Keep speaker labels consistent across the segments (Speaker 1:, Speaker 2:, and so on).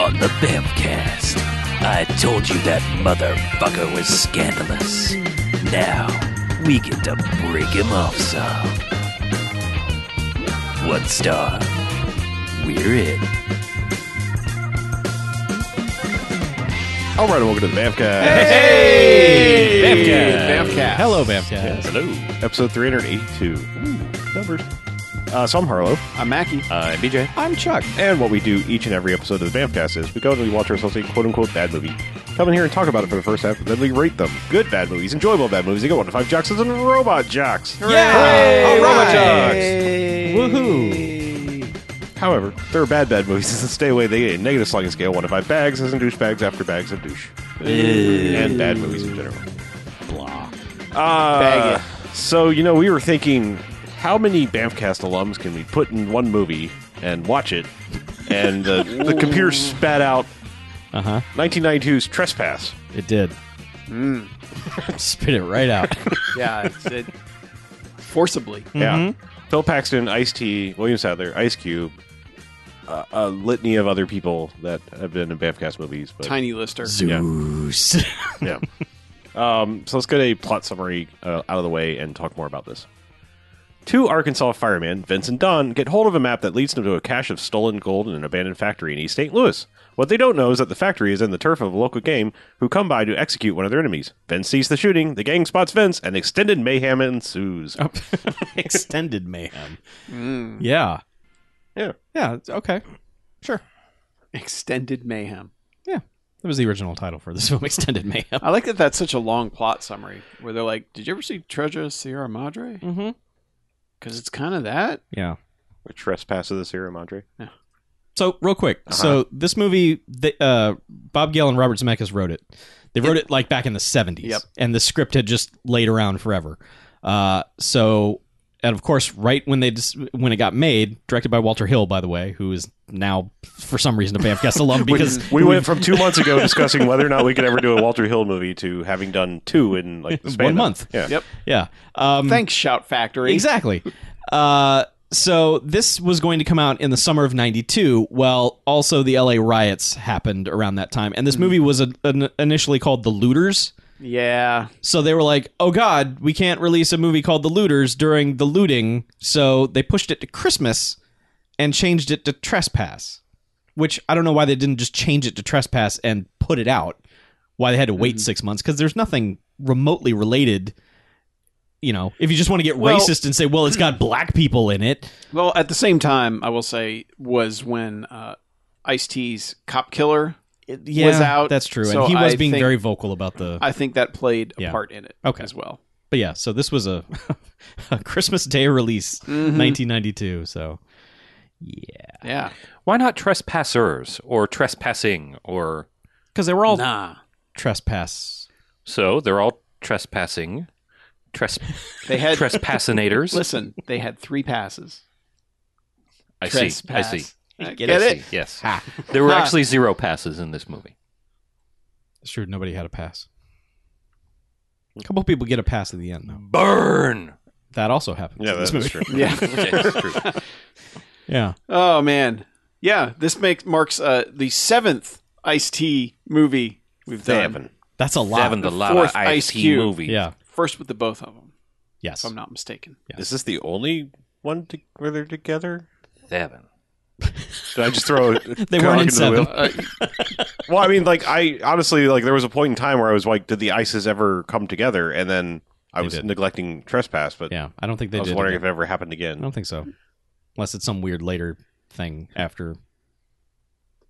Speaker 1: on the Bamcast. I told you that motherfucker was scandalous. Now, we get to break him off some. One star. We're in.
Speaker 2: All right, welcome to the Bamcast.
Speaker 3: Bamcast.
Speaker 4: Hello, Bamcast.
Speaker 2: Hello. Episode 382. Ooh, numbers. Uh, so I'm Harlow.
Speaker 3: I'm Mackie.
Speaker 1: I'm BJ.
Speaker 2: I'm Chuck. And what we do each and every episode of the Bamcast is we go and we watch ourselves a quote unquote bad movie. Come in here and talk about it for the first half, and then we rate them. Good bad movies, enjoyable bad movies. They got one to five jocks and robot jocks.
Speaker 3: All
Speaker 2: Robot
Speaker 3: right.
Speaker 4: Woohoo.
Speaker 2: However, there are bad bad movies. It's a stay away. They get a negative slugging scale, one to five bags, as in douchebags after bags of douche. And bad movies in general.
Speaker 3: Bag
Speaker 2: Uh,
Speaker 3: it.
Speaker 2: so you know, we were thinking, how many Bamfcast alums can we put in one movie and watch it? And the, the computer spat out
Speaker 4: Uh
Speaker 3: Uh-huh.
Speaker 4: huh.
Speaker 2: 1992's Trespass.
Speaker 4: It did. Spit it right out.
Speaker 3: Yeah, it's, it, forcibly.
Speaker 2: Yeah,
Speaker 3: Mm-hmm.
Speaker 2: Phil Paxton, Ice T, William Sadler, Ice Cube, uh, a litany of other people that have been in Bamfcast movies. But
Speaker 3: Tiny lister.
Speaker 4: Zeus.
Speaker 2: yeah. Um, so let's get a plot summary uh, out of the way and talk more about this. Two Arkansas firemen, Vince and Don, get hold of a map that leads them to a cache of stolen gold in an abandoned factory in East St. Louis. What they don't know is that the factory is in the turf of a local gang who come by to execute one of their enemies. Vince sees the shooting, the gang spots Vince, and extended mayhem ensues.
Speaker 4: Oh. Extended mayhem. Yeah.
Speaker 2: Yeah.
Speaker 4: Yeah. it's- Okay. Sure.
Speaker 3: Extended mayhem.
Speaker 4: Yeah. That was the original title for this film, Extended Mayhem.
Speaker 3: I like that that's such a long plot summary where they're like, Did you ever see Treasure of Sierra Madre?
Speaker 4: Mm-hmm.
Speaker 3: Because it's kind of that.
Speaker 4: Yeah.
Speaker 2: A trespass of the Sierra Madre.
Speaker 4: So real quick, so this movie, the, uh, Bob Gale and Robert Zemeckis wrote it. They wrote it, like back in the seventies,
Speaker 3: Yep.
Speaker 4: and the script had just laid around forever. Uh, so, and of course, right when they dis- when it got made, directed by Walter Hill, by the way, who is now for some reason a Bamfcast alum because
Speaker 2: We went from two months ago discussing whether or not we could ever do a Walter Hill movie to having done two in like the span
Speaker 4: One
Speaker 2: of-
Speaker 4: month.
Speaker 2: Yeah.
Speaker 3: Yep.
Speaker 4: yeah, um,
Speaker 3: Thanks, Shout Factory.
Speaker 4: Exactly. Uh, so this was going to come out in the summer of 92. Well, also the LA riots happened around that time. And this movie was a, an, initially called The Looters.
Speaker 3: Yeah.
Speaker 4: So they were like, oh God, we can't release a movie called The Looters during the looting. So they pushed it to Christmas and changed it to Trespass, which I don't know why they didn't just change it to Trespass and put it out, why they had to wait six months, because there's nothing remotely related. You know, if you just want to get
Speaker 3: Well-
Speaker 4: racist and say, well, it's got black people in it.
Speaker 3: Well, at the same time, I will say, was when uh, Ice T's Cop Killer
Speaker 4: Yeah,
Speaker 3: was out.
Speaker 4: That's true.
Speaker 3: So
Speaker 4: and he was
Speaker 3: I
Speaker 4: being
Speaker 3: think-
Speaker 4: very vocal about the.
Speaker 3: I think that played a
Speaker 4: Yeah.
Speaker 3: part in it
Speaker 4: Okay.
Speaker 3: as well.
Speaker 4: but yeah, so this was a, a Christmas Day release, 1992. So.
Speaker 3: Yeah.
Speaker 5: Why not trespassers or trespassing or
Speaker 4: Because they were all
Speaker 3: Nah.
Speaker 4: trespass
Speaker 5: so? They're all trespassing. Tres-
Speaker 3: They had
Speaker 5: trespassinators.
Speaker 3: Listen, they had three passes.
Speaker 5: I see. I see.
Speaker 3: Get,
Speaker 5: I
Speaker 3: it?
Speaker 5: see, Yes.
Speaker 4: Ha.
Speaker 5: There were
Speaker 3: Ha.
Speaker 5: actually zero passes in this movie.
Speaker 4: It's true. Nobody had a pass. A couple people get a pass at the end, though.
Speaker 5: Burn.
Speaker 4: That also happens.
Speaker 2: Yeah,
Speaker 4: in this
Speaker 2: that's
Speaker 4: movie.
Speaker 2: true.
Speaker 3: Yeah.
Speaker 5: Okay, that's true.
Speaker 4: Yeah.
Speaker 3: Oh man. Yeah, this makes marks uh, the seventh Ice T movie we've done.
Speaker 2: Seven.
Speaker 4: That's a lot.
Speaker 5: Seven the
Speaker 3: The
Speaker 5: Lava
Speaker 3: fourth Ice
Speaker 5: Ice Tea
Speaker 3: Cube.
Speaker 5: movie.
Speaker 4: Yeah.
Speaker 3: First with the both of them,
Speaker 4: Yes.
Speaker 3: if I'm not mistaken.
Speaker 2: Is this the only one to- where they're together?
Speaker 5: Seven.
Speaker 2: Did I just throw?
Speaker 4: They weren't in seven.
Speaker 3: Uh,
Speaker 2: Well, I mean, like I honestly like there was a point in time where I was like, did the ISIS ever come together? And then I
Speaker 4: They
Speaker 2: was
Speaker 4: did.
Speaker 2: neglecting trespass, but
Speaker 4: yeah. I don't think they
Speaker 2: I was
Speaker 4: did.
Speaker 2: wondering
Speaker 4: again.
Speaker 2: if it ever happened
Speaker 4: I
Speaker 2: again.
Speaker 4: don't think so. Unless it's some weird later thing after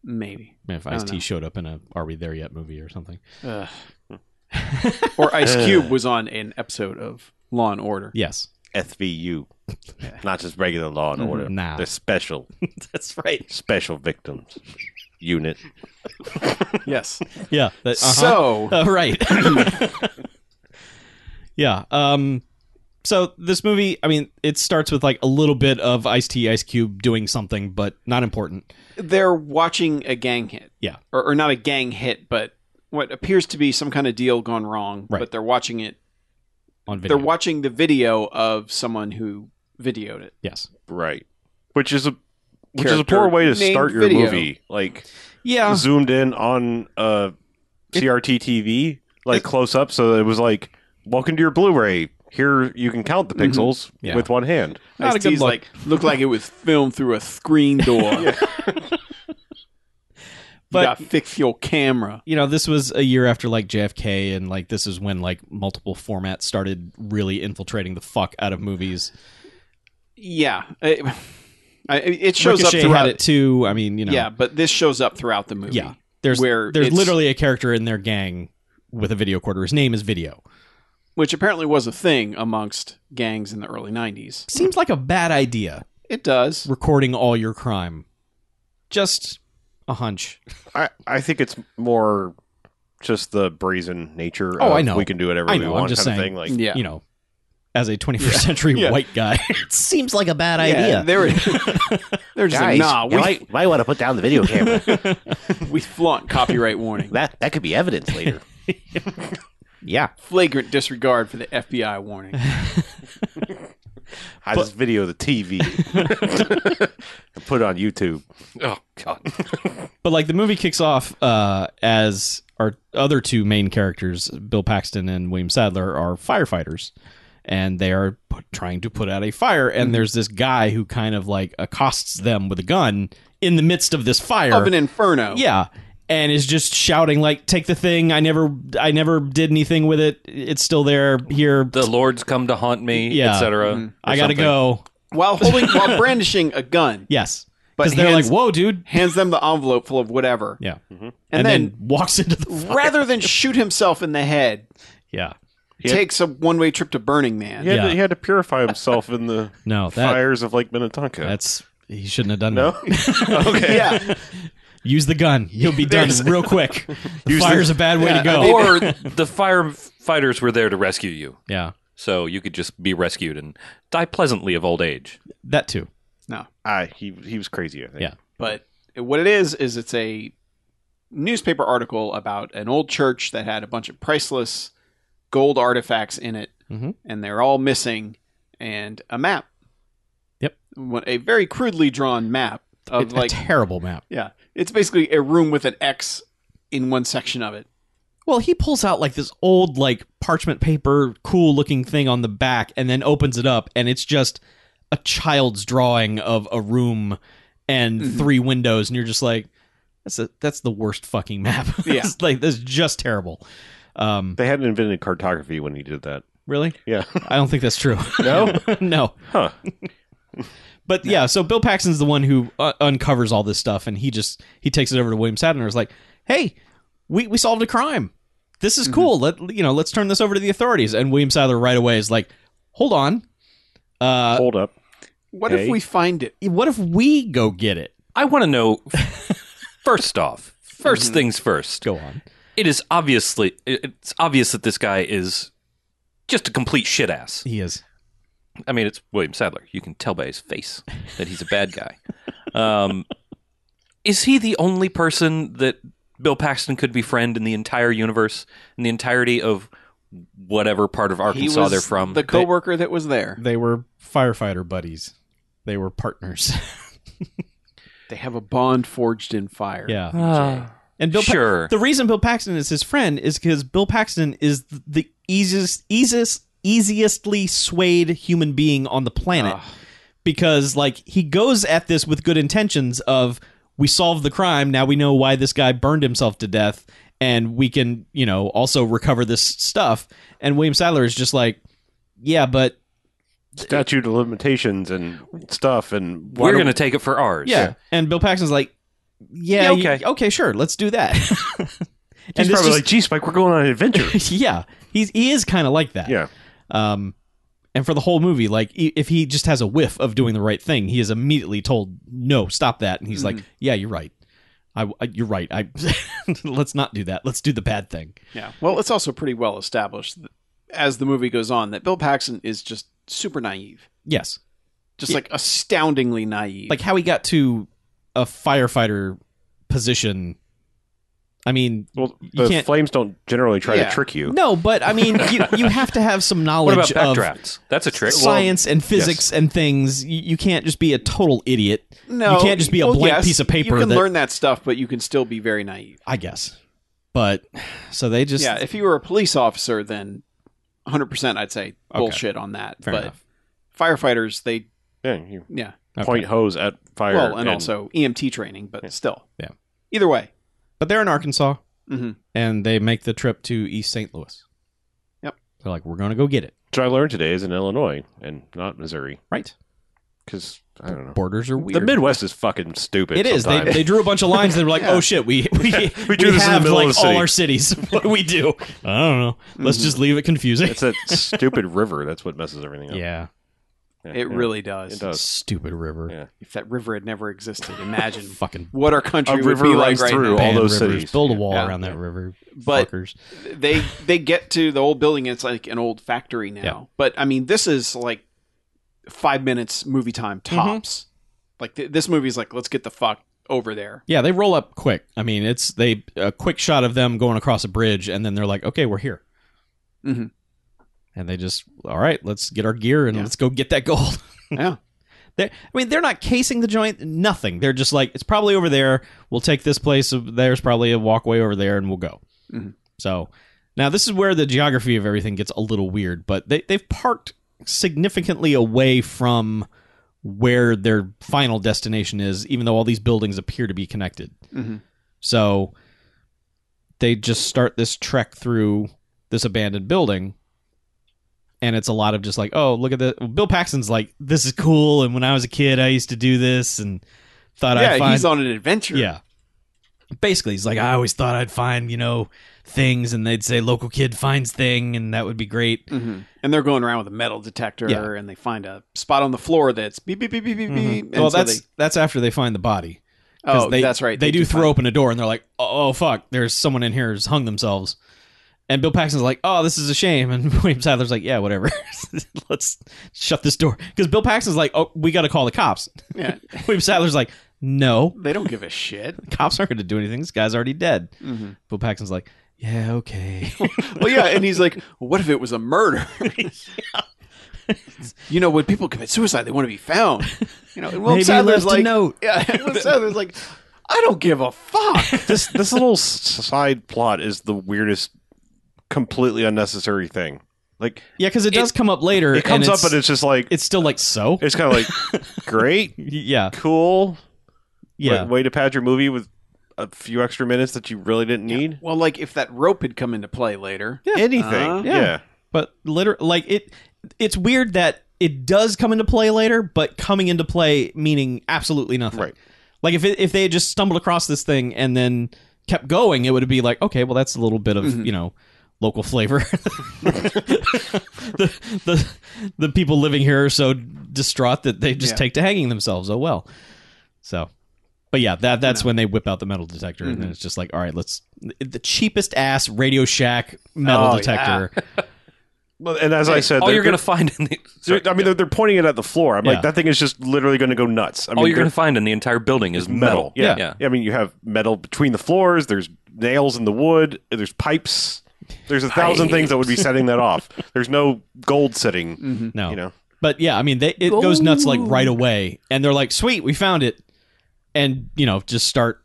Speaker 3: Maybe.
Speaker 4: if
Speaker 3: I don't
Speaker 4: Ice T
Speaker 3: know.
Speaker 4: showed up in a Are We There Yet movie or something.
Speaker 3: Ugh. or Ice Cube was on an episode of Law and Order.
Speaker 4: Yes.
Speaker 2: SVU, not just regular law and order.
Speaker 4: Nah.
Speaker 2: They're special,
Speaker 4: That's right.
Speaker 2: special victims unit.
Speaker 3: Yes.
Speaker 4: Yeah. That, uh-huh.
Speaker 3: So
Speaker 4: Uh, right. yeah. Um so this movie, I mean, it starts with like a little bit of Ice T Ice Cube doing something, but not important.
Speaker 3: they're watching a gang hit.
Speaker 4: Yeah.
Speaker 3: Or, or not a gang hit, but what appears to be some kind of deal gone wrong.
Speaker 4: Right.
Speaker 3: But they're watching it.
Speaker 4: On video.
Speaker 3: They're watching the video of someone who videoed it.
Speaker 4: yes.
Speaker 2: Right. Which is a which is a poor
Speaker 3: character
Speaker 2: way to
Speaker 3: named
Speaker 2: start your
Speaker 3: video.
Speaker 2: movie. Like
Speaker 4: Yeah.
Speaker 2: zoomed in on uh, CRT TV, like close up, so it was like, "Welcome to your Blu-ray." Here you can count the pixels
Speaker 4: Mm-hmm. Yeah.
Speaker 2: with one hand.
Speaker 4: Not a good
Speaker 3: Ice-T's
Speaker 4: look.
Speaker 3: like looked like it was filmed through a screen door.
Speaker 4: But-
Speaker 3: you got fix your camera.
Speaker 4: you know, this was a year after like JFK, and like this is when like multiple formats started really infiltrating the fuck out of movies.
Speaker 3: Yeah, it, I- it shows
Speaker 4: Ricochet
Speaker 3: up throughout.
Speaker 4: had it too. I mean, you know,
Speaker 3: Yeah, but this shows up throughout the movie.
Speaker 4: yeah. There's
Speaker 3: where
Speaker 4: there's
Speaker 3: it's-
Speaker 4: literally a character in their gang with a video quarter. His name is Video.
Speaker 3: which apparently was a thing amongst gangs in the early '90s.
Speaker 4: Seems like a bad idea.
Speaker 3: It does.
Speaker 4: Recording all your crime, just a hunch.
Speaker 2: I, I think it's more just the brazen nature.
Speaker 4: Oh,
Speaker 2: of
Speaker 4: I know.
Speaker 2: We can do whatever
Speaker 4: I
Speaker 2: we
Speaker 4: know, I'm
Speaker 2: want,
Speaker 4: just
Speaker 2: kind
Speaker 4: saying.
Speaker 2: of thing. Like,
Speaker 3: Yeah,
Speaker 4: You know, as a 21st century
Speaker 2: Yeah.
Speaker 4: white guy, it seems like a bad
Speaker 3: Yeah,
Speaker 4: idea.
Speaker 3: They were, they're just like, nah, we,
Speaker 1: might want to put down the video camera.
Speaker 3: we flaunt copyright warning,
Speaker 1: that that could be evidence later.
Speaker 4: yeah.
Speaker 3: flagrant disregard for the FBI warning.
Speaker 2: I just video the TV and put it on YouTube.
Speaker 5: Oh God.
Speaker 4: But like the movie kicks off uh, as our other two main characters, Bill Paxton and William Sadler, are firefighters, and they are put, trying to put out a fire. And there's this guy who kind of like accosts them with a gun in the midst of this fire.
Speaker 3: of an inferno.
Speaker 4: yeah, and is just shouting like, "Take the thing! I never, I never did anything with it. It's still there. Here,
Speaker 5: The Lord's come to haunt me,
Speaker 4: Yeah.
Speaker 5: etc.
Speaker 4: I gotta go."
Speaker 3: While holding, while brandishing a gun,
Speaker 4: Yes,
Speaker 3: But
Speaker 4: because they're like,
Speaker 3: hands-
Speaker 4: "Whoa, dude!"
Speaker 3: hands them the envelope full of whatever,
Speaker 4: Yeah,
Speaker 3: Mm-hmm. and,
Speaker 4: then,
Speaker 3: then,
Speaker 4: walks into the
Speaker 3: rather than shoot himself in the head,
Speaker 4: yeah.
Speaker 2: had-
Speaker 3: takes a one-way trip to Burning Man.
Speaker 2: He had,
Speaker 4: Yeah.
Speaker 2: to, he had to purify himself in the
Speaker 4: No, that
Speaker 2: fires of Lake Minnetonka.
Speaker 4: that's he shouldn't have done that.
Speaker 2: no, okay.
Speaker 3: Yeah,
Speaker 4: Use the gun. You'll be done real quick. The
Speaker 2: Use
Speaker 4: fire's
Speaker 2: the-
Speaker 4: a bad way to
Speaker 3: Yeah,
Speaker 4: go.
Speaker 3: I mean-
Speaker 5: Or the firefighters were there to rescue you,
Speaker 4: yeah,
Speaker 5: so you could just be rescued and die pleasantly of old age.
Speaker 4: that too.
Speaker 3: no,
Speaker 2: Ah, he he was crazy. I think.
Speaker 4: Yeah.
Speaker 3: but what it is is it's a newspaper article about an old church that had a bunch of priceless gold artifacts in it,
Speaker 4: Mhm.
Speaker 3: and they're all missing, and a map.
Speaker 4: Yep.
Speaker 3: What- a very crudely drawn map of
Speaker 4: It's
Speaker 3: like
Speaker 4: a terrible map.
Speaker 3: yeah, it's basically a room with an X in one section of it.
Speaker 4: Well, he pulls out like this old like parchment paper cool looking thing on the back and then opens it up and it's just a child's drawing of a room and three windows and you're just like that's a, that's the worst fucking map.
Speaker 3: Yeah.
Speaker 4: It's like that's just terrible. Um
Speaker 2: They hadn't invented cartography when he did that.
Speaker 4: really?
Speaker 2: Yeah.
Speaker 4: I don't think that's true.
Speaker 2: No.
Speaker 4: no.
Speaker 2: Huh.
Speaker 4: But yeah, so Bill Paxton's the one who uh, uncovers all this stuff, and he just he takes it over to William Sadler. Is like, hey, we we solved a crime. This is cool. Let you know, let's turn this over to the authorities. And William Sadler right away is like, hold on, uh,
Speaker 2: Hold up.
Speaker 3: What if
Speaker 2: Hey.
Speaker 3: we find it?
Speaker 4: what if we go get it?
Speaker 5: I want to know. first off, 1st
Speaker 2: Mm-hmm.
Speaker 5: things first.
Speaker 4: Go on.
Speaker 5: It is obviously it- it's obvious that this guy is just a complete shit ass.
Speaker 4: He is.
Speaker 5: I mean, it's William Sadler. You can tell by his face that he's a bad guy. Um, is he the only person that Bill Paxton could befriend in the entire universe, in the entirety of whatever part of
Speaker 3: He
Speaker 5: Arkansas
Speaker 3: was
Speaker 5: they're from?
Speaker 3: the coworker that was there.
Speaker 4: They were firefighter buddies. They were partners.
Speaker 3: They have a bond forged in fire.
Speaker 4: yeah.
Speaker 5: Ah,
Speaker 4: And Bill, Pa-
Speaker 5: Sure.
Speaker 4: the reason Bill Paxton is his friend is because Bill Paxton is th- the easiest, easiest, easiestly swayed human being on the planet. Because like he goes at this with good intentions of we solved the crime. Now we know why this guy burned himself to death, and we can you know also recover this stuff. And William Sadler is just like, yeah, but
Speaker 2: Statute of limitations and stuff, and why
Speaker 5: we're
Speaker 2: don't-
Speaker 5: going to take it for ours.
Speaker 4: yeah. And Bill Paxton's like, yeah,
Speaker 5: Yeah,
Speaker 4: okay, okay, sure, let's do that.
Speaker 2: He's
Speaker 4: this
Speaker 2: probably
Speaker 4: just-
Speaker 2: like, "Gee, Spike, we're going on an adventure."
Speaker 4: yeah, he's he is kind of like that.
Speaker 2: yeah.
Speaker 4: Um, and for the whole movie, like i- if he just has a whiff of doing the right thing, he is immediately told, "No, stop that." And he's like,
Speaker 3: Mm-hmm.
Speaker 4: "Yeah, you're right. I, I- you're right. I let's not do that. Let's do the bad thing."
Speaker 3: Yeah. Well, it's also pretty well established th- as the movie goes on that Bill Paxton is just super naive,
Speaker 4: Yes,
Speaker 3: just like astoundingly naive.
Speaker 4: like how he got to a firefighter position. I mean,
Speaker 2: Well,
Speaker 4: You
Speaker 2: the
Speaker 4: can't-
Speaker 2: flames don't generally try
Speaker 3: Yeah.
Speaker 2: to trick you.
Speaker 4: no, but I mean, you, you have to have some
Speaker 5: What
Speaker 4: knowledge
Speaker 5: about
Speaker 4: of
Speaker 5: backdrafts? That's a trick.
Speaker 4: um, science and physics and things. You, you can't just be a total idiot.
Speaker 3: No,
Speaker 4: you can't just be a
Speaker 3: well,
Speaker 4: blank
Speaker 3: yes,
Speaker 4: piece of paper.
Speaker 3: You can
Speaker 4: that,
Speaker 3: learn that stuff, but you can still be very naive.
Speaker 4: I guess. But so they just
Speaker 3: yeah, if you were a police officer, then 100, percent I'd say bullshit on that.
Speaker 4: Fair
Speaker 3: but
Speaker 4: enough.
Speaker 3: firefighters, they
Speaker 2: Yeah, you
Speaker 3: yeah,
Speaker 4: Okay.
Speaker 2: point hose at fire.
Speaker 3: well, and, also EMT training, but still,
Speaker 4: Yeah.
Speaker 3: Either way,
Speaker 4: But they're in Arkansas
Speaker 3: Mhm.
Speaker 4: and they make the trip to East St. Louis.
Speaker 3: Yep.
Speaker 4: They're like, we're going to go get it.
Speaker 2: what I learned today is in Illinois and not Missouri
Speaker 4: Right.
Speaker 2: because I don't know.
Speaker 4: Borders are
Speaker 2: The
Speaker 4: weird.
Speaker 2: Midwest is fucking stupid.
Speaker 4: It is. They,
Speaker 2: sometimes.
Speaker 4: they drew a bunch of lines. They were like, "Oh shit, we we, we,
Speaker 2: do this in the
Speaker 4: have
Speaker 2: middle
Speaker 4: like
Speaker 2: of the
Speaker 4: all
Speaker 2: city."
Speaker 4: our cities. what do we do? I don't know.
Speaker 3: Mm-hmm.
Speaker 4: Let's just leave it confusing."
Speaker 2: it's that stupid river. That's what messes everything up.
Speaker 4: yeah,
Speaker 3: it
Speaker 2: yeah.
Speaker 3: really does.
Speaker 2: It does.
Speaker 4: stupid river.
Speaker 2: Yeah.
Speaker 3: If that river had never existed, imagine
Speaker 4: Fucking
Speaker 3: what our country
Speaker 2: A
Speaker 3: would
Speaker 2: river
Speaker 3: be like
Speaker 2: runs
Speaker 3: right
Speaker 2: through
Speaker 3: now.
Speaker 2: all
Speaker 4: banned
Speaker 2: those
Speaker 4: rivers.
Speaker 2: cities.
Speaker 4: Build a wall
Speaker 3: Yeah.
Speaker 4: around that river,
Speaker 3: But-
Speaker 4: fuckers.
Speaker 3: they they get to the old building. and It's like an old factory now.
Speaker 4: Yeah.
Speaker 3: But I mean, this is like five minutes movie time tops. Like th- this movie's like, let's get the fuck over there.
Speaker 4: Yeah, they roll up quick. I mean, it's they a quick shot of them going across a bridge, and then they're like, "Okay, we're here,"
Speaker 3: Mhm.
Speaker 4: and they just, "All right, let's get our gear and
Speaker 3: Yeah.
Speaker 4: let's go get that gold."
Speaker 3: Yeah.
Speaker 4: They, I mean, they're not casing the joint, nothing. They're just like, "It's probably over there. We'll take this place. There's probably a walkway over there, and we'll go."
Speaker 3: Mhm.
Speaker 4: So now this is where the geography of everything gets a little weird, but they they've parked significantly away from where their final destination is, even though all these buildings appear to be connected.
Speaker 3: Mhm.
Speaker 4: So they just start this trek through this abandoned building. And it's a lot of just like, oh, look at the Bill Paxton's like, this is cool. And when I was a kid, I used to do this and thought
Speaker 3: yeah,
Speaker 4: I'd find.
Speaker 3: he's on an adventure.
Speaker 4: Yeah. Basically, he's like, I always thought I'd find, you know, things, and they'd say local kid finds thing, and that would be great.
Speaker 3: Mhm. And they're going around with a metal detector,
Speaker 4: Yeah. Mm-hmm.
Speaker 3: and they find a spot on the floor that's beep beep beep beep beep. beep. And
Speaker 4: Well,
Speaker 3: so
Speaker 4: that's
Speaker 3: they,
Speaker 4: that's after they find the body. 'Cause
Speaker 3: oh,
Speaker 4: they-
Speaker 3: that's right.
Speaker 4: They, do, throw
Speaker 3: find-
Speaker 4: open a door, and they're like, oh, oh, fuck, there's someone in here who's hung themselves. And Bill Paxton's like, oh, this is a shame. And William Sadler's like, yeah, whatever. Let's shut this door. Because Bill Paxton's like, oh, we got to call the cops.
Speaker 3: Yeah.
Speaker 4: William Sadler's like, no,
Speaker 3: They don't give a shit.
Speaker 4: cops aren't going to do anything. This guy's already dead.
Speaker 3: Mhm.
Speaker 4: Bill Paxton's like, yeah, okay.
Speaker 3: Well, yeah, and he's like, "What if it was a murder?" you know, when people commit suicide, they want to be found. You know, and Will
Speaker 4: Maybe he
Speaker 3: Sadler's
Speaker 4: left a
Speaker 3: like,
Speaker 4: note.
Speaker 3: "Yeah." and Will Sadler's like, "I don't give a fuck."
Speaker 2: this this little s- side plot is the weirdest, completely unnecessary thing. Like
Speaker 4: Yeah, because it does come up later.
Speaker 2: it comes
Speaker 4: and
Speaker 2: up, and it's just like it's,
Speaker 4: it's still like so.
Speaker 2: kind of like great,
Speaker 4: yeah,
Speaker 2: cool,
Speaker 4: yeah.
Speaker 2: like, way to pad your movie with a few extra minutes that you really didn't need.
Speaker 3: well, like if that rope had come into play later,
Speaker 2: Anything,
Speaker 3: Uh,
Speaker 2: yeah.
Speaker 4: yeah. But liter like it, it's weird that it does come into play later, but coming into play meaning absolutely nothing.
Speaker 2: Right.
Speaker 4: Like if it, if they had just stumbled across this thing and then kept going, it would be like, okay, well, that's a little bit of
Speaker 2: Mm-hmm.
Speaker 4: you know local flavor. the, the the people living here are so distraught that they just
Speaker 3: Yeah.
Speaker 4: take to hanging themselves. Oh well. So, but yeah, that that's when they whip out the metal detector, and
Speaker 2: Mm-hmm.
Speaker 4: then it's just like, all right, let's the cheapest ass Radio Shack metal
Speaker 3: Oh,
Speaker 4: detector.
Speaker 2: Well, And as I said,
Speaker 5: all
Speaker 2: they're-
Speaker 5: you're gonna find in the
Speaker 2: they're-
Speaker 5: sorry,
Speaker 2: I mean, they're, they're pointing it at the floor. I'm
Speaker 4: Yeah.
Speaker 2: like, that thing is just literally going to go nuts. I mean,
Speaker 5: all you're
Speaker 2: they're-
Speaker 5: gonna find in the entire building is metal.
Speaker 2: metal. Yeah.
Speaker 5: yeah.
Speaker 2: I mean, you have metal between the floors. There's nails in the wood. There's pipes. There's a thousand things that would be setting that off. There's no gold setting.
Speaker 4: No,
Speaker 3: Mm-hmm.
Speaker 2: You know,
Speaker 4: but yeah, I mean, they, it goes nuts like right away, and they're like, sweet, we found it, and you know, just start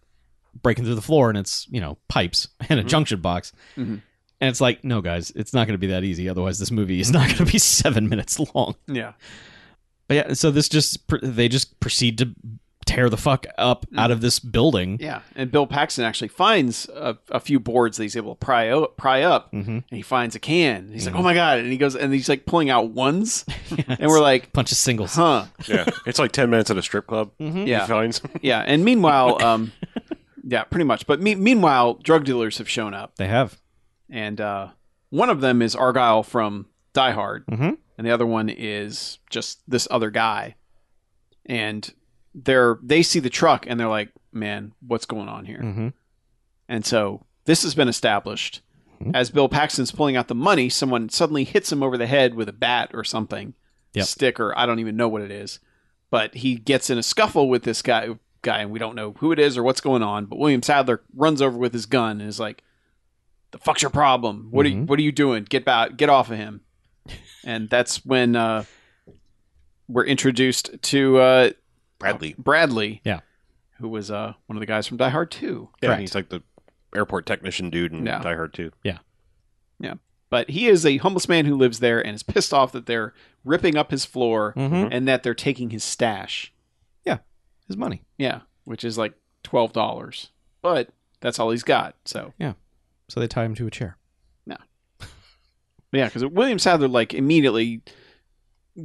Speaker 4: breaking through the floor, and it's you know pipes and a
Speaker 3: Mm-hmm.
Speaker 4: junction box.
Speaker 3: Mhm.
Speaker 4: And it's like, no, guys, it's not going to be that easy. Otherwise, this movie is not going to be seven minutes long.
Speaker 3: yeah,
Speaker 4: But yeah, so this just pr- they just proceed to tear the fuck up out of this building.
Speaker 3: Mm. yeah. And Bill Paxton actually finds a, a few boards that he's able to pry up, pry up,
Speaker 4: Mm-hmm.
Speaker 3: and he finds a can. He's like, "Oh my god!" And he goes, and he's like pulling out ones, and we're like,
Speaker 4: bunch of singles.
Speaker 3: "Huh."
Speaker 2: yeah. It's like ten minutes at a strip club.
Speaker 4: Mm-hmm.
Speaker 2: Yeah.
Speaker 3: Yeah. Yeah, and meanwhile, um, yeah, pretty much. But me- meanwhile, drug dealers have shown up,
Speaker 4: They have.
Speaker 3: and uh, one of them is Argyle from Die Hard,
Speaker 4: Mhm.
Speaker 3: and the other one is just this other guy. And they're they see the truck and they're like, "Man, what's going on here?"
Speaker 4: Mm-hmm.
Speaker 3: And so this has been established.
Speaker 4: Hmm.
Speaker 3: As Bill Paxton's pulling out the money, someone suddenly hits him over the head with a bat or something,
Speaker 4: Yep.
Speaker 3: stick or I don't even know what it is. But he gets in a scuffle with this guy, guy, and we don't know who it is or what's going on. But William Sadler runs over with his gun and is like, "The fuck's your problem? What
Speaker 4: Mm-hmm.
Speaker 3: are you What are you doing? Get back! Get off of him!" And that's when uh, we're introduced to uh,
Speaker 2: Bradley.
Speaker 3: Bradley,
Speaker 4: Yeah.
Speaker 3: who was uh, one of the guys from Die Hard Two.
Speaker 2: Yeah,
Speaker 4: Correct.
Speaker 2: he's like the airport technician dude in
Speaker 3: Yeah.
Speaker 2: Die Hard 2.
Speaker 3: But he is a homeless man who lives there and is pissed off that they're ripping up his floor
Speaker 4: Mhm.
Speaker 3: and that they're taking his stash.
Speaker 4: His money.
Speaker 3: Yeah, which is like twelve dollars, but that's all he's got. So
Speaker 4: So they tie him to a chair.
Speaker 3: but yeah, because William Sadler like immediately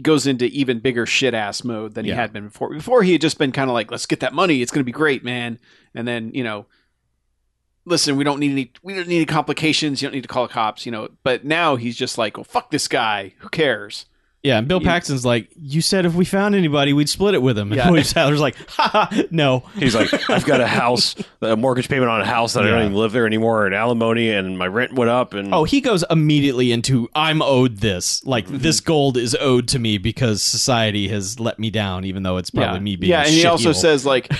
Speaker 3: goes into even bigger shit ass mode than
Speaker 4: Yeah.
Speaker 3: he had been before. Before he had just been kind of like, let's get that money, it's gonna be great, man. And then you know, listen, we don't need any, we don't need any complications. You don't need to call the cops, you know. But now he's just like, well, fuck this guy. Who cares?
Speaker 4: Yeah, and Bill
Speaker 3: You-
Speaker 4: Paxton's like, you said if we found anybody, we'd split it with him. And
Speaker 3: Yeah.
Speaker 4: William Sadler's like, ha, ha no.
Speaker 2: He's like, I've got a house, a mortgage payment on a house that I don't
Speaker 4: Yeah.
Speaker 2: even live there anymore, and alimony, and my rent went up, and
Speaker 4: Oh, he goes immediately into I'm owed this. Like
Speaker 3: Mm-hmm.
Speaker 4: this gold is owed to me because society has let me down, even though it's probably
Speaker 3: yeah.
Speaker 4: me being.
Speaker 3: Yeah,
Speaker 4: a
Speaker 3: and he also
Speaker 4: shitheel.
Speaker 3: says like.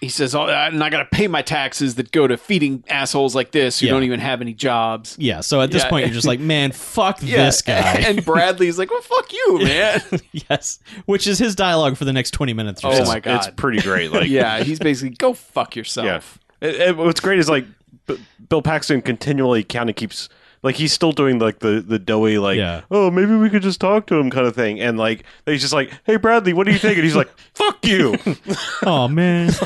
Speaker 3: He says, oh, "I'm not gonna pay my taxes that go to feeding assholes like this who
Speaker 4: Yeah.
Speaker 3: don't even have any jobs."
Speaker 4: Yeah, so at this
Speaker 3: Yeah.
Speaker 4: point, you're just like, man, fuck
Speaker 3: Yeah,
Speaker 4: this guy.
Speaker 3: and Bradley's like, well, fuck you, man.
Speaker 4: yes, which is his dialogue for the next 20 minutes or
Speaker 3: Oh
Speaker 4: so.
Speaker 3: my
Speaker 2: it's
Speaker 3: God.
Speaker 2: pretty great. Like,
Speaker 3: yeah, he's basically go fuck yourself.
Speaker 2: yeah. It- it- what's great is like B- Bill Paxton continually kind of keeps like he's still doing like the the doughy like
Speaker 4: Yeah.
Speaker 2: oh maybe we could just talk to him kind of thing, and like he's just like hey Bradley, what do you think? And he's like fuck you.
Speaker 4: oh man.
Speaker 2: It's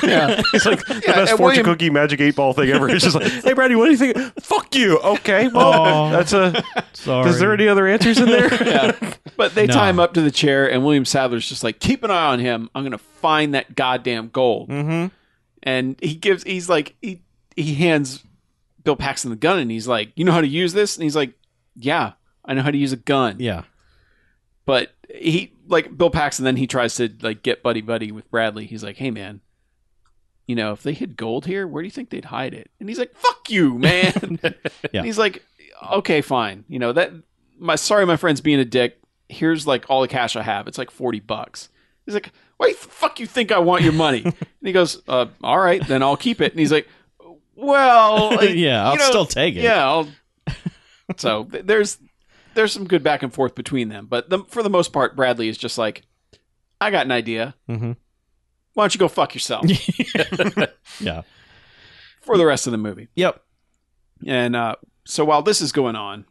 Speaker 2: like the best
Speaker 3: Yeah, and
Speaker 2: fortune
Speaker 3: William-
Speaker 2: cookie magic eight ball thing ever. It's just like hey Bradley, what do you think? Fuck you. Okay, well
Speaker 4: Aw.
Speaker 2: that's a.
Speaker 4: Sorry.
Speaker 2: Is there any other answers in there?
Speaker 3: But they
Speaker 4: No.
Speaker 3: tie him up to the chair, and William Sadler's just like, keep an eye on him. I'm gonna find that goddamn gold.
Speaker 4: Mhm.
Speaker 3: And he gives, he's like, he he hands Bill Paxton the gun, and he's like, you know how to use this? And he's like, yeah, I know how to use a gun.
Speaker 4: Yeah.
Speaker 3: But he like Bill Paxton. Then he tries to like get buddy buddy with Bradley. He's like, hey man. You know, if they hid gold here, where do you think they'd hide it? And he's like, "Fuck you, man."
Speaker 4: Yeah.
Speaker 3: And he's like, okay, fine. You know that. My sorry, my friend's being a dick. Here's like all the cash I have. It's like forty bucks. He's like, why the fuck you think I want your money? and he goes, uh, all right, then I'll keep it. And he's like, well, like,
Speaker 4: Yeah, I'll
Speaker 3: you know,
Speaker 4: still take it.
Speaker 3: Yeah, I'll. so th- there's there's some good back and forth between them, but the, for the most part, Bradley is just like, I got an idea.
Speaker 4: Mhm.
Speaker 3: Why don't you go fuck yourself
Speaker 4: Yeah.
Speaker 3: for the rest of the movie?
Speaker 4: Yep.
Speaker 3: And uh, so while this is going on,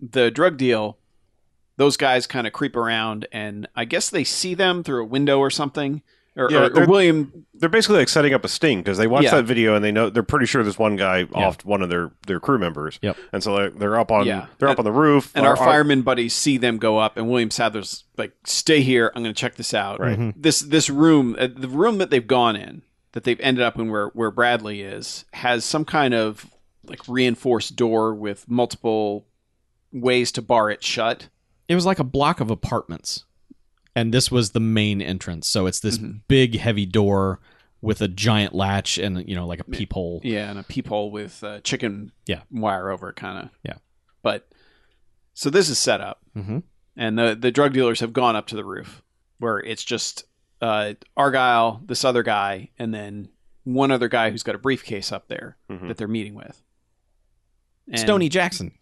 Speaker 3: the drug deal, those guys kind of creep around, and I guess they see them through a window or something. Or,
Speaker 2: Yeah,
Speaker 3: or- or
Speaker 2: they're-
Speaker 3: William,
Speaker 2: they're basically like setting up a sting because they watch
Speaker 3: Yeah.
Speaker 2: that video and they know they're pretty sure this one guy offed one of their their crew members.
Speaker 4: Yep.
Speaker 2: And so they're, they're up on
Speaker 3: Yeah.
Speaker 2: they're up on the roof
Speaker 3: and
Speaker 2: uh,
Speaker 3: our
Speaker 2: uh,
Speaker 3: fireman buddies see them go up, and William Sadler's like, "Stay here, I'm going to check this out."
Speaker 2: Right.
Speaker 3: This this room, uh, the room that they've gone in, that they've ended up in where where Bradley is, has some kind of like reinforced door with multiple ways to bar it shut.
Speaker 4: It was like a block of apartments. And this was the main entrance. So it's this
Speaker 3: Mm-hmm.
Speaker 4: big heavy door with a giant latch and you know like a peephole.
Speaker 3: Yeah, and a peephole with uh, chicken
Speaker 4: Yeah.
Speaker 3: wire over kind of.
Speaker 4: Yeah.
Speaker 3: But so this is set up,
Speaker 4: Mhm.
Speaker 3: and the the drug dealers have gone up to the roof where it's just uh, Argyle, this other guy, and then one other guy who's got a briefcase up there
Speaker 2: Mhm.
Speaker 3: that they're meeting with. And
Speaker 4: Stoney Jackson.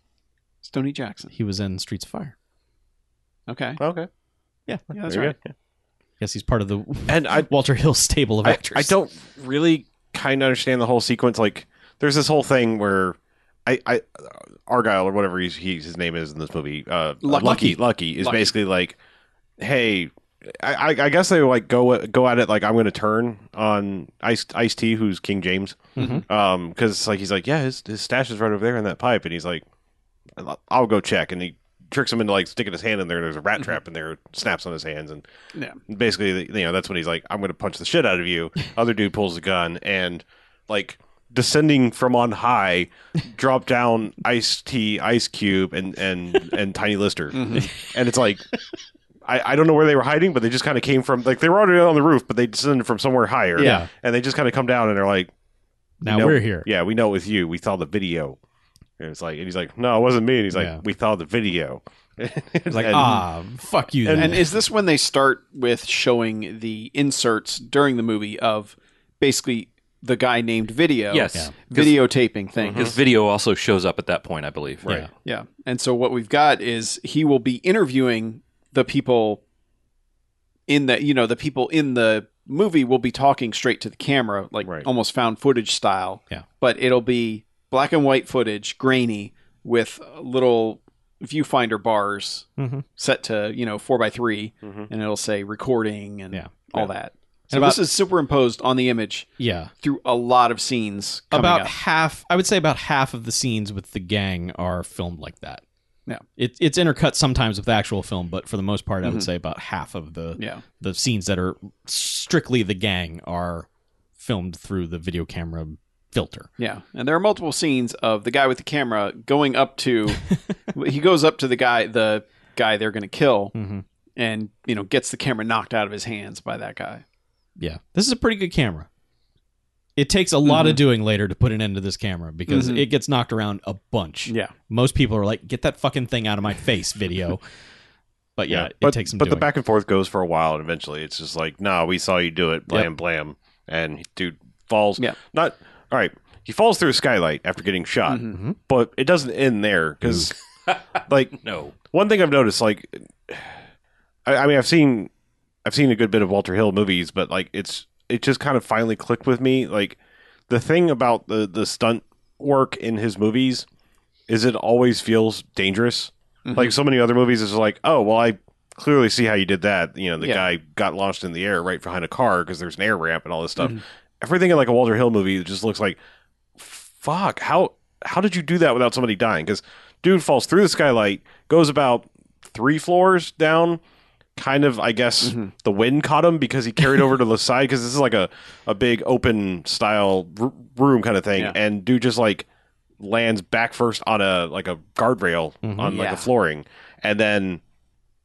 Speaker 3: Stoney Jackson.
Speaker 4: He was in Streets of Fire.
Speaker 3: Okay.
Speaker 2: Okay.
Speaker 4: Yeah.
Speaker 3: Yeah, that's
Speaker 2: There you
Speaker 3: right.
Speaker 4: Guess he's part of the
Speaker 2: And I
Speaker 4: Walter Hill stable of
Speaker 2: I,
Speaker 4: actors.
Speaker 2: I don't really kind of understand the whole sequence. Like, there's this whole thing where I, I Argyle or whatever he's, he's his name is in this movie, uh,
Speaker 3: Lucky.
Speaker 2: Lucky, Lucky, is
Speaker 3: Lucky.
Speaker 2: basically like, hey, I, I I guess they like go go at it like I'm going to turn on Ice Ice T, who's King James,
Speaker 4: Mhm.
Speaker 2: um, because like he's like, yeah, his his stash is right over there in that pipe, and he's like, I'll- I'll go check, and he tricks him into like sticking his hand in there. There's a rat trap in there, snaps on his hands, and
Speaker 3: Yeah.
Speaker 2: basically, you know, that's when he's like, "I'm going to punch the shit out of you." Other dude pulls the gun and, like, descending from on high, drop down Ice T, Ice Cube, and and and Tiny Lister, and it's like. I, I don't know where they were hiding, but they just kind of came from like they were already on the roof, but they descended from somewhere higher.
Speaker 4: Yeah.
Speaker 2: and they just kind of come down and they're like,
Speaker 4: Now
Speaker 2: "No,
Speaker 4: we're here.
Speaker 2: Yeah, we know it was you. We saw the video. And it's like, and he's like, no, it wasn't me. And he's like,
Speaker 4: Yeah.
Speaker 2: we saw the video.
Speaker 4: Like,
Speaker 2: And-
Speaker 4: ah, fuck you.
Speaker 3: And
Speaker 4: then.
Speaker 3: is this when they start with showing the inserts during the movie of basically the guy named Video?
Speaker 5: Yes. Mm-hmm. Yeah.
Speaker 3: Videotaping things.
Speaker 5: Because video also shows up at that point, I believe. Right.
Speaker 4: Yeah.
Speaker 3: Yeah. And so what we've got is he will be interviewing the people in the, you know, the people in the movie will be talking straight to the camera, like
Speaker 2: Right.
Speaker 3: almost found footage style.
Speaker 4: Yeah.
Speaker 3: But it'll be black and white footage, grainy, with little viewfinder bars
Speaker 4: Mhm.
Speaker 3: set to, you know, four by 3
Speaker 2: Mhm.
Speaker 3: and it'll say recording and
Speaker 4: Mm-hmm. Yeah.
Speaker 3: all that. So
Speaker 4: about-
Speaker 3: this is superimposed on the image
Speaker 4: yeah.
Speaker 3: through a lot of scenes coming
Speaker 4: About
Speaker 3: up.
Speaker 4: half, I would say about half of the scenes with the gang are filmed like that.
Speaker 3: Yeah.
Speaker 4: It, it's intercut sometimes with the actual film, but for the most part, I would
Speaker 3: Mhm.
Speaker 4: say about half of the
Speaker 3: Yeah.
Speaker 4: the scenes that are strictly the gang are filmed through the video camera filter.
Speaker 3: Yeah, and there are multiple scenes of the guy with the camera going up to. he goes up to the guy, the guy they're going to kill,
Speaker 4: Mm-hmm.
Speaker 3: and you know gets the camera knocked out of his hands by that guy.
Speaker 4: Yeah, this is a pretty good camera. It takes a lot of doing later to put an end to this camera because
Speaker 3: Mhm.
Speaker 4: it gets knocked around a bunch.
Speaker 3: Yeah,
Speaker 4: Most people are like, "Get that fucking thing out of my face!" Video, but yeah, it
Speaker 2: but,
Speaker 4: takes some.
Speaker 2: But the
Speaker 4: doing.
Speaker 2: back and forth goes for a while, and eventually it's just like, nah, we saw you do it, blam blam, and dude falls.
Speaker 3: Yeah.
Speaker 2: not all right. He falls through a skylight after getting shot,
Speaker 4: Mhm.
Speaker 2: but it doesn't end there because, like,
Speaker 5: No.
Speaker 2: one thing I've noticed, like, I, I mean, I've seen, I've seen a good bit of Walter Hill movies, but like, it's it just kind of finally clicked with me. Like, the thing about the the stunt work in his movies is it always feels dangerous.
Speaker 3: Mhm.
Speaker 2: Like so many other movies, it's like, oh well, I clearly see how you did that. You know, the
Speaker 3: Yeah.
Speaker 2: guy got launched in the air right behind a car because there's an air ramp and all this stuff. Everything in like a Walter Hill movie it just looks like, fuck, how how did you do that without somebody dying? Because dude falls through the skylight, goes about three floors down. Kind of, I guess
Speaker 3: Mhm.
Speaker 2: the wind caught him because he carried over to the side because this is like a, a big open style r- room kind of thing,
Speaker 3: Yeah.
Speaker 2: and dude just like lands back first on a like a guardrail
Speaker 4: Mhm.
Speaker 2: on like
Speaker 3: Yeah.
Speaker 2: a flooring, and then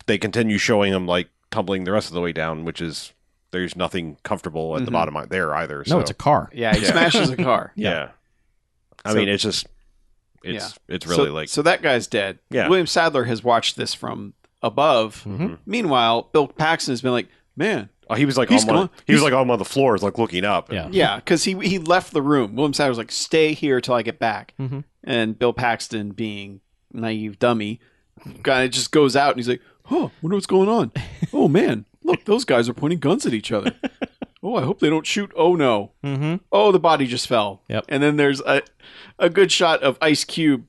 Speaker 2: they continue showing him like tumbling the rest of the way down, which is there's nothing comfortable at the
Speaker 3: Mhm.
Speaker 2: bottom out there either.
Speaker 4: no,
Speaker 2: so,
Speaker 4: it's a car.
Speaker 3: yeah, he
Speaker 2: Yeah.
Speaker 3: smashes a car.
Speaker 2: yeah. I
Speaker 3: So-
Speaker 2: mean, it's just it's it's
Speaker 3: So-
Speaker 2: really like
Speaker 3: so that guy's dead.
Speaker 2: Yeah.
Speaker 3: William Sadler has watched this from above.
Speaker 4: Mhm.
Speaker 3: Meanwhile, Bill Paxton has been like, man,
Speaker 2: oh, he was like
Speaker 3: he's
Speaker 2: on one,
Speaker 3: gone.
Speaker 2: he was like on one of the floors, like looking up.
Speaker 4: Yeah.
Speaker 3: yeah, because he he left the room. William Sadler was like, stay here till I get back.
Speaker 4: Mhm.
Speaker 3: and Bill Paxton being naive dummy, kind of just goes out and he's like, "Huh, wonder what's going on? Oh man, look, those guys are pointing guns at each other. Oh, I hope they don't shoot. Oh no,
Speaker 4: Mm-hmm.
Speaker 3: oh the body just fell.
Speaker 4: Yep.
Speaker 3: And then there's a a good shot of Ice Cube,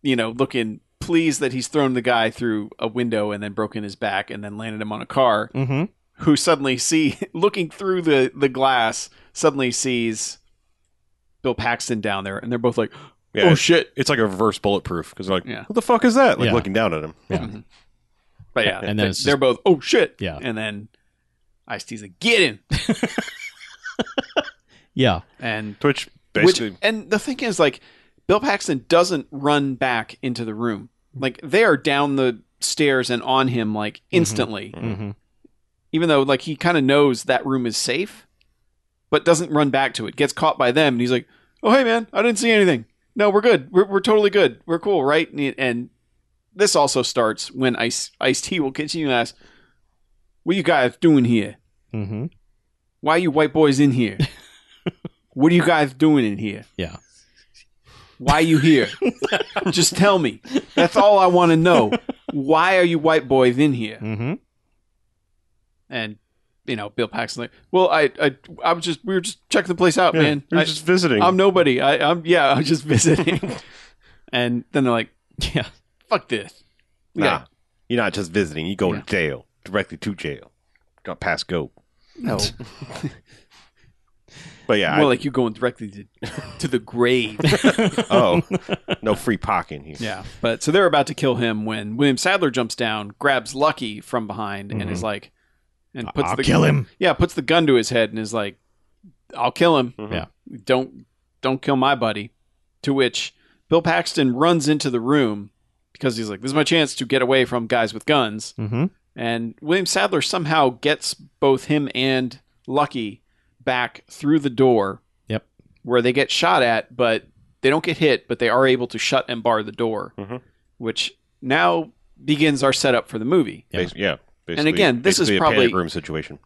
Speaker 3: you know, looking pleased that he's thrown the guy through a window and then broken his back and then landed him on a car.
Speaker 4: Mm-hmm.
Speaker 3: Who suddenly see looking through the the glass suddenly sees. Bill Paxton down there, and they're both like,
Speaker 2: Yeah,
Speaker 3: "Oh
Speaker 2: it's-
Speaker 3: shit,
Speaker 2: It's like a reverse bulletproof because like,
Speaker 3: Yeah.
Speaker 2: what the fuck is that? Like
Speaker 4: Yeah.
Speaker 2: looking down at him.
Speaker 3: But yeah,
Speaker 4: And then
Speaker 3: they,
Speaker 4: it's just-
Speaker 3: are both oh shit.
Speaker 4: Yeah.
Speaker 3: And then Ice T's like get him.
Speaker 4: Yeah.
Speaker 3: And
Speaker 2: Which
Speaker 3: which,
Speaker 2: basically,
Speaker 3: and the thing is like Bill Paxton doesn't run back into the room. Like they are down the stairs and on him like instantly.
Speaker 4: Mm-hmm.
Speaker 3: Even though like he kind of knows that room is safe, but doesn't run back to it. Gets caught by them and he's like, "Oh hey man, I didn't see anything. No, we're good. We're, we're totally good. We're cool, right?" And, and this also starts when Ice Ice T will continue to ask, "What you guys doing here?"
Speaker 4: Mm-hmm.
Speaker 3: why you white boys in here? what are you guys doing in here?
Speaker 4: Yeah.
Speaker 3: Why you here? Just tell me. That's all I want to know. Why are you white boys in here?
Speaker 4: Mm-hmm.
Speaker 3: And you know, Bill Paxton like, well, I, I, I was just, we were just checking the place out,
Speaker 2: yeah,
Speaker 3: man.
Speaker 2: we were
Speaker 3: I,
Speaker 2: just visiting.
Speaker 3: I'm nobody. I, I'm, yeah, I'm just visiting. and then they're like,
Speaker 4: Yeah.
Speaker 3: fuck this. We
Speaker 2: nah,
Speaker 3: gotta-
Speaker 2: you're not just visiting. You go
Speaker 3: Yeah.
Speaker 2: to jail directly to jail. Got past go.
Speaker 3: no.
Speaker 2: But yeah,
Speaker 3: More
Speaker 2: I-
Speaker 3: like you going directly to, to the grave.
Speaker 2: oh, no free parking here.
Speaker 3: Yeah, but so they're about to kill him when William Sadler jumps down, grabs Lucky from behind, and
Speaker 2: Mm-hmm.
Speaker 3: is like, and puts
Speaker 4: I'll
Speaker 3: the
Speaker 4: kill him.
Speaker 3: Yeah, puts the gun to his head and is like, "I'll kill him.
Speaker 2: Mhm.
Speaker 4: Yeah.
Speaker 3: don't don't kill my buddy." To which Bill Paxton runs into the room because he's like, "This is my chance to get away from guys with guns."
Speaker 4: Mm-hmm.
Speaker 3: And William Sadler somehow gets both him and Lucky back through the door.
Speaker 4: Yep.
Speaker 3: Where they get shot at, but they don't get hit, but they are able to shut and bar the door,
Speaker 2: Mhm.
Speaker 3: which now begins our setup for the movie.
Speaker 2: Yeah. Bas- yeah basically,
Speaker 3: again, this is
Speaker 2: basically
Speaker 3: probably-
Speaker 2: a panic room situation.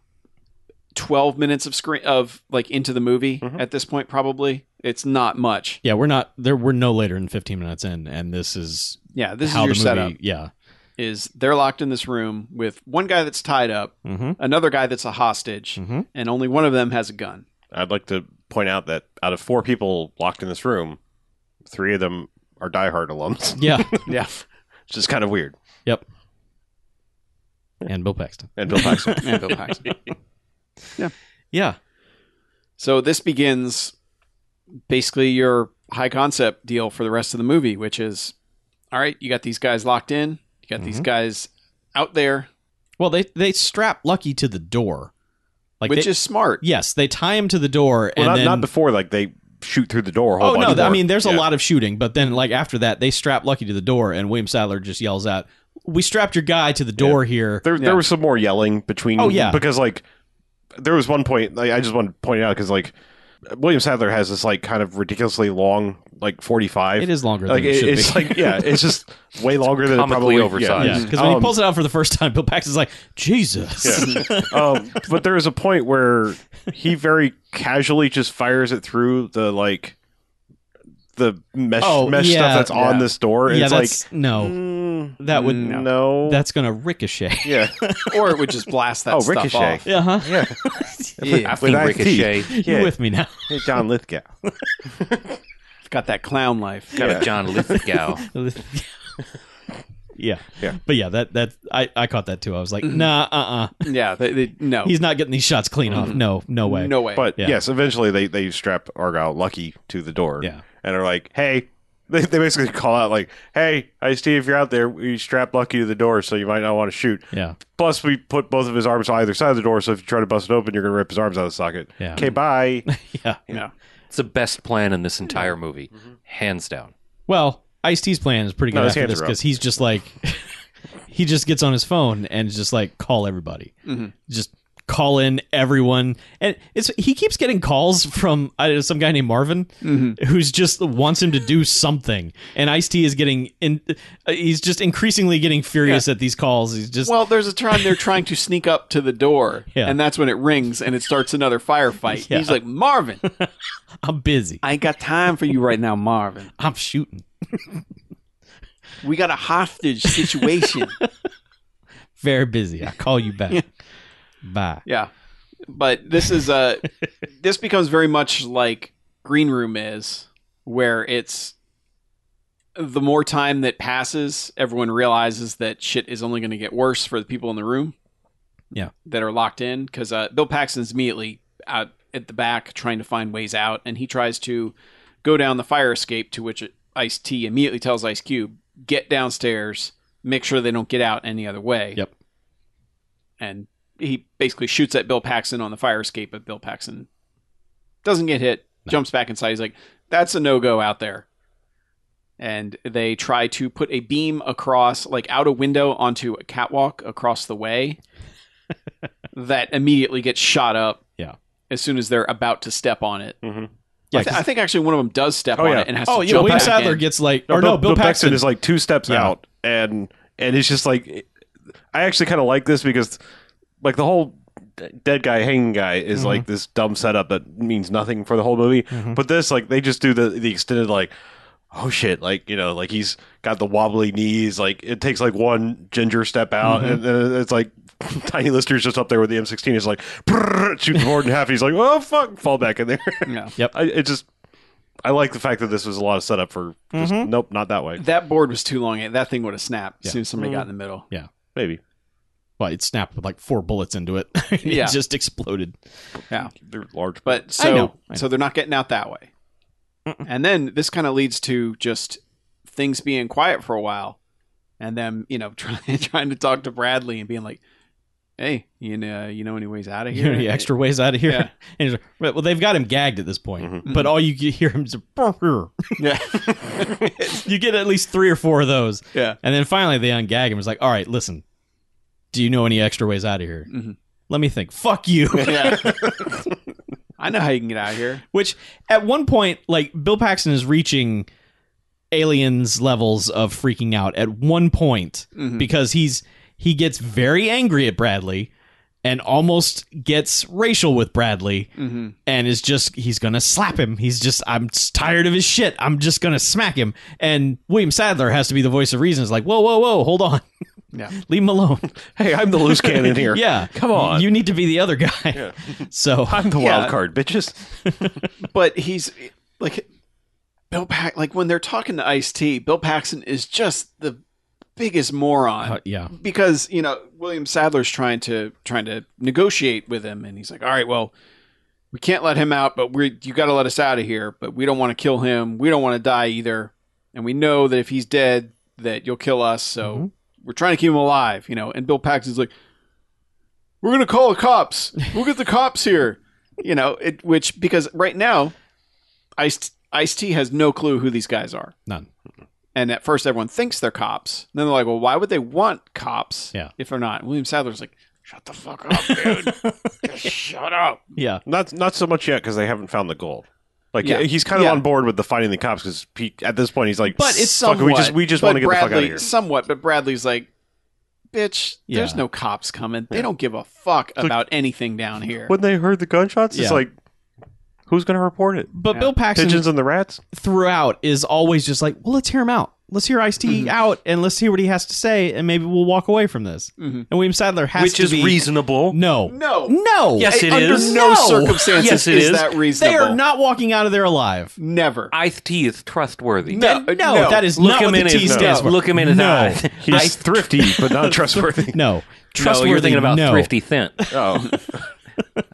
Speaker 3: 12 minutes of screen of like into the movie at this point probably. It's not much.
Speaker 4: Yeah, we're not there. We're no later than 15 minutes in, and this is
Speaker 3: Yeah, this
Speaker 4: how
Speaker 3: is your
Speaker 4: the
Speaker 3: setup.
Speaker 4: movie. Yeah,
Speaker 3: Is they're locked in this room with one guy that's tied up,
Speaker 4: Mhm.
Speaker 3: another guy that's a hostage,
Speaker 4: Mhm.
Speaker 3: and only one of them has a gun.
Speaker 2: I'd like to point out that out of four people locked in this room, three of them are diehard alums,
Speaker 4: yeah,
Speaker 3: Yeah.
Speaker 2: which is kind of weird.
Speaker 4: yep. And Bill Paxton.
Speaker 2: And Bill Paxton.
Speaker 3: Yeah, Bill Paxton.
Speaker 4: Yeah,
Speaker 3: So this begins basically your high concept deal for the rest of the movie, which is all right, you got these guys locked in, you got
Speaker 4: Mm-hmm.
Speaker 3: these guys out there,
Speaker 4: Well, they they strap Lucky to the door, like
Speaker 3: which
Speaker 4: they-
Speaker 3: is smart.
Speaker 4: yes, they tie him to the door,
Speaker 2: well,
Speaker 4: and
Speaker 2: not,
Speaker 4: then
Speaker 2: not before like they shoot through the door. A whole
Speaker 4: oh no,
Speaker 2: bunch
Speaker 4: th- I
Speaker 2: more.
Speaker 4: mean there's
Speaker 2: Yeah.
Speaker 4: a lot of shooting, but then like after that, they strap Lucky to the door, and William Sadler just yells out, "We strapped your guy to the door here."
Speaker 2: There,
Speaker 3: Yeah.
Speaker 2: there was some more yelling between.
Speaker 4: Oh, yeah.
Speaker 2: because like there was one point like, I just want to point it out because like William Sadler has this like kind of ridiculously long like forty five.
Speaker 4: It is longer than
Speaker 2: like
Speaker 4: it,
Speaker 2: it-
Speaker 4: should
Speaker 2: it's
Speaker 4: be.
Speaker 2: like yeah, it's just way longer than it
Speaker 5: comically
Speaker 2: probably
Speaker 5: oversized.
Speaker 4: yeah,
Speaker 2: Yeah,
Speaker 4: because when he
Speaker 2: Um,
Speaker 4: pulls it out for the first time, Bill Paxton's like, "Jesus."
Speaker 2: um, but there is a point where he very casually just fires it through the like the mesh,
Speaker 4: Oh,
Speaker 2: mesh
Speaker 4: yeah,
Speaker 2: stuff that's on
Speaker 3: yeah.
Speaker 2: this door. And
Speaker 4: yeah,
Speaker 2: it's
Speaker 4: that's
Speaker 2: like
Speaker 4: no.
Speaker 2: mm,
Speaker 4: That would
Speaker 2: no.
Speaker 4: that's gonna ricochet.
Speaker 2: yeah.
Speaker 3: or it would just blast that
Speaker 2: Oh,
Speaker 3: stuff
Speaker 2: ricochet.
Speaker 3: off.
Speaker 4: Yeah, huh?
Speaker 2: Yeah.
Speaker 3: Yeah,
Speaker 5: Effing
Speaker 2: IT.
Speaker 5: Ricochet.
Speaker 4: You
Speaker 2: Yeah.
Speaker 4: with me now?
Speaker 2: Hey, John Lithgow.
Speaker 3: got that clown life.
Speaker 5: Got a John Lithgow.
Speaker 4: yeah,
Speaker 2: Yeah. Mm-hmm.
Speaker 4: But yeah, that that I I caught that too. I was like, nah, uh, uh
Speaker 3: Yeah, they, they, no,
Speaker 4: He's not getting these shots clean
Speaker 2: Mm-hmm.
Speaker 4: off. No, no way.
Speaker 3: no way.
Speaker 2: But
Speaker 4: Yeah.
Speaker 2: yes, eventually they, they strap Argyle Lucky to the door.
Speaker 4: Yeah.
Speaker 2: And are like, hey, they, they basically call out, like, hey, I see if you're out there, we strap Lucky to the door, so you might not want to shoot.
Speaker 4: Yeah.
Speaker 2: Plus, we put both of his arms on either side of the door, so if you try to bust it open, you're going to rip his arms out of the socket.
Speaker 4: Yeah.
Speaker 2: Okay, bye.
Speaker 4: Yeah.
Speaker 3: yeah,
Speaker 5: It's the best plan in this entire movie, hands down.
Speaker 4: Well, Ice T's plan is pretty good
Speaker 2: No, his
Speaker 4: after
Speaker 2: hands
Speaker 4: this
Speaker 2: are up.
Speaker 4: because he's just like, he just gets on his phone and is just like call everybody, just call in everyone, and it's he keeps getting calls from uh, some guy named Marvin who's just wants him to do something, and Ice T is getting in, uh, he's just increasingly getting furious at these calls. He's just
Speaker 3: Well, there's a time they're trying to sneak up to the door,
Speaker 4: Yeah.
Speaker 3: and that's when it rings and it starts another firefight.
Speaker 4: Yeah.
Speaker 3: He's like, Marvin,
Speaker 4: I'm busy,
Speaker 3: I ain't got time for you right now, Marvin.
Speaker 4: I'm shooting.
Speaker 3: We got a hostage situation.
Speaker 4: very busy. I call you back. Bye.
Speaker 3: yeah, but this is uh, this becomes very much like Green Room is, where it's the more time that passes, everyone realizes that shit is only going to get worse for the people in the room.
Speaker 4: Yeah.
Speaker 3: that are locked in because uh, Bill Paxton's immediately out at the back trying to find ways out, and he tries to go down the fire escape. To which Ice T immediately tells Ice Cube, "Get downstairs, make sure they don't get out any other way."
Speaker 4: Yep.
Speaker 3: And he basically shoots at Bill Paxton on the fire escape, but Bill Paxton doesn't get hit. Jumps back inside. He's like, "That's a no go out there." And they try to put a beam across, like out a window onto a catwalk across the way that immediately gets shot up.
Speaker 4: Yeah.
Speaker 3: As soon as they're about to step on it.
Speaker 2: Mhm.
Speaker 4: Yeah,
Speaker 3: I, th-
Speaker 4: 'cause-
Speaker 3: I think actually one of them does step
Speaker 2: Oh,
Speaker 3: on
Speaker 2: yeah.
Speaker 3: it and has
Speaker 4: Oh
Speaker 3: to
Speaker 4: yeah,
Speaker 3: jump
Speaker 4: William
Speaker 3: back
Speaker 4: Sadler
Speaker 3: in.
Speaker 4: gets like, or no, Bill, Paxton,
Speaker 2: is like two steps
Speaker 4: Yeah.
Speaker 2: out, and and it's just like, I actually kind of like this because, like, the whole d- dead guy hanging guy is
Speaker 4: Mm-hmm.
Speaker 2: like this dumb setup that means nothing for the whole movie. But this, like, they just do the the extended like. Oh shit! Like you know, like he's got the wobbly knees. Like it takes like one ginger step out,
Speaker 4: Mm-hmm.
Speaker 2: and then it's like Tiny Lister's just up there with the M16. It's like brrr, shoots the board in half. He's like, oh fuck, fall back in there.
Speaker 3: Yeah.
Speaker 2: I, it just, I like the fact that this was a lot of setup for just
Speaker 3: Mm-hmm.
Speaker 2: nope, not that way.
Speaker 3: That board was too long. That thing would have snapped as
Speaker 4: Yeah.
Speaker 3: soon as somebody got in the middle.
Speaker 2: Maybe.
Speaker 4: well, it snapped with like four bullets into it. it
Speaker 3: Yeah.
Speaker 4: just exploded.
Speaker 3: Yeah.
Speaker 2: They're large.
Speaker 3: But so
Speaker 4: know, I
Speaker 3: so they're not getting out that way. And then this kind of leads to just things being quiet for a while, and them you know trying trying to talk to Bradley and being like, "Hey, you know you know any ways out of
Speaker 4: You know,
Speaker 3: here?
Speaker 4: any extra ways out of here?
Speaker 3: Yeah. Mm-hmm.
Speaker 4: And he's like, well, well, they've got him gagged at this point, but all you get- hear him is a "Brr, brr."
Speaker 3: Yeah,
Speaker 4: you get at least three or four of those,
Speaker 3: yeah,
Speaker 4: and then finally they ungag him. It's like, all right, listen, do you know any extra ways out of here?
Speaker 3: Mhm.
Speaker 4: Let me think. Fuck you.
Speaker 3: yeah." I know how you can get out of here.
Speaker 4: Which at one point, like Bill Paxton is reaching aliens levels of freaking out at one point
Speaker 2: Mm-hmm.
Speaker 4: because he's he gets very angry at Bradley and almost gets racial with Bradley
Speaker 3: Mm-hmm.
Speaker 4: and is just he's gonna slap him. He's just I'm s- tired of his shit. I'm just gonna smack him. And William Sadler has to be the voice of reason. It's like whoa whoa whoa hold on.
Speaker 3: Yeah.
Speaker 4: Leave him alone.
Speaker 2: Hey, I'm the loose cannon here.
Speaker 4: yeah.
Speaker 2: Come on.
Speaker 4: You need to be the other guy. so
Speaker 2: I'm the
Speaker 3: Yeah.
Speaker 2: wild card, bitches.
Speaker 3: but he's like Bill Pack. Like when they're talking to Ice T, Bill Paxton is just the biggest moron.
Speaker 4: uh, yeah.
Speaker 3: because you know William Sadler's trying to trying to negotiate with him, and he's like, "All right, well, we can't let him out, but we you got to let us out of here. But we don't want to kill him. We don't want to die either. And we know that if he's dead, that you'll kill us. So we're trying to keep him alive, you know." And Bill Paxton's like, "We're gonna call the cops. We'll get the cops here." You know, it which because right now, Ice Ice T has no clue who these guys are.
Speaker 4: None.
Speaker 3: And at first, everyone thinks they're cops. And then they're like, well, why would they want cops
Speaker 4: Yeah.
Speaker 3: if they're not? And William Sadler's like, shut the fuck up, dude. Just shut up.
Speaker 4: Yeah.
Speaker 2: Not not so much yet because they haven't found the gold. Like
Speaker 3: Yeah.
Speaker 2: he's kind of
Speaker 3: Yeah.
Speaker 2: on board with the fighting the cops because at this point he's like,
Speaker 4: But it's
Speaker 2: "Fuck it, we just we just want to get
Speaker 3: Bradley,
Speaker 2: the fuck out of here.
Speaker 3: Somewhat, but Bradley's like, bitch, there's
Speaker 4: Yeah.
Speaker 3: no cops coming. They don't give a fuck about anything down here.
Speaker 2: When they heard the gunshots,
Speaker 4: Yeah.
Speaker 2: it's like, who's gonna report it?
Speaker 4: But Bill Paxton
Speaker 2: Pigeons and the rats.
Speaker 4: throughout is always just like, well, let's hear him out. Let's hear Ice
Speaker 3: Mm-hmm.
Speaker 4: T out, and let's hear what he has to say, and maybe we'll walk away from this. And William Sadler has
Speaker 5: which
Speaker 4: to
Speaker 5: is
Speaker 4: be
Speaker 5: reasonable.
Speaker 4: No,
Speaker 3: Mm-hmm. No.
Speaker 4: no.
Speaker 5: Yes, it
Speaker 3: Under
Speaker 5: is.
Speaker 3: no,
Speaker 4: No.
Speaker 3: circumstances
Speaker 5: Yes, it
Speaker 3: is,
Speaker 5: is.
Speaker 3: that reasonable.
Speaker 4: they are not walking out of there alive.
Speaker 3: Never.
Speaker 5: Iced tea is trustworthy.
Speaker 3: No,
Speaker 4: And no,
Speaker 3: no.
Speaker 4: that is
Speaker 5: Look
Speaker 4: not
Speaker 5: him
Speaker 4: what
Speaker 5: in
Speaker 4: the
Speaker 5: his
Speaker 4: T stands
Speaker 5: no.
Speaker 4: for.
Speaker 5: Look him in his
Speaker 4: no.
Speaker 5: eye.
Speaker 2: He's
Speaker 5: Iced-
Speaker 2: thrifty but not trustworthy.
Speaker 4: No,
Speaker 5: No,
Speaker 4: trustworthy.
Speaker 5: you're thinking about
Speaker 4: no.
Speaker 5: thrifty thin.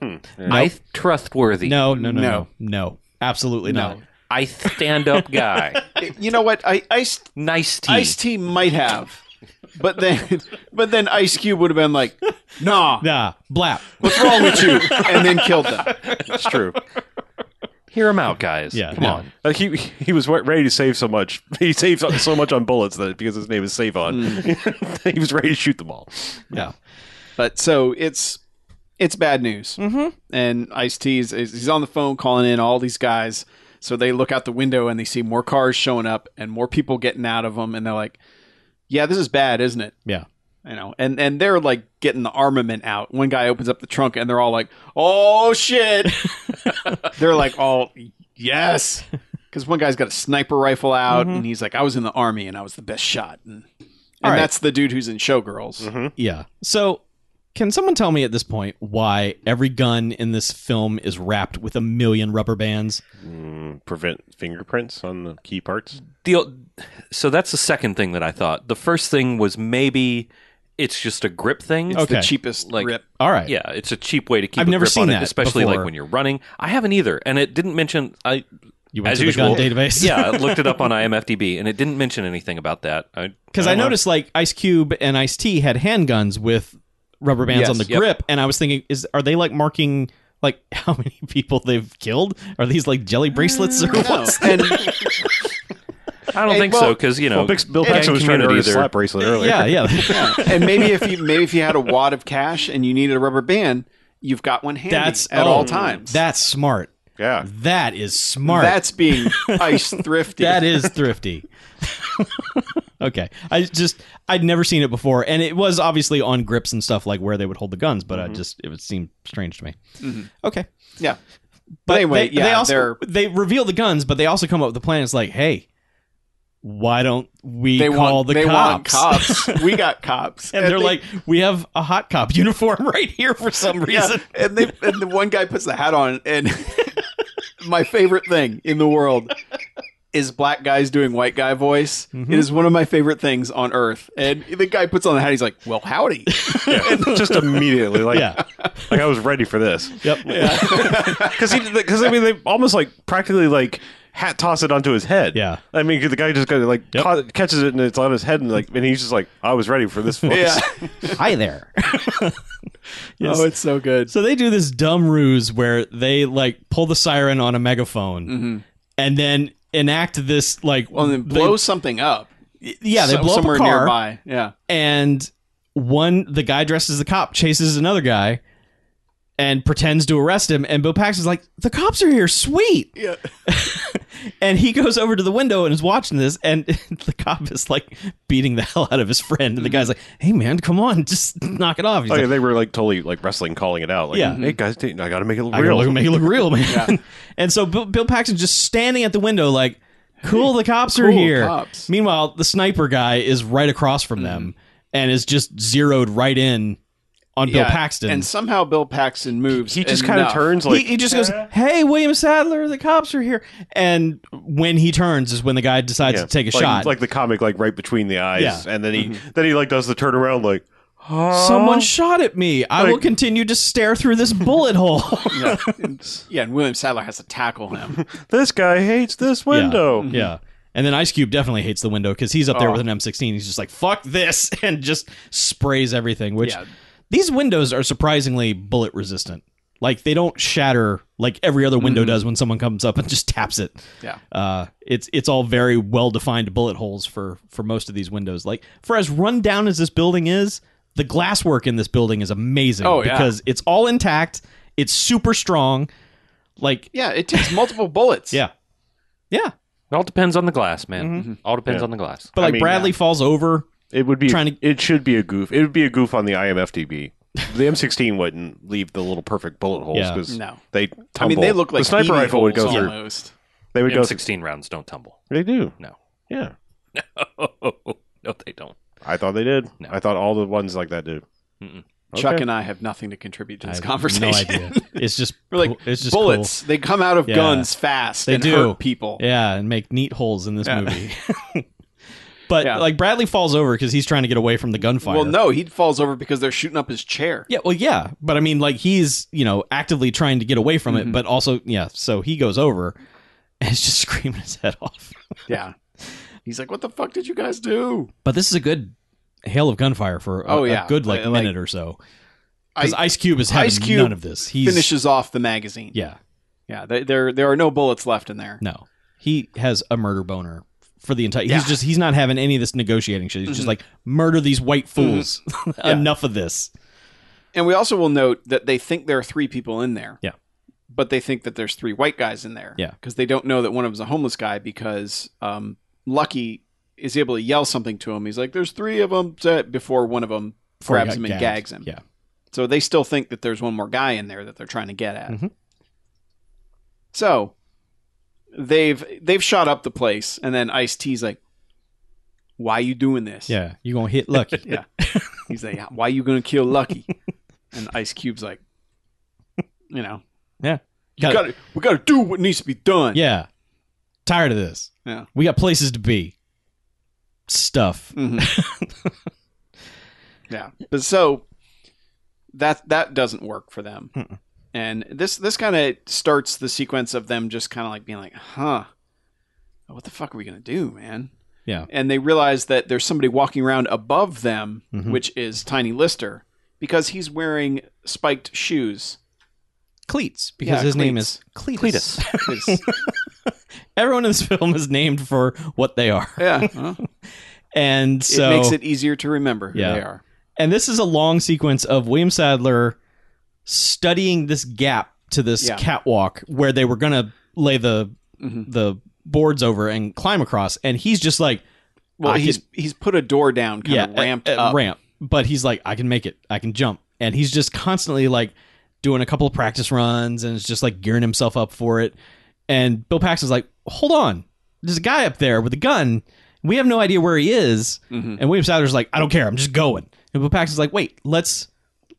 Speaker 2: Oh,
Speaker 5: I trustworthy.
Speaker 4: No, no, no,
Speaker 3: No.
Speaker 4: no, no. Absolutely
Speaker 3: No.
Speaker 4: not.
Speaker 5: I stand up guy.
Speaker 3: You know what? I, Ice
Speaker 5: nice tea.
Speaker 3: Ice T might have. But then, but then Ice Cube would have been like, "Nah,
Speaker 4: Nah, blap.
Speaker 3: what's wrong with you?" And then killed them.
Speaker 2: it's true.
Speaker 5: Hear him out, guys.
Speaker 4: Yeah,
Speaker 5: Come
Speaker 4: no.
Speaker 5: on.
Speaker 2: Like he he was wa- ready to save so much. He saved so much on bullets that because his name is Save On,
Speaker 3: Mm.
Speaker 2: he was ready to shoot them all.
Speaker 4: Yeah,
Speaker 3: But so it's it's bad news. Mm-hmm. And Ice T's is he's on the phone calling in all these guys. So they look out the window and they see more cars showing up and more people getting out of them, and they're like, "Yeah, this is bad, isn't it?"
Speaker 4: yeah.
Speaker 3: You know, and and they're like getting the armament out. One guy opens up the trunk, and they're all like, "Oh shit!" they're like, "All yes," because one guy's got a sniper rifle out, and he's like, "I was in the army, and I was the best shot." And, and
Speaker 4: right.
Speaker 3: that's the dude who's in Showgirls.
Speaker 4: Yeah. So, can someone tell me at this point why every gun in this film is wrapped with a million rubber bands?
Speaker 2: Mm, prevent fingerprints on the key parts.
Speaker 5: The, so that's the second thing that I thought. The first thing was maybe it's just a grip thing.
Speaker 3: It's the
Speaker 4: Okay.
Speaker 3: cheapest
Speaker 5: Like-
Speaker 3: rip.
Speaker 4: All right.
Speaker 5: Yeah, it's a cheap way to keep.
Speaker 4: I've
Speaker 5: a
Speaker 4: never
Speaker 5: grip
Speaker 4: seen
Speaker 5: on it,
Speaker 4: that
Speaker 5: especially like
Speaker 4: before.
Speaker 5: when you're running. I haven't either, and it didn't mention. I
Speaker 4: You went
Speaker 5: As
Speaker 4: to
Speaker 5: usual.
Speaker 4: the gun database.
Speaker 5: yeah, I looked it up on IMFDB, and it didn't mention anything about that.
Speaker 4: Because
Speaker 5: Uh-huh.
Speaker 4: I, noticed like Ice Cube and Ice T had handguns with rubber bands
Speaker 3: Yes,
Speaker 4: on the
Speaker 5: yep.
Speaker 4: grip, and I was thinking, is are they like marking like how many people they've killed? Are these like jelly bracelets or
Speaker 3: Uh, No.
Speaker 4: what?
Speaker 3: And
Speaker 5: I don't
Speaker 3: Hey,
Speaker 5: think
Speaker 3: well-
Speaker 5: so because you know
Speaker 2: Well, Bill, Bill
Speaker 5: gang
Speaker 2: Paxton was trying to earn a
Speaker 5: community, they're-
Speaker 2: slap bracelet earlier.
Speaker 4: Yeah, yeah.
Speaker 3: and maybe if you maybe if you had a wad of cash and you needed a rubber band, you've got one handy
Speaker 4: That's
Speaker 3: at
Speaker 4: oh,
Speaker 3: all times.
Speaker 4: That's smart.
Speaker 2: yeah.
Speaker 4: That is smart.
Speaker 3: that's being ice thrifty.
Speaker 4: that is thrifty. okay, I just I'd never seen it before, and it was obviously on grips and stuff like where they would hold the guns, but I just it would seem strange to me. Okay,
Speaker 3: Mm-hmm. yeah.
Speaker 4: But
Speaker 3: anyway,
Speaker 4: they,
Speaker 3: yeah,
Speaker 4: they also
Speaker 3: they're-
Speaker 4: they reveal the guns, but they also come up with a plan. It's like, hey, why don't we
Speaker 3: They
Speaker 4: call
Speaker 3: want
Speaker 4: the
Speaker 3: they
Speaker 4: cops?
Speaker 3: want cops. We got cops,
Speaker 4: And they're
Speaker 3: they-
Speaker 4: like, we have a hot cop uniform right here for some
Speaker 3: yeah.
Speaker 4: reason.
Speaker 3: And they and the one guy puts the hat on, and my favorite thing in the world. Is black guys doing white guy voice?
Speaker 4: Mm-hmm.
Speaker 3: It is one of my favorite things on earth. And the guy puts on the hat. He's like, "Well, howdy."
Speaker 2: just immediately, like,
Speaker 4: Yeah.
Speaker 2: like I was ready for this
Speaker 4: Yep. Yeah.
Speaker 2: because because I mean they almost like practically like hat toss it onto his head.
Speaker 4: Yeah.
Speaker 2: I mean 'cause the guy just kind of like
Speaker 4: Yep.
Speaker 2: ca- catches it and it's on his head and like and he's just like I was ready for this. Voice.
Speaker 3: yeah.
Speaker 4: Hi there. Yes.
Speaker 3: Oh, it's so good.
Speaker 4: so they do this dumb ruse where they like pull the siren on a megaphone and then enact this like
Speaker 3: Mm-hmm. Well, and then
Speaker 4: they-
Speaker 3: blow something up.
Speaker 4: yeah they
Speaker 3: So-
Speaker 4: blow up
Speaker 3: somewhere
Speaker 4: a car
Speaker 3: nearby. Yeah.
Speaker 4: and one the guy dressed as the cop chases another guy and pretends to arrest him. And Bill Paxton's like, "The cops are here, sweet."
Speaker 3: Yeah.
Speaker 4: and he goes over to the window and is watching this, and the cop is like beating the hell out of his friend.
Speaker 3: Mm-hmm.
Speaker 4: And the guy's like, "Hey, man, come on, just knock it off." He's
Speaker 2: Oh, yeah,
Speaker 4: like,
Speaker 2: they were like totally like wrestling, calling it out. Like,
Speaker 4: Yeah.
Speaker 2: hey guys, I gotta make it look
Speaker 4: I gotta
Speaker 2: real.
Speaker 4: look, make it look real, man. and so Bill, Bill Paxton's just standing at the window, like, "Cool, the cops are
Speaker 3: cool,
Speaker 4: here."
Speaker 3: cops.
Speaker 4: Meanwhile, the sniper guy is right across from them
Speaker 2: Mm.
Speaker 4: and is just zeroed right in on Bill
Speaker 3: Yeah,
Speaker 4: Paxton.
Speaker 3: And somehow Bill Paxton moves.
Speaker 2: he just kind of
Speaker 3: enough.
Speaker 2: turns like
Speaker 4: he, he just goes, "Hey, William Sadler, the cops are here." And when he turns is when the guy decides
Speaker 2: yeah,
Speaker 4: to take a
Speaker 2: like,
Speaker 4: shot.
Speaker 2: like the comic, like right between the eyes,
Speaker 4: Yeah. Mm-hmm.
Speaker 2: and then he then he like does the turnaround, like
Speaker 4: Someone shot at me. I will
Speaker 2: Like-
Speaker 4: continue to stare through this bullet hole.
Speaker 3: Yeah. And- yeah, and William Sadler has to tackle him.
Speaker 2: this guy hates this window.
Speaker 4: Yeah. yeah. And then Ice Cube definitely hates the window because he's up there
Speaker 3: Mm-hmm. Oh.
Speaker 4: with an M16. He's just like, fuck this, and just sprays everything, which
Speaker 3: Yeah.
Speaker 4: these windows are surprisingly bullet resistant. Like, they don't shatter like every other window does when someone comes up and just taps it.
Speaker 3: Mm-hmm. Yeah.
Speaker 4: Uh, it's it's all very well defined bullet holes for, for most of these windows. Like, for as run down as this building is, the glass work in this building is amazing
Speaker 3: Oh, yeah.
Speaker 4: because it's all intact, it's super strong. Like,
Speaker 3: Yeah, it takes multiple bullets.
Speaker 4: yeah. Yeah.
Speaker 5: It all depends on the glass, man. All depends on the glass.
Speaker 4: But
Speaker 2: I
Speaker 4: like
Speaker 2: mean,
Speaker 4: Bradley falls over.
Speaker 2: It would be
Speaker 4: Trying to-
Speaker 2: It should be a goof. It would be a goof on the IMFDB. The M16 wouldn't leave the little perfect bullet holes
Speaker 4: Yeah.
Speaker 2: because
Speaker 3: No.
Speaker 2: they
Speaker 3: I
Speaker 2: tumble.
Speaker 3: mean, they look like
Speaker 2: the sniper
Speaker 3: BB
Speaker 2: rifle would go
Speaker 3: holes
Speaker 2: through.
Speaker 3: Almost.
Speaker 2: They would go. Through.
Speaker 5: M16 rounds don't tumble.
Speaker 2: They do.
Speaker 5: No.
Speaker 2: Yeah,
Speaker 5: no, they don't.
Speaker 2: I thought they did.
Speaker 5: No.
Speaker 2: I thought all the ones like that did.
Speaker 5: Mm-mm.
Speaker 3: Chuck and I have nothing to contribute to
Speaker 4: I
Speaker 3: this
Speaker 4: have
Speaker 3: conversation.
Speaker 4: No idea. It's just
Speaker 3: We're like
Speaker 4: cool- it's just
Speaker 3: bullets. They come out of
Speaker 4: Yeah.
Speaker 3: guns fast.
Speaker 4: They
Speaker 3: and
Speaker 4: do.
Speaker 3: hurt people.
Speaker 4: cool. Yeah, and make neat holes in this
Speaker 3: Yeah.
Speaker 4: movie. but
Speaker 3: Yeah.
Speaker 4: like Bradley falls over because he's trying to get away from the gunfire.
Speaker 3: Well, no, he falls over because they're shooting up his chair.
Speaker 4: Yeah, well, yeah, but I mean, like he's you know actively trying to get away from
Speaker 3: Mm-hmm.
Speaker 4: it, but also yeah, so he goes over and is just screaming his head off.
Speaker 3: Yeah. He's like, "What the fuck did you guys do?"
Speaker 4: But this is a good hail of gunfire for a,
Speaker 3: Oh,
Speaker 4: a
Speaker 3: yeah.
Speaker 4: good like,
Speaker 3: I- like-
Speaker 4: minute or so because
Speaker 3: I-
Speaker 4: Ice Cube is having
Speaker 3: Ice Cube
Speaker 4: none of this. He
Speaker 3: Finishes off the magazine.
Speaker 4: Yeah,
Speaker 3: yeah. they- There, there are no bullets left in there.
Speaker 4: No, he has a murder boner for the entire. He's
Speaker 3: Yeah. Mm-hmm.
Speaker 4: just he's not having any of this negotiating shit. He's just like murder these white fools. Enough of this.
Speaker 3: And we also will note that they think there are three people in there.
Speaker 4: Yeah.
Speaker 3: But they think that there's three white guys in there.
Speaker 4: Yeah.
Speaker 3: Because they don't know that one of them's a homeless guy because um, Lucky is able to yell something to him. He's like, there's three of them before one of them
Speaker 4: Before he
Speaker 3: grabs
Speaker 4: got
Speaker 3: him and
Speaker 4: gagged.
Speaker 3: gags him.
Speaker 4: Yeah,
Speaker 3: So they still think that there's one more guy in there that they're trying to get at.
Speaker 4: Mhm.
Speaker 3: So they've they've shot up the place and then Ice T's like, Why you doing this?
Speaker 4: yeah. You gonna hit lucky?
Speaker 3: Yeah. He's like, why you going to kill Lucky? And Ice Cube's like, you know,
Speaker 4: Yeah.
Speaker 3: you gotta, we got to do what needs to be done.
Speaker 4: yeah. Tired of this.
Speaker 3: Yeah.
Speaker 4: We got places to be. Stuff.
Speaker 3: Mhm. yeah. But so that that doesn't work for them. And this this kind of starts the sequence of them just kind of like being like, "Huh. What the fuck are we going to do, man?"
Speaker 4: Yeah.
Speaker 3: And they realize that there's somebody walking around above them,
Speaker 4: Mhm.
Speaker 3: which is Tiny Lister, because he's wearing spiked shoes.
Speaker 4: Cleats, because
Speaker 3: Yeah,
Speaker 4: his name
Speaker 3: cleats.
Speaker 4: is Cletus.
Speaker 3: It's-
Speaker 4: Everyone in this film is named for what they are,
Speaker 3: yeah. Well,
Speaker 4: and so
Speaker 3: it makes it easier to remember who
Speaker 4: Yeah.
Speaker 3: they are.
Speaker 4: and this is a long sequence of William Sadler studying this gap to this
Speaker 3: Yeah.
Speaker 4: catwalk where they were gonna lay the
Speaker 3: Mhm.
Speaker 4: the boards over and climb across, and he's just like,
Speaker 3: Well,
Speaker 4: I
Speaker 3: he's
Speaker 4: can-
Speaker 3: he's put a door down, kind
Speaker 4: yeah, uh,
Speaker 3: of ramped
Speaker 4: a- a
Speaker 3: up.
Speaker 4: ramp, but he's like, I can make it, I can jump, and he's just constantly like doing a couple of practice runs and is just like gearing himself up for it, and Bill Paxton's like, hold on, there's a guy up there with a gun. We have no idea where he is.
Speaker 3: Mhm.
Speaker 4: And William Sadler's like, I don't care. I'm just going. And Bill Paxton's like, wait, let's.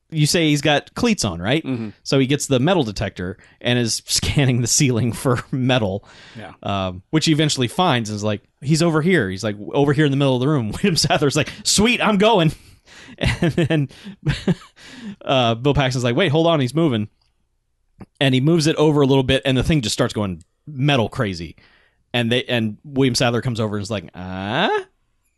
Speaker 4: You say he's got cleats on, right?
Speaker 3: Mhm.
Speaker 4: So he gets the metal detector and is scanning the ceiling for metal.
Speaker 3: Yeah.
Speaker 4: Um, which he eventually finds and is like, he's over here. He's like, over here in the middle of the room. William Sadler's like, sweet, I'm going. And then uh, Bill Paxton's like, wait, hold on, he's moving. And he moves it over a little bit, and the thing just starts going metal crazy. And they and William Sadler comes over and is like, ah,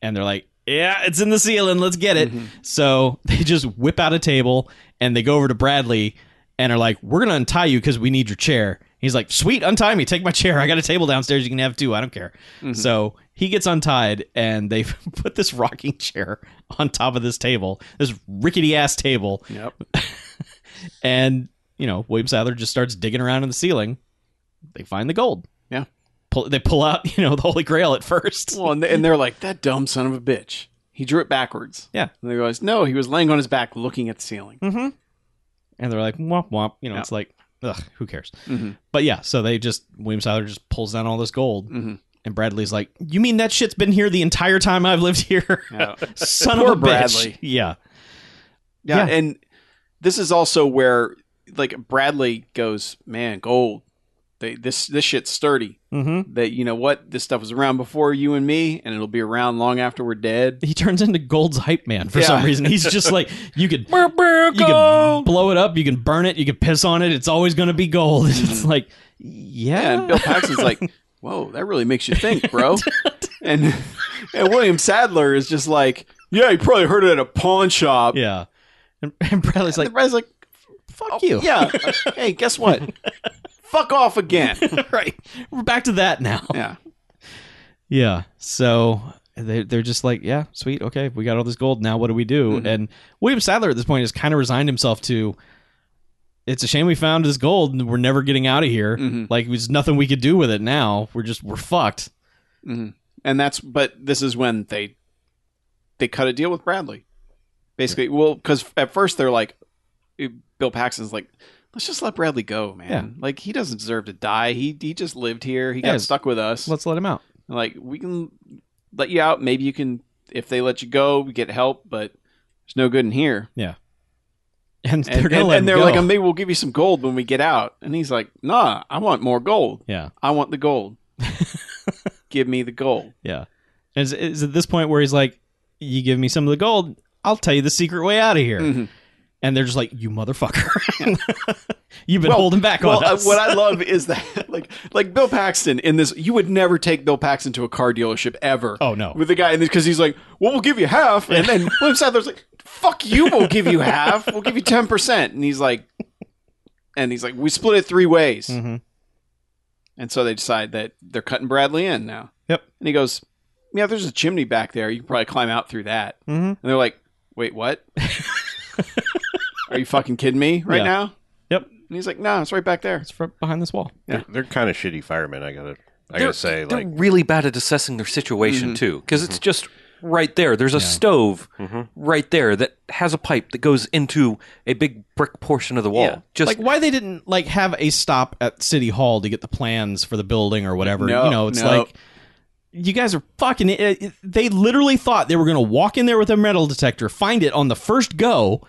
Speaker 4: and they're like, yeah, it's in the ceiling, let's get it.
Speaker 3: Mm-hmm.
Speaker 4: So they just whip out a table and they go over to Bradley and are like, we're gonna untie you because we need your chair. He's like, sweet, untie me, take my chair. I got a table downstairs you can have too. I don't care.
Speaker 3: Mm-hmm.
Speaker 4: So he gets untied and they put this rocking chair on top of this table, this rickety ass table
Speaker 3: Yep.
Speaker 4: and you know, William Sadler just starts digging around in the ceiling. They find the gold.
Speaker 3: Yeah.
Speaker 4: Pull, they pull out, you know, the Holy Grail at first.
Speaker 3: Well, and, they, and they're like, that dumb son of a bitch. He drew it backwards.
Speaker 4: Yeah.
Speaker 3: And they realized, no, he was laying on his back looking at the ceiling.
Speaker 4: And they're like, womp womp. You know,
Speaker 3: Yeah.
Speaker 4: it's like, ugh, who cares?
Speaker 3: Mhm.
Speaker 4: But yeah, so they just, William Sadler just pulls down all this gold.
Speaker 3: Mhm.
Speaker 4: And Bradley's like, you mean that shit's been here the entire time I've lived here?
Speaker 3: Yeah.
Speaker 4: Son of
Speaker 3: Poor
Speaker 4: a bitch.
Speaker 3: Bradley.
Speaker 4: Yeah.
Speaker 3: Yeah,
Speaker 4: Yeah.
Speaker 3: and this is also where like Bradley goes, man, gold. They, this this shit's sturdy.
Speaker 4: Mm-hmm.
Speaker 3: That you know what, this stuff was around before you and me, and it'll be around long after we're dead.
Speaker 4: He turns into Gold's hype man for
Speaker 3: Yeah.
Speaker 4: some reason. He's just like, you could you can blow it up, you can burn it, you can piss on it. It's always going to be gold. it's like, yeah,
Speaker 3: And Bill Paxton's like, whoa, that really makes you think, bro. and and William Sadler is just like, yeah, you probably heard it at a pawn shop.
Speaker 4: yeah. And, and Bradley's like,
Speaker 3: And Bradley's like,
Speaker 4: fuck
Speaker 3: oh,
Speaker 4: you.
Speaker 3: Yeah. hey, guess what? Fuck off again.
Speaker 4: right. We're back to that now.
Speaker 3: Yeah.
Speaker 4: Yeah. So they they're just like, yeah, sweet, okay, we got all this gold. Now what do we do?
Speaker 3: Mhm.
Speaker 4: And William Sadler at this point has kind of resigned himself to. It's a shame we found this gold and we're never getting out of here.
Speaker 3: Mhm.
Speaker 4: Like there's nothing we could do with it now. We're just we're fucked.
Speaker 3: mm-hmm. and that's but this is when they they cut a deal with Bradley. Basically, well, because at first they're like, eh, Bill Paxton's like, let's just let Bradley go, man.
Speaker 4: Yeah.
Speaker 3: Like he doesn't deserve to die. He he just lived here. He
Speaker 4: Yeah,
Speaker 3: got stuck with us.
Speaker 4: Let's let him out.
Speaker 3: Like we can let you out. Maybe you can if they let you go, we get help. But it's no good in here.
Speaker 4: And,
Speaker 3: And
Speaker 4: they're
Speaker 3: and,
Speaker 4: gonna let
Speaker 3: and
Speaker 4: him
Speaker 3: they're
Speaker 4: go.
Speaker 3: like, maybe we'll give you some gold when we get out. And he's like, Nah, I want more gold.
Speaker 4: yeah,
Speaker 3: I want the gold. give me the gold.
Speaker 4: yeah. And it's, it's at this point where he's like, "You give me some of the gold, I'll tell you the secret way out of here."
Speaker 3: Mhm.
Speaker 4: And they're just like, "You motherfucker, you've been
Speaker 3: Well-
Speaker 4: holding back on
Speaker 3: Well, uh,
Speaker 4: us."
Speaker 3: what I love is that, like, like Bill Paxton in this, you would never take Bill Paxton to a car dealership ever.
Speaker 4: Oh, no.
Speaker 3: with the guy in this because he's like, "Well, we'll give you half," and then William Sadler's like, "Fuck you, we'll give you half. We'll give you ten percent," and he's like, and he's like, "We split it three ways,"
Speaker 4: Mhm.
Speaker 3: and so they decide that they're cutting Bradley in now.
Speaker 4: Yep.
Speaker 3: and he goes, "Yeah, there's a chimney back there. You can probably climb out through that."
Speaker 4: Mhm.
Speaker 3: And they're like, wait, what? Are you fucking kidding me right
Speaker 4: Yeah.
Speaker 3: now?
Speaker 4: Yep.
Speaker 3: And he's like, no, it's right back there.
Speaker 4: It's from behind this wall.
Speaker 2: They're, they're kind of shitty firemen. I gotta, I
Speaker 5: They're-
Speaker 2: gotta say,
Speaker 5: they're
Speaker 2: like, Mm-hmm.
Speaker 5: really bad at assessing their situation too, because it's just right there. There's a stove right there that has a pipe that goes into a big brick portion of the wall.
Speaker 3: Yeah.
Speaker 5: Just
Speaker 4: like why they didn't like have a stop at City Hall to get the plans for the building or whatever.
Speaker 3: No,
Speaker 4: you know, it's
Speaker 3: no.
Speaker 4: like you guys are fucking. It, it- they literally thought they were gonna walk in there with a metal detector, find it on the first go,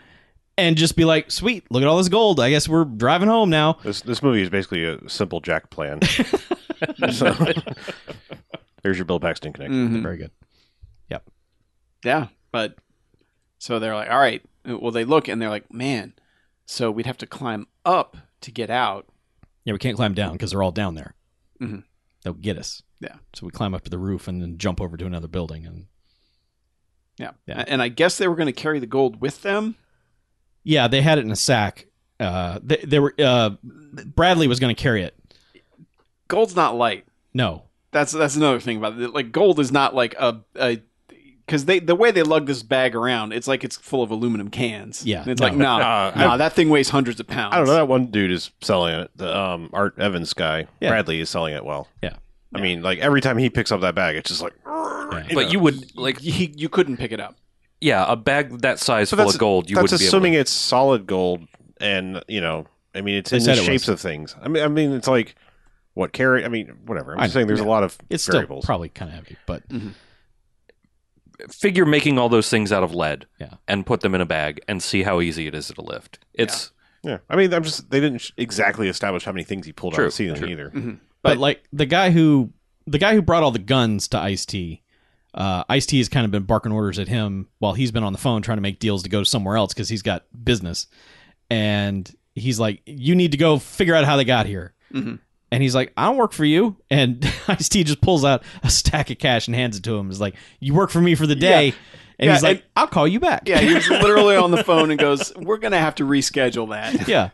Speaker 4: and just be like, "Sweet, look at all this gold. I guess we're driving home now."
Speaker 2: this this movie is basically a simple Jack plan. so, there's your Bill Paxton connection.
Speaker 3: Mhm.
Speaker 4: Very good.
Speaker 3: Yeah. But so they're like, all right. Well, they look and they're like, man, so we'd have to climb up to get out.
Speaker 4: Yeah, we can't climb down because they're all down there.
Speaker 3: Mhm.
Speaker 4: They'll get us.
Speaker 3: Yeah.
Speaker 4: So we climb up to the roof and then jump over to another building and
Speaker 3: Yeah.
Speaker 4: Yeah.
Speaker 3: And I guess they were going to carry the gold with them.
Speaker 4: yeah, they had it in a sack. Uh, they, they were uh, Bradley was going to carry it.
Speaker 3: Gold's not light.
Speaker 4: No,
Speaker 3: That's that's another thing about it. Like gold is not like a a because they the way they lug this bag around, it's like it's full of aluminum cans.
Speaker 4: Yeah,
Speaker 3: And it's
Speaker 4: no.
Speaker 3: like nah,
Speaker 2: Uh,
Speaker 3: nah, that thing weighs hundreds of pounds.
Speaker 2: I don't know. That one dude is selling it. The um, Art Evans guy,
Speaker 4: Yeah.
Speaker 2: Bradley, is selling it well.
Speaker 4: Yeah.
Speaker 2: I mean, like every time he picks up that bag, it's just like.
Speaker 5: but
Speaker 2: know.
Speaker 5: you would like
Speaker 3: Like he, you couldn't pick it up.
Speaker 5: yeah a bag that
Speaker 2: So
Speaker 5: size full
Speaker 2: that's-
Speaker 5: of gold. You
Speaker 2: that's
Speaker 5: wouldn't be able
Speaker 2: assuming
Speaker 5: to,
Speaker 2: it's solid gold, and you know, I mean, it's
Speaker 4: They
Speaker 2: in
Speaker 4: said
Speaker 2: the
Speaker 4: it was.
Speaker 2: shapes of things. I mean, I mean, it's like what carrot. I mean, whatever. I'm
Speaker 4: I
Speaker 2: just saying there's a lot of
Speaker 4: it's still
Speaker 2: variables.
Speaker 4: probably kind of heavy, but
Speaker 5: figure making all those things out of lead
Speaker 4: Yeah.
Speaker 5: and put them in a bag and see how easy it is to lift. It's
Speaker 2: yeah, I mean, I'm just they didn't sh- exactly establish how many things he pulled out
Speaker 5: True,
Speaker 2: of the ceiling
Speaker 5: true.
Speaker 2: either.
Speaker 4: Mm, but,
Speaker 3: But-
Speaker 4: like the guy who the guy who brought all the guns to Ice T, uh, Ice T has kind of been barking orders at him while he's been on the phone trying to make deals to go somewhere else because he's got business, and he's like, "You need to go figure out how they got here."
Speaker 3: Mhm.
Speaker 4: And he's like, "I don't work for you." And Ice T just pulls out a stack of cash and hands it to him. Is like, "You work for me for the day," and
Speaker 3: Yeah,
Speaker 4: he's like,
Speaker 3: and-
Speaker 4: "I'll call you back."
Speaker 3: Yeah, he was literally on the phone and goes, "We're gonna have to reschedule that."
Speaker 4: yeah.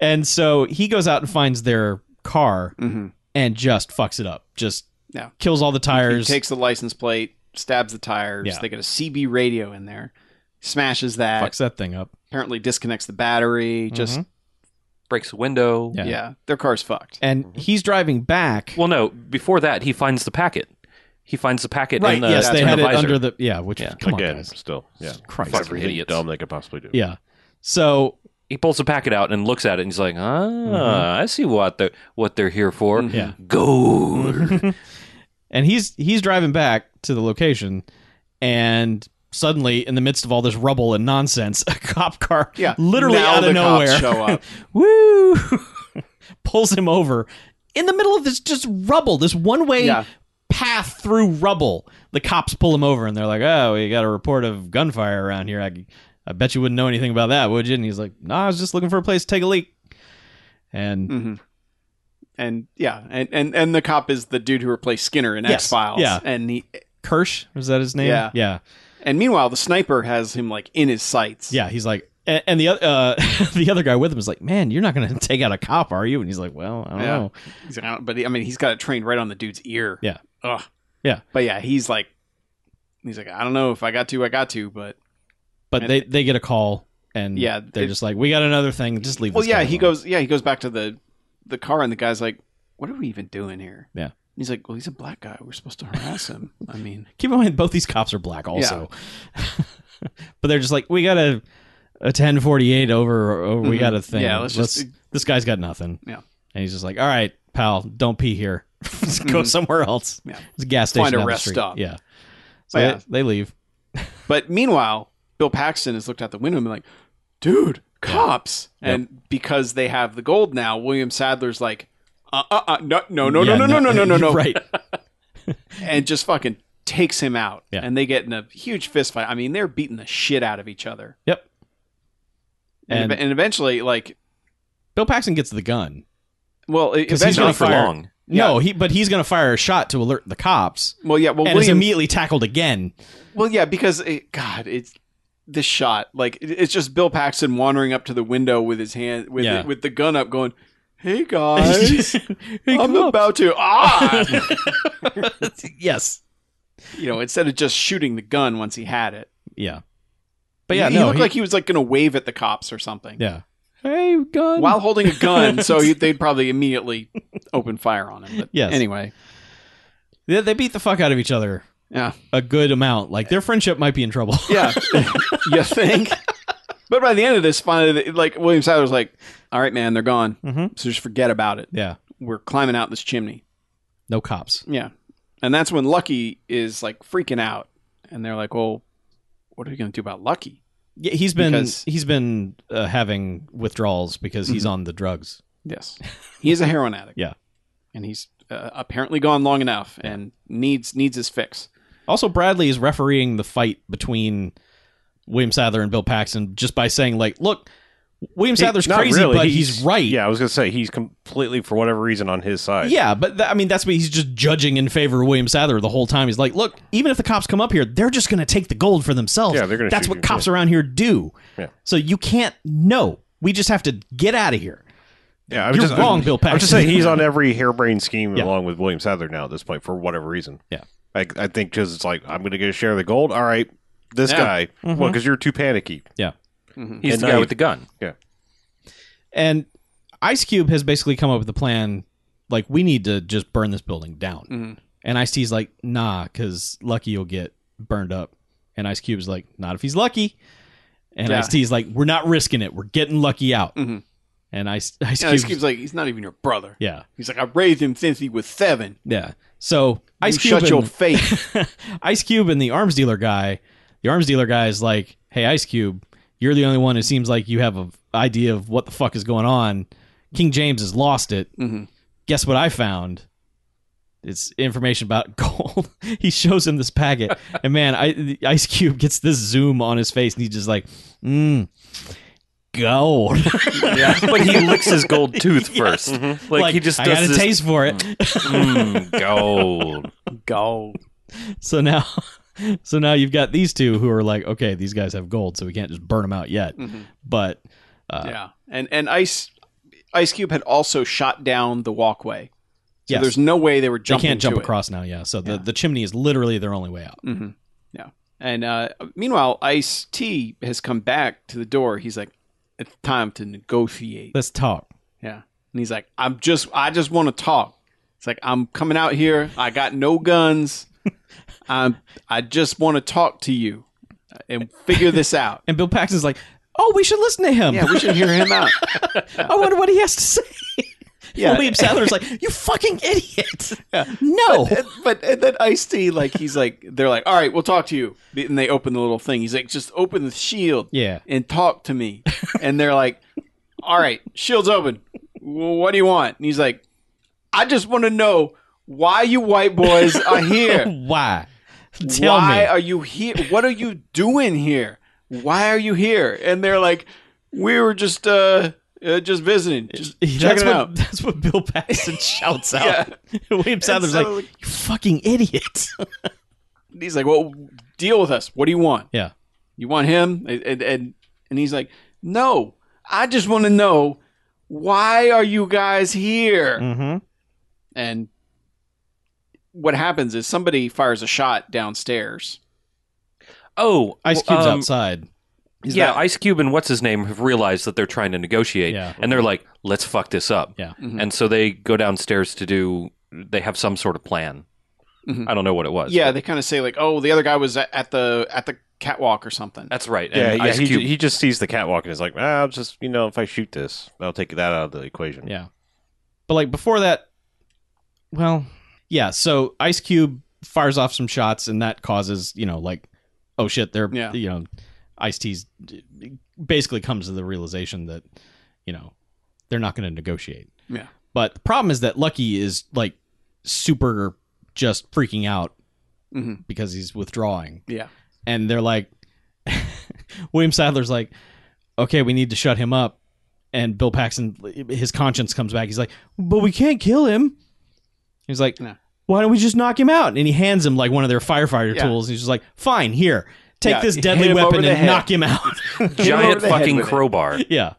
Speaker 4: And so he goes out and finds their car
Speaker 3: Mm-hmm.
Speaker 4: and just fucks it up. Just
Speaker 3: Yeah.
Speaker 4: kills all the
Speaker 3: He
Speaker 4: tires.
Speaker 3: takes the license plate, stabs the tires.
Speaker 4: Yeah.
Speaker 3: They get a CB radio in there, smashes that.
Speaker 4: fucks that thing up.
Speaker 3: Apparently disconnects the battery. Just
Speaker 5: breaks a window.
Speaker 4: Yeah.
Speaker 3: yeah, their car's fucked.
Speaker 4: and he's driving back.
Speaker 5: Well, no, before that, he finds the packet. He finds the packet
Speaker 4: right?
Speaker 5: in the
Speaker 4: yes, they
Speaker 5: in
Speaker 4: had
Speaker 5: the
Speaker 4: it
Speaker 5: visor.
Speaker 4: under the yeah. Which
Speaker 5: Yeah.
Speaker 4: come
Speaker 2: Again,
Speaker 4: on, guys.
Speaker 2: still, yeah,
Speaker 4: Christ,
Speaker 5: Fuck.
Speaker 2: everything
Speaker 5: idiots.
Speaker 2: dumb they could possibly do.
Speaker 4: yeah. So
Speaker 5: he pulls the packet out and looks at it and he's like, "Ah, I see what they what they're here for.
Speaker 4: Yeah.
Speaker 5: Gold."
Speaker 4: and he's he's driving back to the location, and suddenly in the midst of all this rubble and nonsense, a cop car,
Speaker 3: Yeah,
Speaker 4: literally
Speaker 3: now
Speaker 4: out of
Speaker 3: the cops
Speaker 4: nowhere,
Speaker 3: show up.
Speaker 4: woo, pulls him over in the middle of this just rubble, this one way
Speaker 3: Yeah.
Speaker 4: path through rubble. The cops pull him over and they're like, "Oh, we got a report of gunfire around here. I, I bet you wouldn't know anything about that, would you?" And he's like, "No, I was just looking for a place to take a leak." And
Speaker 3: hmm And yeah, and, and and the cop is the dude who replaced Skinner in
Speaker 4: Yes,
Speaker 3: X Files.
Speaker 4: yeah.
Speaker 3: and he
Speaker 4: Kirsch was that his name?
Speaker 3: Yeah.
Speaker 4: yeah.
Speaker 3: and meanwhile the sniper has him like in his sights.
Speaker 4: Yeah, he's like, and, and the other uh, the other guy with him is like, "Man, you're not going to take out a cop, are you?" And he's like, "Well, I don't
Speaker 3: Yeah.
Speaker 4: know."
Speaker 3: He's like, I don't- but he- I mean he's got it trained right on the dude's ear.
Speaker 4: Yeah.
Speaker 3: Ugh.
Speaker 4: Yeah.
Speaker 3: but yeah, he's like, he's like, I don't know if I got to, I got to, but
Speaker 4: But
Speaker 3: And-
Speaker 4: they they get a call, and
Speaker 3: Yeah,
Speaker 4: they're
Speaker 3: it-
Speaker 4: just like, "We got another thing. Just leave."
Speaker 3: well,
Speaker 4: this
Speaker 3: yeah,
Speaker 4: guy
Speaker 3: he
Speaker 4: alone."
Speaker 3: goes, yeah, he goes back to the the car, and the guy's like, what are we even doing here?
Speaker 4: Yeah.
Speaker 3: He's like, well, he's a black guy. We're supposed to harass him. I mean,
Speaker 4: Keep in mind, both these cops are black, also. but they're just like, "We got a a 1048 over, or we
Speaker 3: Mhm.
Speaker 4: got a thing.
Speaker 3: Yeah, let's just-
Speaker 4: this guy's got nothing."
Speaker 3: Yeah.
Speaker 4: and he's just like, "All right, pal, don't pee here. Let's go
Speaker 3: Mhm.
Speaker 4: somewhere else.
Speaker 3: Yeah.
Speaker 4: It's a gas station.
Speaker 3: Find a
Speaker 4: down the
Speaker 3: rest
Speaker 4: street."
Speaker 3: stop. Oh,
Speaker 4: Yeah." So
Speaker 3: Yeah.
Speaker 4: They, they leave.
Speaker 3: But meanwhile, Bill Paxton has looked out the window and been like, dude, cops. And because they have the gold now, William Sadler's like, uh, uh, uh, no, no, no,
Speaker 4: Yeah,
Speaker 3: no, no, no, no, no, no.
Speaker 4: Right.
Speaker 3: And just fucking takes him out.
Speaker 4: Yeah.
Speaker 3: And they get in a huge fist fight. I mean, they're beating the shit out of each other.
Speaker 4: Yep.
Speaker 3: And,
Speaker 4: And-
Speaker 3: and, eventually, like,
Speaker 4: Bill Paxton gets the gun.
Speaker 3: well, it-
Speaker 4: 'Cause he's
Speaker 3: eventually,
Speaker 5: Not for
Speaker 4: Fire.
Speaker 5: long.
Speaker 4: No, he but he's going to fire a shot to alert the cops,
Speaker 3: well, yeah, well,
Speaker 4: and is
Speaker 3: William,
Speaker 4: immediately tackled again.
Speaker 3: well, yeah, because it, God, it's this shot, like, it- it's just Bill Paxton wandering up to the window with his hand, with
Speaker 4: Yeah.
Speaker 3: with the gun up, going, "Hey guys,
Speaker 4: Hey,
Speaker 3: I'm
Speaker 4: cops.
Speaker 3: about to ah,
Speaker 4: yes,
Speaker 3: you know, instead of just shooting the gun once he had it.
Speaker 4: yeah, but yeah,
Speaker 3: he, he
Speaker 4: no,
Speaker 3: looked
Speaker 4: he-
Speaker 3: like he was like going to wave at the cops or something.
Speaker 4: yeah. Hey, gun.
Speaker 3: While holding a gun, so he, they'd probably immediately open fire on him. But
Speaker 4: Yes.
Speaker 3: anyway,
Speaker 4: they, they beat the fuck out of each other
Speaker 3: yeah,
Speaker 4: a good amount. Like their friendship might be in trouble.
Speaker 3: yeah, you think? But by the end of this, finally, like William Sadler's like, "All right, man, they're gone.
Speaker 4: Mhm.
Speaker 3: So just forget about it.
Speaker 4: yeah,
Speaker 3: We're climbing out this chimney."
Speaker 4: no cops.
Speaker 3: Yeah, and that's when Lucky is like freaking out, and they're like, "Well, what are we going to do about Lucky?"
Speaker 4: Yeah, he's been
Speaker 3: Because-
Speaker 4: he's been uh, having withdrawals because he's on the drugs.
Speaker 3: Yes, he is a heroin addict.
Speaker 4: Yeah.
Speaker 3: and he's uh, apparently gone long enough and needs needs his fix.
Speaker 4: Also, Bradley is refereeing the fight between William Sadler and Bill Paxton just by saying, like, look, William
Speaker 2: He-
Speaker 4: Sadler's
Speaker 2: not
Speaker 4: crazy,
Speaker 2: really,
Speaker 4: but he's, right.
Speaker 2: Yeah, I was gonna say he's completely for whatever reason on his side.
Speaker 4: Yeah, but tha- I mean, that's what he's just judging in favor of William Sather the whole time. He's like, look, even if the cops come up here, they're just going to take the gold for themselves.
Speaker 2: Yeah, they're gonna
Speaker 4: That's
Speaker 2: shoot
Speaker 4: what
Speaker 2: you,
Speaker 4: cops around here do.
Speaker 2: Yeah.
Speaker 4: So you can't know. We just have to get out of here.
Speaker 2: yeah. I
Speaker 4: You're wrong, Bill
Speaker 2: I'm just
Speaker 4: Paxton.
Speaker 2: saying he's on every harebrained scheme
Speaker 4: Yeah.
Speaker 2: along with William Sadler now at this point for whatever reason.
Speaker 4: Yeah.
Speaker 2: I, I think because it's like I'm gonna get a share of the gold. All right, this
Speaker 3: Yeah.
Speaker 2: guy.
Speaker 4: Mm-hmm.
Speaker 2: Well, because you're too panicky.
Speaker 5: He's
Speaker 2: And
Speaker 5: the
Speaker 2: now
Speaker 5: guy
Speaker 2: you-
Speaker 5: with the gun.
Speaker 4: And Ice Cube has basically come up with a plan like, we need to just burn this building down.
Speaker 2: Mm.
Speaker 3: Mhm.
Speaker 4: And Ice T's like, nah, because Lucky will get burned up. And Ice Cube's like, not if he's lucky. And
Speaker 3: Yeah.
Speaker 4: Ice T's like, we're not risking it. We're getting Lucky out.
Speaker 2: Mm-hmm.
Speaker 3: Mhm.
Speaker 4: And Ice, Ice,
Speaker 3: And Ice
Speaker 4: Cube's-
Speaker 3: Cube's like, "He's not even your brother."
Speaker 4: yeah.
Speaker 3: He's like, "I raised him since he was seven.
Speaker 4: Yeah. So Ice
Speaker 3: you
Speaker 4: Cube,
Speaker 3: shut your
Speaker 4: and-
Speaker 3: face."
Speaker 4: Ice Cube, and the arms dealer guy. The arms dealer guy is like, "Hey, Ice Cube, you're the only one who seems like you have an idea of what the fuck is going on. King James has lost it.
Speaker 3: Mhm.
Speaker 4: Guess what I found." It's information about gold. he shows him this packet, and man, I, the Ice Cube gets this zoom on his face, and he's just like, mm, "Gold."
Speaker 5: Yeah. but he licks his gold tooth first. Mm-hmm. Like, he just
Speaker 4: I
Speaker 5: does
Speaker 4: got a
Speaker 5: this.
Speaker 4: taste for it.
Speaker 5: "Mm, gold.
Speaker 3: Go.
Speaker 4: So now, so now you've got these two who are like, okay, these guys have gold, so we can't just burn them out yet. But uh,
Speaker 3: yeah, and and Ice Ice Cube had also shot down the walkway. So
Speaker 4: yes,
Speaker 3: there's no way they were
Speaker 4: they
Speaker 3: jumping.
Speaker 4: can't jump
Speaker 3: to it.
Speaker 4: across now. Yeah, so the,
Speaker 3: Yeah.
Speaker 4: the chimney is literally their only way out.
Speaker 3: Mm-hmm. Yeah. And uh, meanwhile, Ice T has come back to the door. He's like, "It's time to negotiate."
Speaker 4: Let's talk.
Speaker 3: Yeah. And he's like, I'm just, I just want to talk. It's like, I'm coming out here. I got no guns. I'm, I just want to talk to you and figure this out.
Speaker 4: And Bill Paxton's like, oh, we should listen to him.
Speaker 3: Yeah, we should hear him out.
Speaker 4: I wonder what he has to say.
Speaker 3: Yeah.
Speaker 4: William Sadler's like, you fucking idiot.
Speaker 3: Yeah.
Speaker 4: No.
Speaker 3: But, but and then Ice T, like, he's like, they're like, all right, we'll talk to you. And they open the little thing. He's like, just open the shield
Speaker 4: Yeah.
Speaker 3: and talk to me. And they're like, all right, shield's open. Well, what do you want? And he's like, I just want to know why you white boys are here.
Speaker 4: Why? Tell
Speaker 3: why
Speaker 4: me.
Speaker 3: are you here? What are you doing here? Why are you here? And they're like, we were just, uh, uh just visiting, just
Speaker 4: that's
Speaker 3: checking it
Speaker 4: what
Speaker 3: out.
Speaker 4: that's what Bill Paxton shouts out. William Sadler's
Speaker 3: so-
Speaker 4: like, "You fucking idiot!"
Speaker 3: And he's like, well, deal with us. What do you want?
Speaker 4: Yeah,
Speaker 3: You want him? And and and, and he's like, no, I just want to know why are you guys here?
Speaker 4: mm-hmm.
Speaker 3: And what happens is somebody fires a shot downstairs.
Speaker 5: Oh,
Speaker 4: Ice Cube's
Speaker 5: um,
Speaker 4: outside.
Speaker 3: Is
Speaker 5: yeah,
Speaker 3: that-
Speaker 5: Ice Cube and what's his name have realized that they're trying to negotiate,
Speaker 4: Yeah.
Speaker 5: and they're like, "Let's fuck this up."
Speaker 4: Yeah.
Speaker 3: Mhm.
Speaker 5: and so they go downstairs to do. They have some sort of plan.
Speaker 3: Mhm.
Speaker 5: I don't know what it was.
Speaker 3: yeah,
Speaker 5: but-
Speaker 3: they kind of say like, oh, the other guy was at at the at the catwalk or something.
Speaker 5: that's right.
Speaker 2: Yeah,
Speaker 5: And
Speaker 2: yeah
Speaker 5: Ice
Speaker 2: he,
Speaker 5: Cube.
Speaker 2: he just sees the catwalk and is like, ah, I'll just, you know, if I shoot this, I'll take that out of the equation.
Speaker 4: Yeah. But like before that, well, yeah. So Ice Cube fires off some shots, and that causes you know like, oh shit, they're
Speaker 3: Yeah.
Speaker 4: you know, Ice T's basically comes to the realization that you know they're not going to negotiate.
Speaker 3: Yeah.
Speaker 4: But the problem is that Lucky is like super just freaking out
Speaker 3: hmm
Speaker 4: because he's withdrawing,
Speaker 3: Yeah,
Speaker 4: and they're like, William Sadler's like, okay, we need to shut him up. And Bill Paxton, his conscience comes back. He's like, but we can't kill him. He's like,
Speaker 3: No.
Speaker 4: why don't we just knock him out? And he hands him like one of their firefighter
Speaker 3: Yeah.
Speaker 4: tools. He's just like, fine, here, take
Speaker 3: Yeah,
Speaker 4: this
Speaker 3: hit
Speaker 4: deadly
Speaker 3: him over
Speaker 4: weapon
Speaker 3: the
Speaker 4: and
Speaker 3: head.
Speaker 4: knock him out.
Speaker 3: over
Speaker 5: giant
Speaker 3: the head
Speaker 5: fucking
Speaker 3: with it.
Speaker 5: crowbar.
Speaker 4: yeah.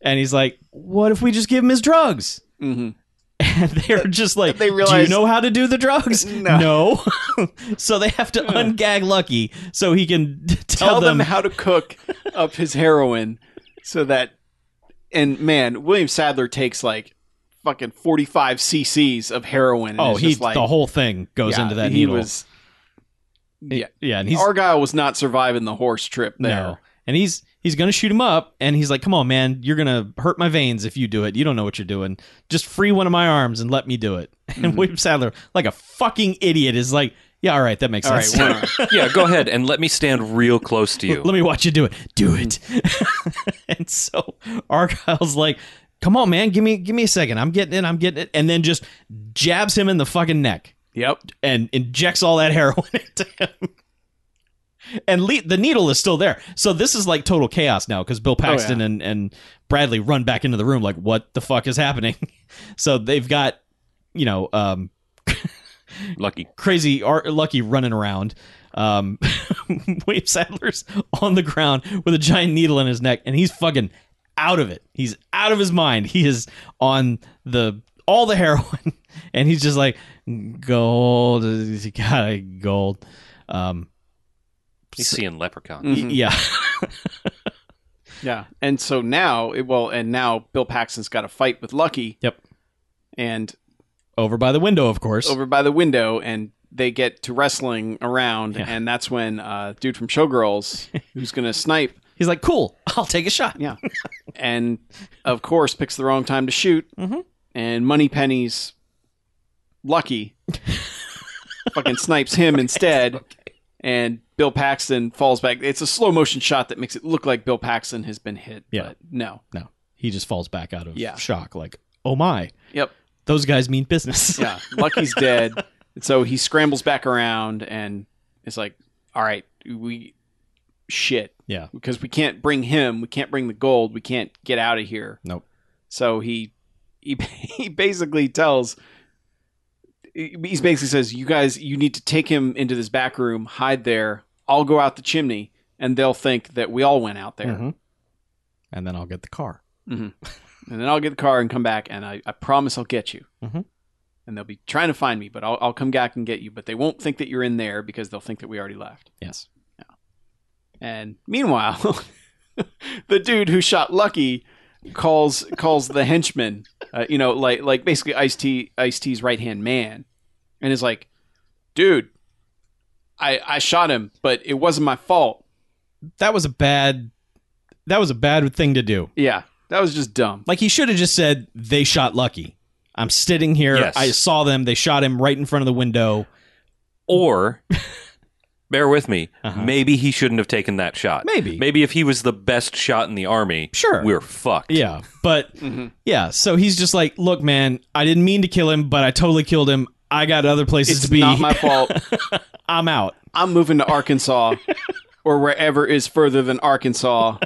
Speaker 4: And he's like, what if we just give him his drugs?
Speaker 3: hmm
Speaker 4: And they're just like,
Speaker 3: They
Speaker 4: do you
Speaker 3: realize-
Speaker 4: know how to do the drugs?
Speaker 3: No. Hmm.
Speaker 4: No. so they have to ungag Lucky so he can tell,
Speaker 3: tell them
Speaker 4: them
Speaker 3: how to cook up his heroin so that. And man, William Sadler takes like fucking forty five cc's of heroin. and
Speaker 4: Oh,
Speaker 3: it's
Speaker 4: he
Speaker 3: just like,
Speaker 4: the whole thing goes
Speaker 3: yeah,
Speaker 4: into that
Speaker 3: He
Speaker 4: needle.
Speaker 3: was. Yeah,
Speaker 4: yeah, and he's
Speaker 3: Argyle was not surviving the horse trip there.
Speaker 4: no, and he's he's gonna shoot him up, and he's like, "Come on, man, you're gonna hurt my veins if you do it. You don't know what you're doing. Just free one of my arms and let me do it."
Speaker 3: Mm-hmm.
Speaker 4: And William Sadler, like a fucking idiot, is like, "Yeah, all right, that makes
Speaker 3: All right,
Speaker 4: sense.
Speaker 3: one arm.
Speaker 5: yeah, go ahead and let me stand real close to you.
Speaker 4: let me watch you do it. Do it."
Speaker 3: Mm-hmm.
Speaker 4: and so Argyle's like. Come on, man! Give me, give me a second. I'm getting it. I'm getting it, and then just jabs him in the fucking neck.
Speaker 3: yep.
Speaker 4: and injects all that heroin into him. And le- the needle is still there. So this is like total chaos now because Bill Paxton and, and Bradley run back into the room like, what the fuck is happening? so they've got, you know, um,
Speaker 5: Lucky.
Speaker 4: crazy Ar- Lucky running around. Um, Wave Sadler's on the ground with a giant needle in his neck, and he's fucking out of it. He's out of his mind. He is on the all the heroin, and he's just like gold. You gotta gold. Um,
Speaker 5: He's seeing
Speaker 4: Mm.
Speaker 5: leprechaun.
Speaker 3: Mhm.
Speaker 4: Yeah,
Speaker 3: Yeah. And so now, it, well, and now Bill Paxton's got a fight with Lucky.
Speaker 4: Yep.
Speaker 3: And
Speaker 4: over by the window, of course.
Speaker 3: over by the window, and they get to wrestling around,
Speaker 4: Yeah.
Speaker 3: and that's when uh, dude from Showgirls, who's gonna snipe,
Speaker 4: He's like, cool. I'll take a shot.
Speaker 3: yeah, and of course picks the wrong time to shoot,
Speaker 4: Mhm.
Speaker 3: and Money Penny's Lucky fucking snipes him instead. And Bill Paxton falls back. It's a slow motion shot that makes it look like Bill Paxton has been hit.
Speaker 4: Yeah.
Speaker 3: But no.
Speaker 4: No, he just falls back out of
Speaker 3: Yeah.
Speaker 4: shock. Like, oh my,
Speaker 3: Yep.
Speaker 4: those guys mean business.
Speaker 3: Yeah, Lucky's dead. And so he scrambles back around and it's like, all right, we shit
Speaker 4: yeah.
Speaker 3: because we can't bring him, we can't bring the gold, we can't get out of here.
Speaker 4: Nope.
Speaker 3: So he he, he basically tells he he basically says, "You guys, you need to take him into this back room, hide there. I'll go out the chimney, and they'll think that we all went out there,
Speaker 4: Mhm. And then I'll get the car.
Speaker 3: and then I'll get the car and come back, and I, I promise I'll get you."
Speaker 4: Mhm.
Speaker 3: And they'll be trying to find me, but I'll, I'll come back and get you. But they won't think that you're in there because they'll think that we already left.
Speaker 4: Yes.
Speaker 3: And meanwhile, the dude who shot Lucky calls calls the henchman, uh, you know, like like basically Ice T Ice T's right hand man, and is like, dude, I I shot him, but it wasn't my fault.
Speaker 4: That was a bad. That was a bad thing to do.
Speaker 3: Yeah, that was just dumb.
Speaker 4: Like he should have just said they shot Lucky. I'm sitting here.
Speaker 5: Yes.
Speaker 4: I saw them. They shot him right in front of the window.
Speaker 5: Or, bear with me,
Speaker 4: Uh-huh.
Speaker 5: maybe he shouldn't have taken that shot.
Speaker 4: Maybe.
Speaker 5: Maybe if he was the best shot in the army,
Speaker 4: Sure.
Speaker 5: we're fucked.
Speaker 4: Yeah, but
Speaker 3: Mhm.
Speaker 4: yeah. So he's just like, look, man, I didn't mean to kill him, but I totally killed him. I got other places
Speaker 3: It's
Speaker 4: to be.
Speaker 3: not my fault.
Speaker 4: I'm out.
Speaker 3: I'm moving to Arkansas or wherever is further than Arkansas.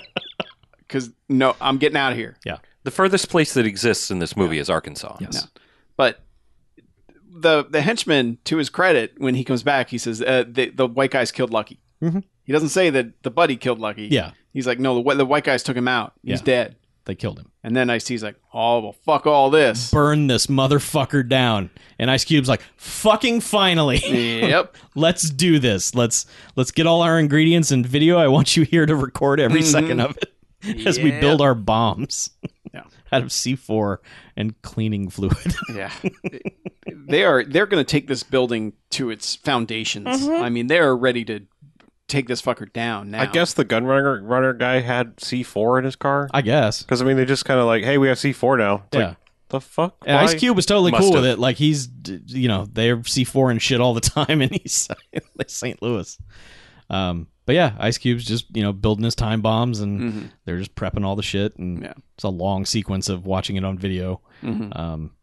Speaker 3: Because no, I'm getting out of here.
Speaker 5: The furthest place that exists in this movie is Arkansas.
Speaker 4: Yes.
Speaker 3: But the the henchman, to his credit, when he comes back, he says uh, the the white guys killed Lucky.
Speaker 4: Mhm.
Speaker 3: He doesn't say that the buddy killed Lucky.
Speaker 4: Yeah,
Speaker 3: He's like, no, the, wh- the white guys took him out. He's
Speaker 4: Yeah.
Speaker 3: dead.
Speaker 4: they killed him.
Speaker 3: And then Ice T's like, oh well, fuck all this.
Speaker 4: Burn this motherfucker down. And Ice Cube's like, fucking finally.
Speaker 3: yep.
Speaker 4: let's do this let's let's get all our ingredients and video i want you here to record every
Speaker 3: Mhm.
Speaker 4: second of it as we
Speaker 3: Yeah.
Speaker 4: build our bombs
Speaker 3: Yeah.
Speaker 4: out of c4 and cleaning fluid
Speaker 3: Yeah. they are they're going to take this building to its foundations.
Speaker 4: Mm-hmm.
Speaker 3: I mean, they're ready to take this fucker down now.
Speaker 2: I guess the gun runner, runner guy had C four in his car
Speaker 4: i guess
Speaker 2: because I mean they just kind of like, hey, we have C four now. It's
Speaker 4: yeah
Speaker 2: Like, the fuck?
Speaker 4: and
Speaker 2: Why?
Speaker 4: ice cube was totally
Speaker 5: Must
Speaker 4: cool
Speaker 5: have.
Speaker 4: with it like he's d- you know they're c4 and shit all the time in east Side, like st louis um but yeah ice cube's just you know building his time bombs and
Speaker 3: Mhm.
Speaker 4: they're just prepping all the shit and
Speaker 3: Yeah.
Speaker 4: it's a long sequence of watching it on video
Speaker 3: Mhm.
Speaker 4: um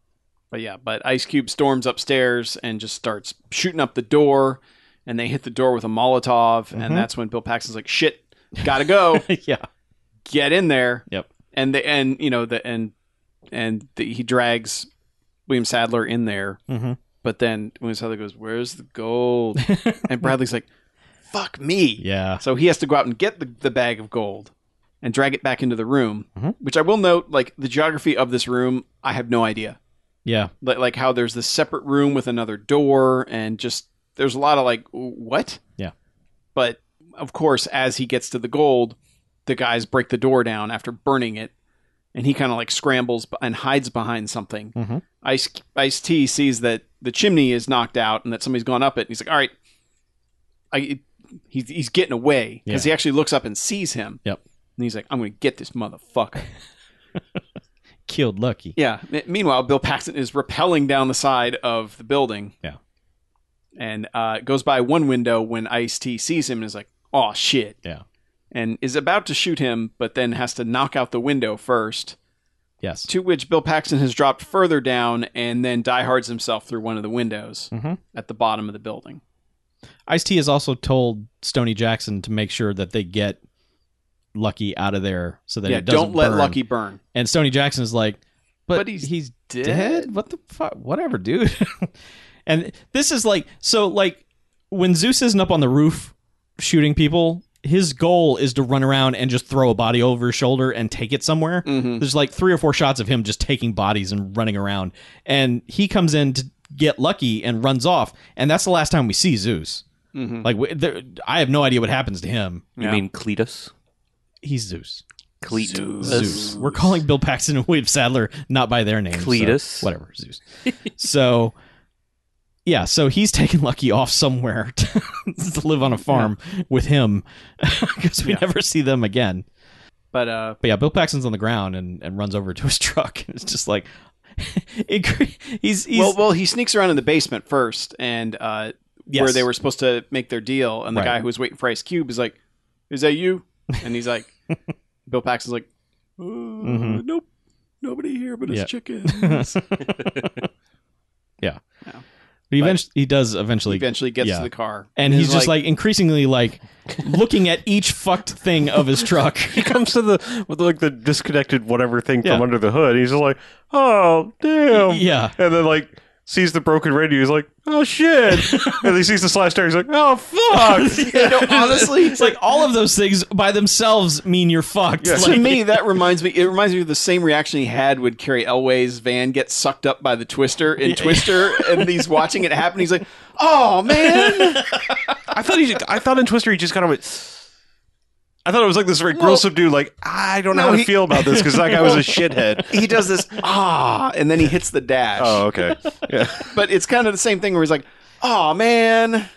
Speaker 3: But yeah, but Ice Cube storms upstairs and just starts shooting up the door, and they hit the door with a Molotov,
Speaker 4: Mhm.
Speaker 3: and that's when Bill Paxton's like, "Shit, gotta go,
Speaker 4: yeah
Speaker 3: get in there."
Speaker 4: Yep.
Speaker 3: And the and you know the and and the, he drags William Sadler in there,
Speaker 4: mm-hmm.
Speaker 3: but then William Sadler goes, "Where's the gold?" and Bradley's like, "Fuck me."
Speaker 4: yeah
Speaker 3: So he has to go out and get the, the bag of gold and drag it back into the room,
Speaker 4: Mhm.
Speaker 3: which I will note, like the geography of this room, I have no idea.
Speaker 4: yeah
Speaker 3: Like, like how there's this separate room with another door and just there's a lot of like, what?
Speaker 4: Yeah.
Speaker 3: But of course, as he gets to the gold, the guys break the door down after burning it. And he kind of like scrambles b- and hides behind something.
Speaker 4: Mhm.
Speaker 3: Ice Ice T sees that the chimney is knocked out and that somebody's gone up it. And he's like, "All right, I, he's, he's getting away because he actually looks up and sees him.
Speaker 4: Yep.
Speaker 3: And he's like, I'm going to get this motherfucker.
Speaker 4: killed Lucky.
Speaker 3: yeah. M- meanwhile, Bill Paxton is rappelling down the side of the building.
Speaker 4: Yeah.
Speaker 3: And uh, goes by one window when Ice T sees him and is like, oh, shit.
Speaker 4: Yeah.
Speaker 3: And is about to shoot him, but then has to knock out the window first.
Speaker 4: Yes.
Speaker 3: To which Bill Paxton has dropped further down and then diehards himself through one of the windows
Speaker 4: Mhm.
Speaker 3: at the bottom of the building.
Speaker 4: Ice T has also told Stony Jackson to make sure that they get Lucky out of there so that
Speaker 3: yeah,
Speaker 4: it doesn't
Speaker 3: don't let
Speaker 4: burn.
Speaker 3: Lucky burn.
Speaker 4: And Stony Jackson is like, but,
Speaker 3: But
Speaker 4: he's
Speaker 3: he's
Speaker 4: he's dead? What the fuck? Whatever, dude. and this is like so like when Zeus isn't up on the roof shooting people, his goal is to run around and just throw a body over his shoulder and take it somewhere.
Speaker 3: Mhm.
Speaker 4: There's like three or four shots of him just taking bodies and running around. And he comes in to get lucky and runs off. And that's the last time we see Zeus.
Speaker 3: Mhm.
Speaker 4: Like, we- there, I have no idea what happens to him.
Speaker 5: You
Speaker 3: Yeah.
Speaker 5: mean Cletus?
Speaker 4: He's Zeus.
Speaker 5: Cletus.
Speaker 4: Zeus. We're calling Bill Paxton and William Sadler not by their names. so
Speaker 5: Cletus.
Speaker 4: whatever, Zeus. so, yeah, so he's taking Lucky off somewhere to, to live on a farm with him because we
Speaker 3: Yeah.
Speaker 4: never see them again.
Speaker 3: But uh,
Speaker 4: But yeah, Bill Paxton's on the ground and, and runs over to his truck. It's just like, it, cre- he's, he's
Speaker 3: well, well, he sneaks around in the basement first, and uh, where
Speaker 4: Yes.
Speaker 3: they were supposed to make their deal, and the
Speaker 4: Right.
Speaker 3: guy who was waiting for Ice Cube is like, "Is that you?" And he's like, Bill Paxton's like, uh,
Speaker 4: Mhm.
Speaker 3: "Nope, nobody here but
Speaker 4: Yeah.
Speaker 3: his chickens."
Speaker 4: But he, eventually, he does eventually,
Speaker 3: Eventually gets
Speaker 4: Yeah.
Speaker 3: to the car,
Speaker 4: and
Speaker 3: is
Speaker 4: he's just like, increasingly like looking at each fucked thing of his truck.
Speaker 2: he comes to the with like the disconnected whatever thing
Speaker 4: Yeah.
Speaker 2: from under the hood. He's just like, oh damn,
Speaker 4: yeah,
Speaker 2: and then like sees the broken radio. He's like, oh shit, and then he sees the slashed tire. He's like, oh fuck.
Speaker 3: You know, honestly,
Speaker 4: it's like all of those things by themselves mean you're fucked.
Speaker 2: Yeah.
Speaker 4: Like,
Speaker 3: to me that reminds me. It reminds me of the same reaction he had when Carrie Elway's van gets sucked up by the Twister in Twister, and he's watching it happen. He's like, "Oh man."
Speaker 2: I thought he. I thought in Twister he just kind of went. I thought it was like this very gross of dude. Like I don't know
Speaker 3: no,
Speaker 2: how to
Speaker 3: he-
Speaker 2: feel about this because that guy was a shithead.
Speaker 3: He does this ah, and then he hits the dash.
Speaker 2: Oh, okay. Yeah.
Speaker 3: But it's kind of the same thing where he's like, "Oh man,"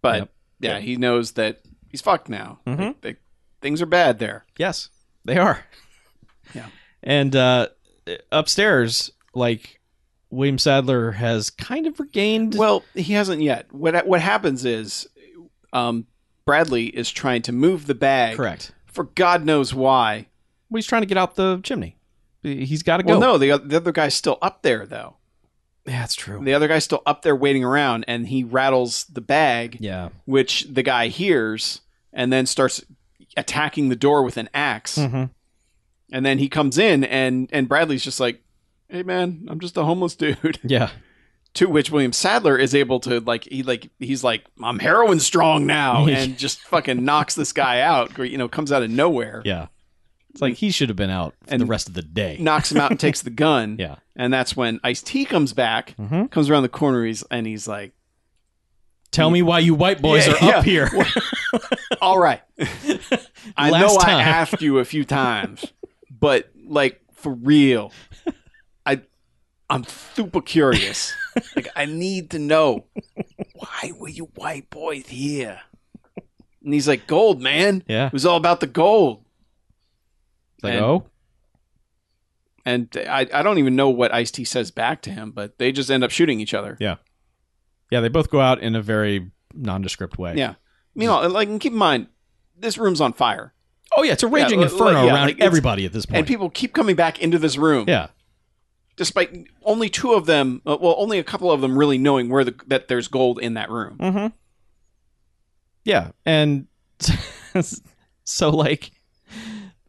Speaker 3: but
Speaker 4: Yep.
Speaker 3: yeah, he knows that he's fucked now.
Speaker 4: Mhm.
Speaker 3: They- things are bad there.
Speaker 4: Yes, they are.
Speaker 3: Yeah.
Speaker 4: And uh, upstairs, like William Sadler has kind of regained.
Speaker 3: Well, he hasn't yet. What what happens is, um, Bradley is trying to move the bag.
Speaker 4: correct.
Speaker 3: For God knows why.
Speaker 4: Well, he's trying to get out the chimney. He's got to go.
Speaker 3: Well, no, the oth- the other guy's still up there though.
Speaker 4: Yeah, that's true.
Speaker 3: The other guy's still up there waiting around, and he rattles the bag,
Speaker 4: Yeah.
Speaker 3: which the guy hears, and then starts attacking the door with an ax
Speaker 4: Mhm.
Speaker 3: And then he comes in, and and Bradley's just like, "Hey, man, I'm just a homeless dude."
Speaker 4: Yeah.
Speaker 3: to which William Sadler is able to like he like he's like I'm heroin strong now and just fucking knocks this guy out you know comes out of nowhere
Speaker 4: Yeah. It's like he should have been out for
Speaker 3: And-
Speaker 4: the rest of the day.
Speaker 3: knocks him out and takes the gun
Speaker 4: Yeah.
Speaker 3: and that's when Ice T comes back
Speaker 4: Mhm.
Speaker 3: comes around the corner he's and he's like
Speaker 4: Tell me why you white boys
Speaker 3: Yeah,
Speaker 4: are up here.
Speaker 3: all right I
Speaker 4: Last
Speaker 3: know I
Speaker 4: time.
Speaker 3: asked you a few times but like for real I I'm super curious like I need to know why were you white boys here and he's like gold man
Speaker 4: yeah.
Speaker 3: It was all about the gold.
Speaker 4: Like,
Speaker 3: And-
Speaker 4: oh.
Speaker 3: And I, I don't even know what Ice T says back to him, but they just end up shooting each other.
Speaker 4: Yeah. Yeah, they both go out in a very nondescript way.
Speaker 3: Yeah. Meanwhile, like and keep in mind, this room's on fire.
Speaker 4: Oh, yeah. It's a raging
Speaker 3: like-
Speaker 4: inferno
Speaker 3: like- yeah,
Speaker 4: around
Speaker 3: like, it's-
Speaker 4: everybody at this point.
Speaker 3: And people keep coming back into this room.
Speaker 4: yeah.
Speaker 3: Despite only two of them uh, well, only a couple of them really knowing where the that there's gold in that room.
Speaker 4: Mm-hmm. Yeah, and so like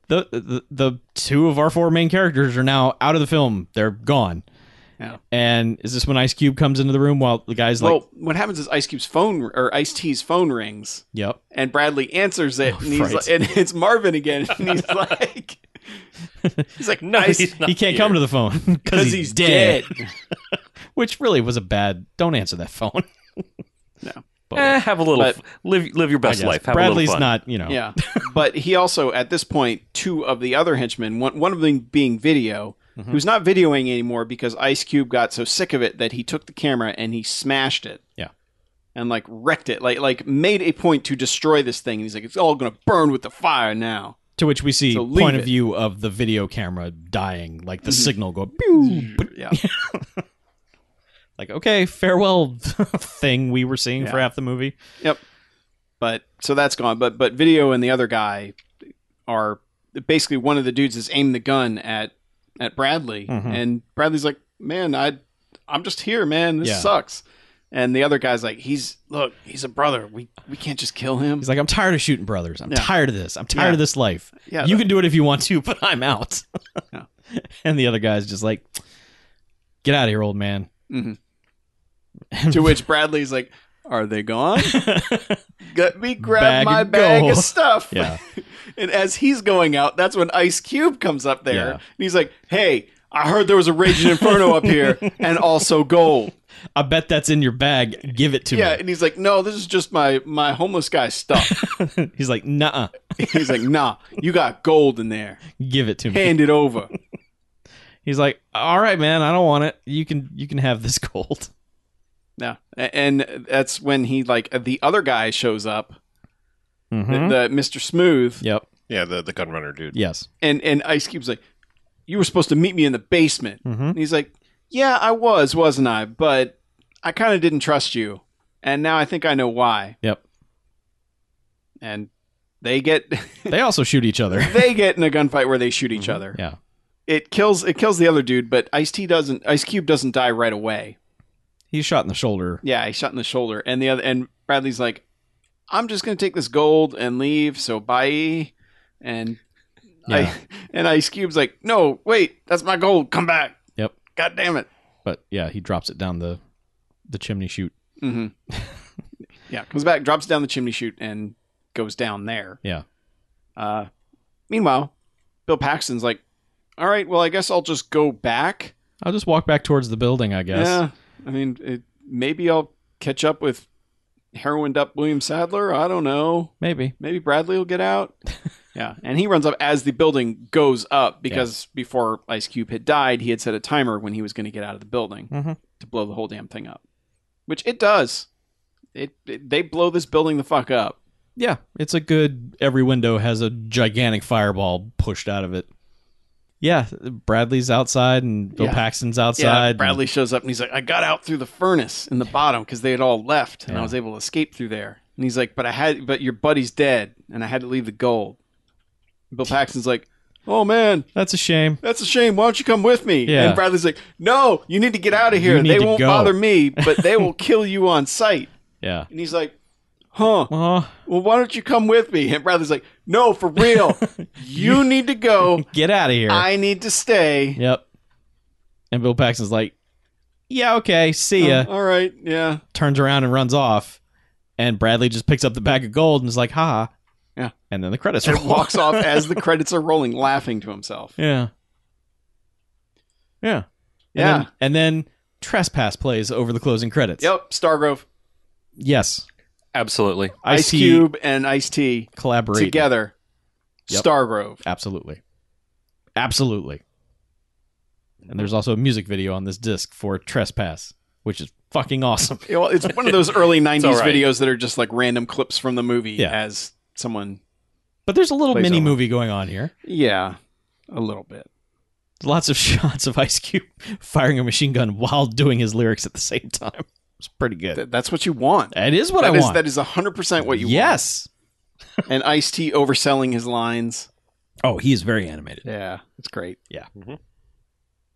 Speaker 4: the, the the two of our four main characters are now out of the film. They're gone.
Speaker 3: Yeah.
Speaker 4: And is this when Ice Cube comes into the room while the guy's like,
Speaker 3: well, what happens is Ice Cube's phone or Ice T's phone rings
Speaker 4: "Yep,
Speaker 3: and Bradley ansers it and he's
Speaker 4: Oh, right.
Speaker 3: like, and it's Marvin again and he's like He's like
Speaker 5: No,
Speaker 3: Ice
Speaker 5: he's not
Speaker 4: he can't
Speaker 5: here.
Speaker 4: come to the phone because he's, dead. Which really was a bad. Don't answer that phone.
Speaker 5: Eh, have a little
Speaker 3: But-
Speaker 5: f- live live your
Speaker 4: I
Speaker 5: best
Speaker 4: guess.
Speaker 5: life. Have
Speaker 4: Bradley's
Speaker 5: a little fun.
Speaker 4: not. You know.
Speaker 3: Yeah. but he also, at this point, two of the other henchmen, one, one of them being Video, who's not videoing anymore because Ice Cube got so sick of it that he took the camera and he smashed it.
Speaker 4: Yeah.
Speaker 3: And like wrecked it, like like made a point to destroy this thing. And he's like, it's all gonna burn with the fire now.
Speaker 4: To which we see
Speaker 3: So leave
Speaker 4: point of
Speaker 3: it. Mm-hmm.
Speaker 4: view of the video camera dying, like the signal go. Pew,
Speaker 3: Yeah.
Speaker 4: like okay farewell thing we were seeing for
Speaker 3: Yeah.
Speaker 4: half the movie
Speaker 3: but so that's gone. But but Video and the other guy are basically one of the dudes is aimed the gun at at Bradley,
Speaker 4: Mhm.
Speaker 3: and Bradley's like, "Man, I I'm just here, man. This
Speaker 4: Yeah.
Speaker 3: sucks." And the other guy's like, "He's look, he's a brother. We we can't just kill him."
Speaker 4: he's like i'm tired of shooting brothers i'm
Speaker 3: Yeah.
Speaker 4: tired of this i'm tired
Speaker 3: Yeah.
Speaker 4: of this life
Speaker 3: yeah,
Speaker 4: you can do it if you want to but i'm out
Speaker 3: Yeah.
Speaker 4: and the other guy's just like get out of here old man
Speaker 3: Mhm. to which Bradley's like, "Are they gone? Let me grab
Speaker 4: Bag
Speaker 3: my
Speaker 4: of
Speaker 3: bag
Speaker 4: gold."
Speaker 3: of stuff."
Speaker 4: yeah
Speaker 3: And as he's going out, that's when Ice Cube comes up there.
Speaker 4: Yeah.
Speaker 3: And he's like, hey, I heard there was a Raging Inferno up here and also gold.
Speaker 4: i bet that's in your bag give it to
Speaker 3: Yeah. And he's like, no, this is just my, my homeless guy stuff.
Speaker 4: me he's like nah
Speaker 3: he's like, nah, you got gold in there.
Speaker 4: give it to me
Speaker 3: Hand it over.
Speaker 4: he's like all right man i don't want it you can you can have this gold
Speaker 3: Yeah. A- And that's when he, like, the other guy shows up, the-
Speaker 4: Mhm.
Speaker 3: the, Mr. Smooth.
Speaker 4: yep
Speaker 2: Yeah, the the gunrunner dude.
Speaker 4: yes
Speaker 3: And, and Ice Cube's like, you were supposed to meet me in the basement.
Speaker 4: mm-hmm.
Speaker 3: And he's like, Yeah, I was, wasn't I? But I kind of didn't trust you. And now I think I know why.
Speaker 4: Yep.
Speaker 3: And they get
Speaker 4: they also shoot each other
Speaker 3: they get in a gunfight where they shoot
Speaker 4: Mm-hmm.
Speaker 3: each other.
Speaker 4: yeah
Speaker 3: It kills it kills the other dude, but Ice T doesn't Ice Cube doesn't die right away.
Speaker 4: he's shot in the shoulder
Speaker 3: Yeah, he shot in the shoulder. And the other and Bradley's like, I'm just gonna take this gold and leave, so bye. And
Speaker 4: Yeah.
Speaker 3: I, and Ice Cube's like, No, wait, that's my gold, come back.
Speaker 4: Yep.
Speaker 3: God damn it.
Speaker 4: but yeah he drops it down the the chimney chute
Speaker 3: hmm yeah, comes back, drops down the chimney chute, and goes down there.
Speaker 4: Yeah.
Speaker 3: Uh, meanwhile, Bill Paxton's like, "All right, well, I guess I'll just go back.
Speaker 4: I'll just walk back towards the building, I guess.
Speaker 3: Yeah, I mean, it, maybe I'll catch up with heroined up William Sadler. I don't know.
Speaker 4: Maybe.
Speaker 3: Maybe Bradley will get out. yeah, and he runs up as the building goes up because before Ice Cube had died, he had set a timer when he was going to get out of the building
Speaker 4: Mhm.
Speaker 3: to blow the whole damn thing up, which it does. It, it they blow this building the fuck up.
Speaker 4: Yeah, it's a good. Every window has a gigantic fireball pushed out of it. Yeah, Bradley's outside and Bill
Speaker 3: Yeah.
Speaker 4: Paxton's
Speaker 3: Yeah,
Speaker 4: outside. and-
Speaker 3: Bradley shows up and he's like, "I got out through the furnace in the bottom because they had all left, and I
Speaker 4: Yeah.
Speaker 3: was able to escape through there." And he's like, "But I had, but your buddy's dead, and I had to leave the gold." Bill Paxton's like, "Oh man,
Speaker 4: That's a shame.
Speaker 3: that's a shame. Why don't you come with me?
Speaker 4: Yeah.
Speaker 3: And Bradley's like, no, you need to get out of here.
Speaker 4: You need
Speaker 3: They
Speaker 4: to
Speaker 3: won't
Speaker 4: go."
Speaker 3: bother me, but they will kill you on sight.
Speaker 4: Yeah. Uh-huh.
Speaker 3: And he's like, huh,
Speaker 4: Well,
Speaker 3: well, why don't you come with me? And Bradley's like, no, for real. you need to go.
Speaker 4: get out of here.
Speaker 3: I need to stay.
Speaker 4: yep. And Bill Paxton's like, "Yeah, okay, see ya."
Speaker 3: Oh, all right. Yeah.
Speaker 4: Turns around and runs off, and Bradley just picks up the bag of gold and is like, "Ha."
Speaker 3: Yeah.
Speaker 4: And then the credits
Speaker 3: And
Speaker 4: roll.
Speaker 3: walks off as the credits are rolling, laughing to himself.
Speaker 4: Yeah. Yeah.
Speaker 3: Yeah.
Speaker 4: And then, and then trespass plays over the closing credits.
Speaker 3: Yep. Stargrove,
Speaker 4: Yes.
Speaker 5: Absolutely.
Speaker 4: I
Speaker 3: Ice
Speaker 4: see
Speaker 3: Cube, and Ice T
Speaker 4: collaborate
Speaker 3: together.
Speaker 4: Yep.
Speaker 3: Stargrove.
Speaker 4: Absolutely. Absolutely. And there's also a music video on this disc for Trespass, which is fucking awesome.
Speaker 3: You know, it's one of those early 90s
Speaker 5: right.
Speaker 3: videos that are just like random clips from the movie
Speaker 4: Yeah.
Speaker 3: as someone
Speaker 4: But there's a little
Speaker 3: Plays
Speaker 4: mini
Speaker 3: over.
Speaker 4: movie going on here.
Speaker 3: Yeah, a little bit.
Speaker 4: Lots of shots of Ice Cube firing a machine gun while doing his lyrics at the same time. It's pretty good.
Speaker 3: Th- that's what you want.
Speaker 4: That is what
Speaker 3: That
Speaker 4: I
Speaker 3: is-
Speaker 4: want.
Speaker 3: that is hundred percent what you
Speaker 4: yes.
Speaker 3: want. And Ice T overselling his lines.
Speaker 4: Oh, he is very animated.
Speaker 3: Yeah, it's great.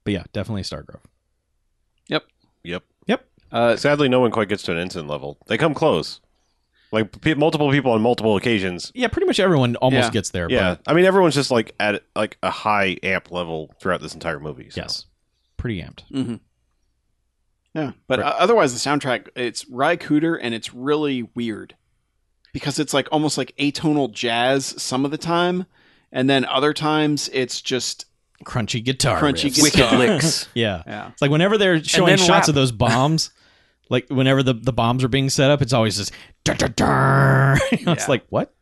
Speaker 4: But yeah, definitely Stargrove.
Speaker 2: Yep.
Speaker 3: Uh,
Speaker 2: Sadly, no one quite gets to an instant level. They come close. Like pe- multiple people on multiple occasions.
Speaker 4: Yeah, pretty much everyone
Speaker 3: Yeah.
Speaker 4: almost gets there.
Speaker 2: Yeah, I mean everyone's just like at like a high amp level throughout this entire movie.
Speaker 4: But
Speaker 2: so.
Speaker 4: yes. Pretty amped.
Speaker 3: mhm. Yeah, but uh, otherwise the soundtrack it's Ry Cooter and it's really weird because it's like almost like atonal jazz some of the time, and then other times it's just
Speaker 4: Crunchy guitar.
Speaker 3: Crunchy
Speaker 4: riffs.
Speaker 3: guitar.
Speaker 5: Wicked licks.
Speaker 4: Yeah.
Speaker 3: yeah.
Speaker 4: It's like whenever they're showing
Speaker 5: then
Speaker 4: shots
Speaker 5: rap.
Speaker 4: of those bombs, like whenever the, the bombs are being set up, it's always just. "Dur, dur, dur." You know,
Speaker 3: Yeah.
Speaker 4: It's like what?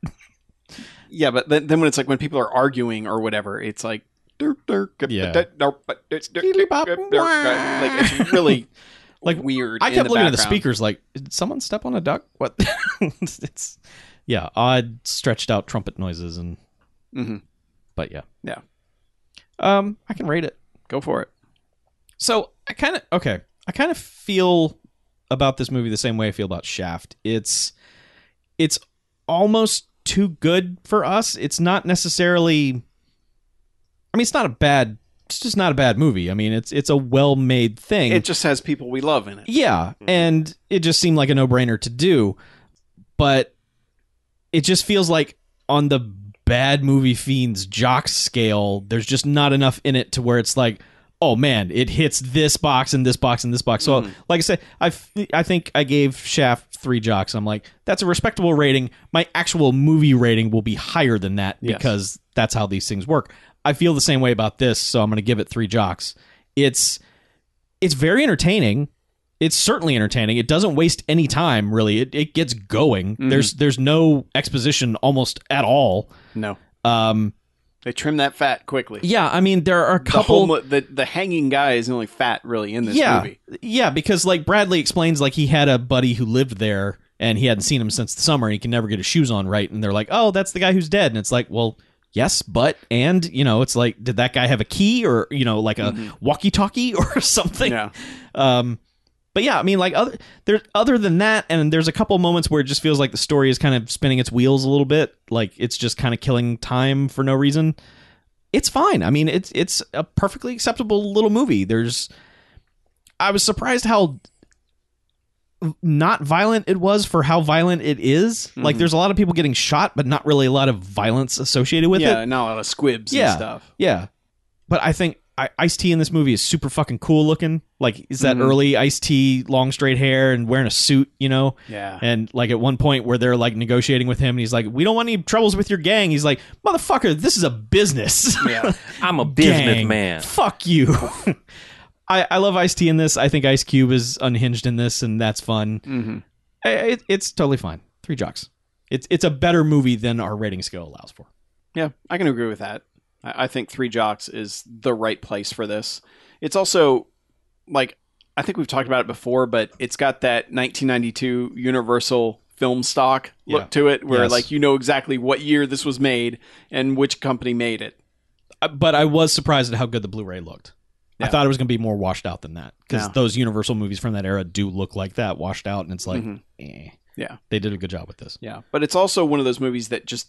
Speaker 3: Yeah, but then, then when it's like when people are arguing or whatever, it's like "Dur, dur, gu-
Speaker 4: Yeah.
Speaker 3: dur, dur, but it's dur, dur,
Speaker 4: Bop,
Speaker 3: dur, dur, dur." like it's really
Speaker 4: Like,
Speaker 3: weird.
Speaker 4: I
Speaker 3: in
Speaker 4: kept looking at the
Speaker 3: background.
Speaker 4: speakers, like, did someone step on a duck? What? it's yeah, odd stretched out trumpet noises and
Speaker 3: Mhm.
Speaker 4: but yeah,
Speaker 3: Yeah.
Speaker 4: Um, I can rate it.
Speaker 3: Go for it.
Speaker 4: So I kind of okay. I kind of feel about this movie the same way I feel about Shaft. It's it's almost too good for us. It's not necessarily. I mean, it's not a bad. It's just not a bad movie. I mean, it's it's a well made thing.
Speaker 3: It just has people we love in it. Mm-hmm.
Speaker 4: Yeah, and it just seemed like a no-brainer to do, but it just feels like on the bad movie fiends jock scale, there's just not enough in it to where it's like, oh man, it hits this box and this box and this box. So,
Speaker 3: Mm.
Speaker 4: like I said, I f- I think I gave Shaft three jocks. I'm like, that's a respectable rating. My actual movie rating will be higher than that
Speaker 3: Yes.
Speaker 4: because that's how these things work. I feel the same way about this, so I'm going to give it three jocks. It's it's very entertaining. It's certainly entertaining. It doesn't waste any time, really. It, it gets going.
Speaker 3: Mm-hmm.
Speaker 4: There's there's no exposition almost at all.
Speaker 3: No,
Speaker 4: Um,
Speaker 3: they trim that fat quickly.
Speaker 4: yeah, I mean there are a
Speaker 3: The,
Speaker 4: couple.
Speaker 3: homeless- the the hanging guy is the only fat really in this
Speaker 4: yeah,
Speaker 3: movie.
Speaker 4: yeah, because like Bradley explains, like he had a buddy who lived there and he hadn't seen him since the summer. and He can never get his shoes on right, and they're like, "Oh, that's the guy who's dead." And it's like, well, yes, but and you know, it's like, did that guy have a key or you know, like a walkie-talkie or something?
Speaker 3: Mm-hmm. Yeah,
Speaker 4: Um, but yeah, I mean, like other there's other than that, and there's a couple moments where it just feels like the story is kind of spinning its wheels a little bit, like it's just kind of killing time for no reason. It's fine. I mean, it's it's a perfectly acceptable little movie. There's, I was surprised how not violent it was for how violent it is. Like, there's a lot of people getting shot, but not really a lot of violence associated with it.
Speaker 3: yeah, not a lot of squibs
Speaker 4: Yeah.
Speaker 3: and stuff.
Speaker 4: Yeah. But I think I- Ice T in this movie is super fucking cool looking. Like, is that
Speaker 3: Mhm.
Speaker 4: early Ice T, long straight hair and wearing a suit, you know?
Speaker 3: Yeah,
Speaker 4: And like at one point where they're like negotiating with him and he's like, we don't want any troubles with your gang. He's like, motherfucker, this is a business.
Speaker 3: yeah.
Speaker 5: I'm a
Speaker 4: Gang.
Speaker 5: businessman.
Speaker 4: Fuck you. I, I love Ice T in this. I think Ice Cube is unhinged in this and that's fun.
Speaker 3: Mhm.
Speaker 4: I- It, it's totally fine. Three jocks. It's it's a better movie than our rating scale allows for.
Speaker 3: Yeah, I can agree with that. I, I think Three Jocks is the right place for this. It's also like I think we've talked about it before, but it's got that 1992 Universal film stock look
Speaker 4: Yeah.
Speaker 3: to it, where
Speaker 4: Yes.
Speaker 3: like you know exactly what year this was made and which company made it.
Speaker 4: Uh, But I was surprised at how good the Blu-ray looked. I
Speaker 3: Yeah.
Speaker 4: thought it was going to be more washed out than that because
Speaker 3: No.
Speaker 4: those Universal movies from that era do look like that, washed out, and it's like,
Speaker 3: Mhm.
Speaker 4: eh.
Speaker 3: Yeah.
Speaker 4: they did a good job with this.
Speaker 3: Yeah, but it's also one of those movies that just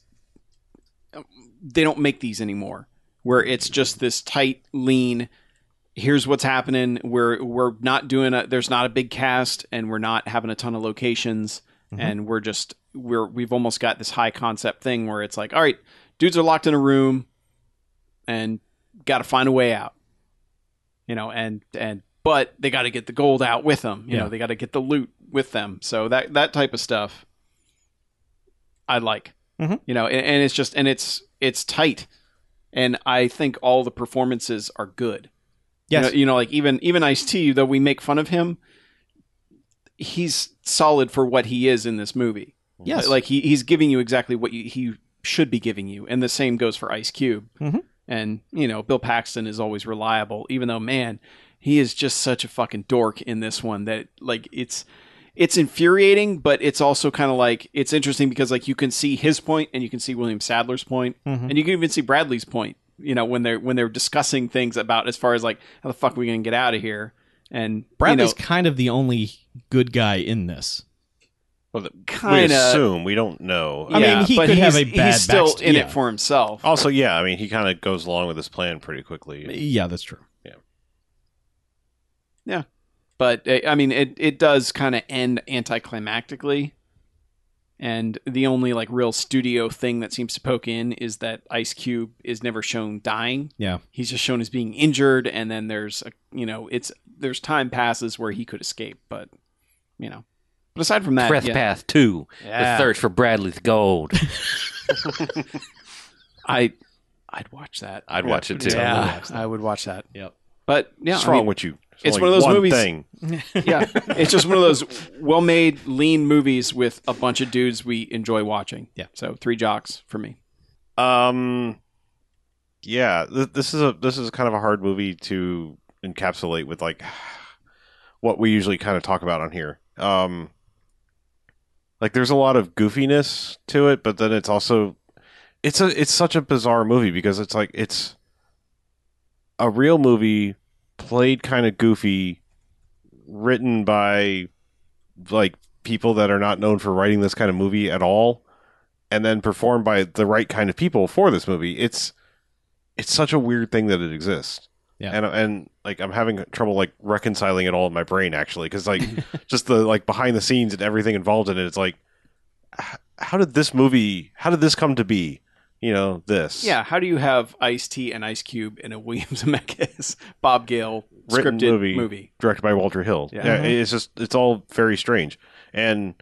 Speaker 3: they don't make these anymore, where it's just this tight, lean. Here's what's happening. We're we're not doing a. There's not a big cast, and we're not having a ton of locations, and we're just we're we've almost got this high concept thing where it's like, all right, dudes are locked in a room, and got to find a way out. You know, and and but they got to get the gold out with them. You
Speaker 4: Yeah.
Speaker 3: know, they got to get the loot with them. So that that type of stuff I like.
Speaker 4: Mhm.
Speaker 3: You know, and, and it's just and it's it's tight, and I think all the performances are good. You
Speaker 4: Yes.
Speaker 3: know, you know, like even even Ice T, though we make fun of him, he's solid for what he is in this movie.
Speaker 4: Yes.
Speaker 3: like he, he's giving you exactly what you, he should be giving you, and the same goes for Ice Cube.
Speaker 4: Mhm.
Speaker 3: And you know, Bill Paxton is always reliable, even though man, he is just such a fucking dork in this one that like it's it's infuriating, but it's also kind of like it's interesting because like you can see his point and you can see William Sadler's point,
Speaker 4: Mhm.
Speaker 3: and you can even see Bradley's point. You know when they're when they're discussing things about as far as like how the fuck are we gonna get out of here, and
Speaker 4: Bradley's
Speaker 3: you know,
Speaker 4: kind of the only good guy in this.
Speaker 2: Well, the, we
Speaker 3: kind of.
Speaker 2: assume we don't know.
Speaker 4: I mean, he
Speaker 3: but
Speaker 4: could have
Speaker 3: he's-
Speaker 4: a bad
Speaker 3: He's still
Speaker 4: backst-
Speaker 3: in
Speaker 4: yeah.
Speaker 3: it for himself.
Speaker 2: Also, yeah, I mean, he kind of goes along with his plan pretty quickly.
Speaker 4: Yeah, that's true.
Speaker 3: but uh, I mean, it it does kind of end anticlimactically. And the only like real studio thing that seems to poke in is that Ice Cube is never shown dying.
Speaker 4: Yeah.
Speaker 3: he's just shown as being injured, and then there's a, you know it's there's time passes where he could escape, but you know. But aside from that, yeah,
Speaker 5: Trespass 2,
Speaker 3: Yeah.
Speaker 5: The Search for Bradley's Gold.
Speaker 3: I I'd watch that.
Speaker 5: I'd watch it too.
Speaker 3: yeah, I would watch that.
Speaker 4: Yep.
Speaker 3: But yeah,
Speaker 2: What's
Speaker 3: I
Speaker 2: wrong
Speaker 3: mean,
Speaker 2: with you? There's
Speaker 3: it's
Speaker 2: only
Speaker 3: one of those movies-
Speaker 2: Thing.
Speaker 3: yeah, it's just one of those well-made, lean movies with a bunch of dudes we enjoy watching.
Speaker 4: Yeah.
Speaker 3: so three jocks for me.
Speaker 2: Um, yeah, th- this is a this is kind of a hard movie to encapsulate with like what we usually kind of talk about on here. Um, like there's a lot of goofiness to it, but then it's also it's a it's such a bizarre movie because it's like it's a real movie played kind of goofy, written by like people that are not known for writing this kind of movie at all and then performed by the right kind of people for this movie. It's it's such a weird thing that it exists.
Speaker 4: Yeah.
Speaker 2: And and like I'm having trouble like reconciling it all in my brain actually cuz like just the like behind the scenes and everything involved in it it's like h- how did this movie how did this come to be? You know, this.
Speaker 3: Yeah, how do you have Ice T and Ice Cube in a William Zemeckis, Bob Gale
Speaker 2: Written
Speaker 3: scripted
Speaker 2: movie.
Speaker 3: movie?
Speaker 2: directed by Walter Hill. Yeah,
Speaker 3: Yeah.
Speaker 2: it's just it's all very strange, and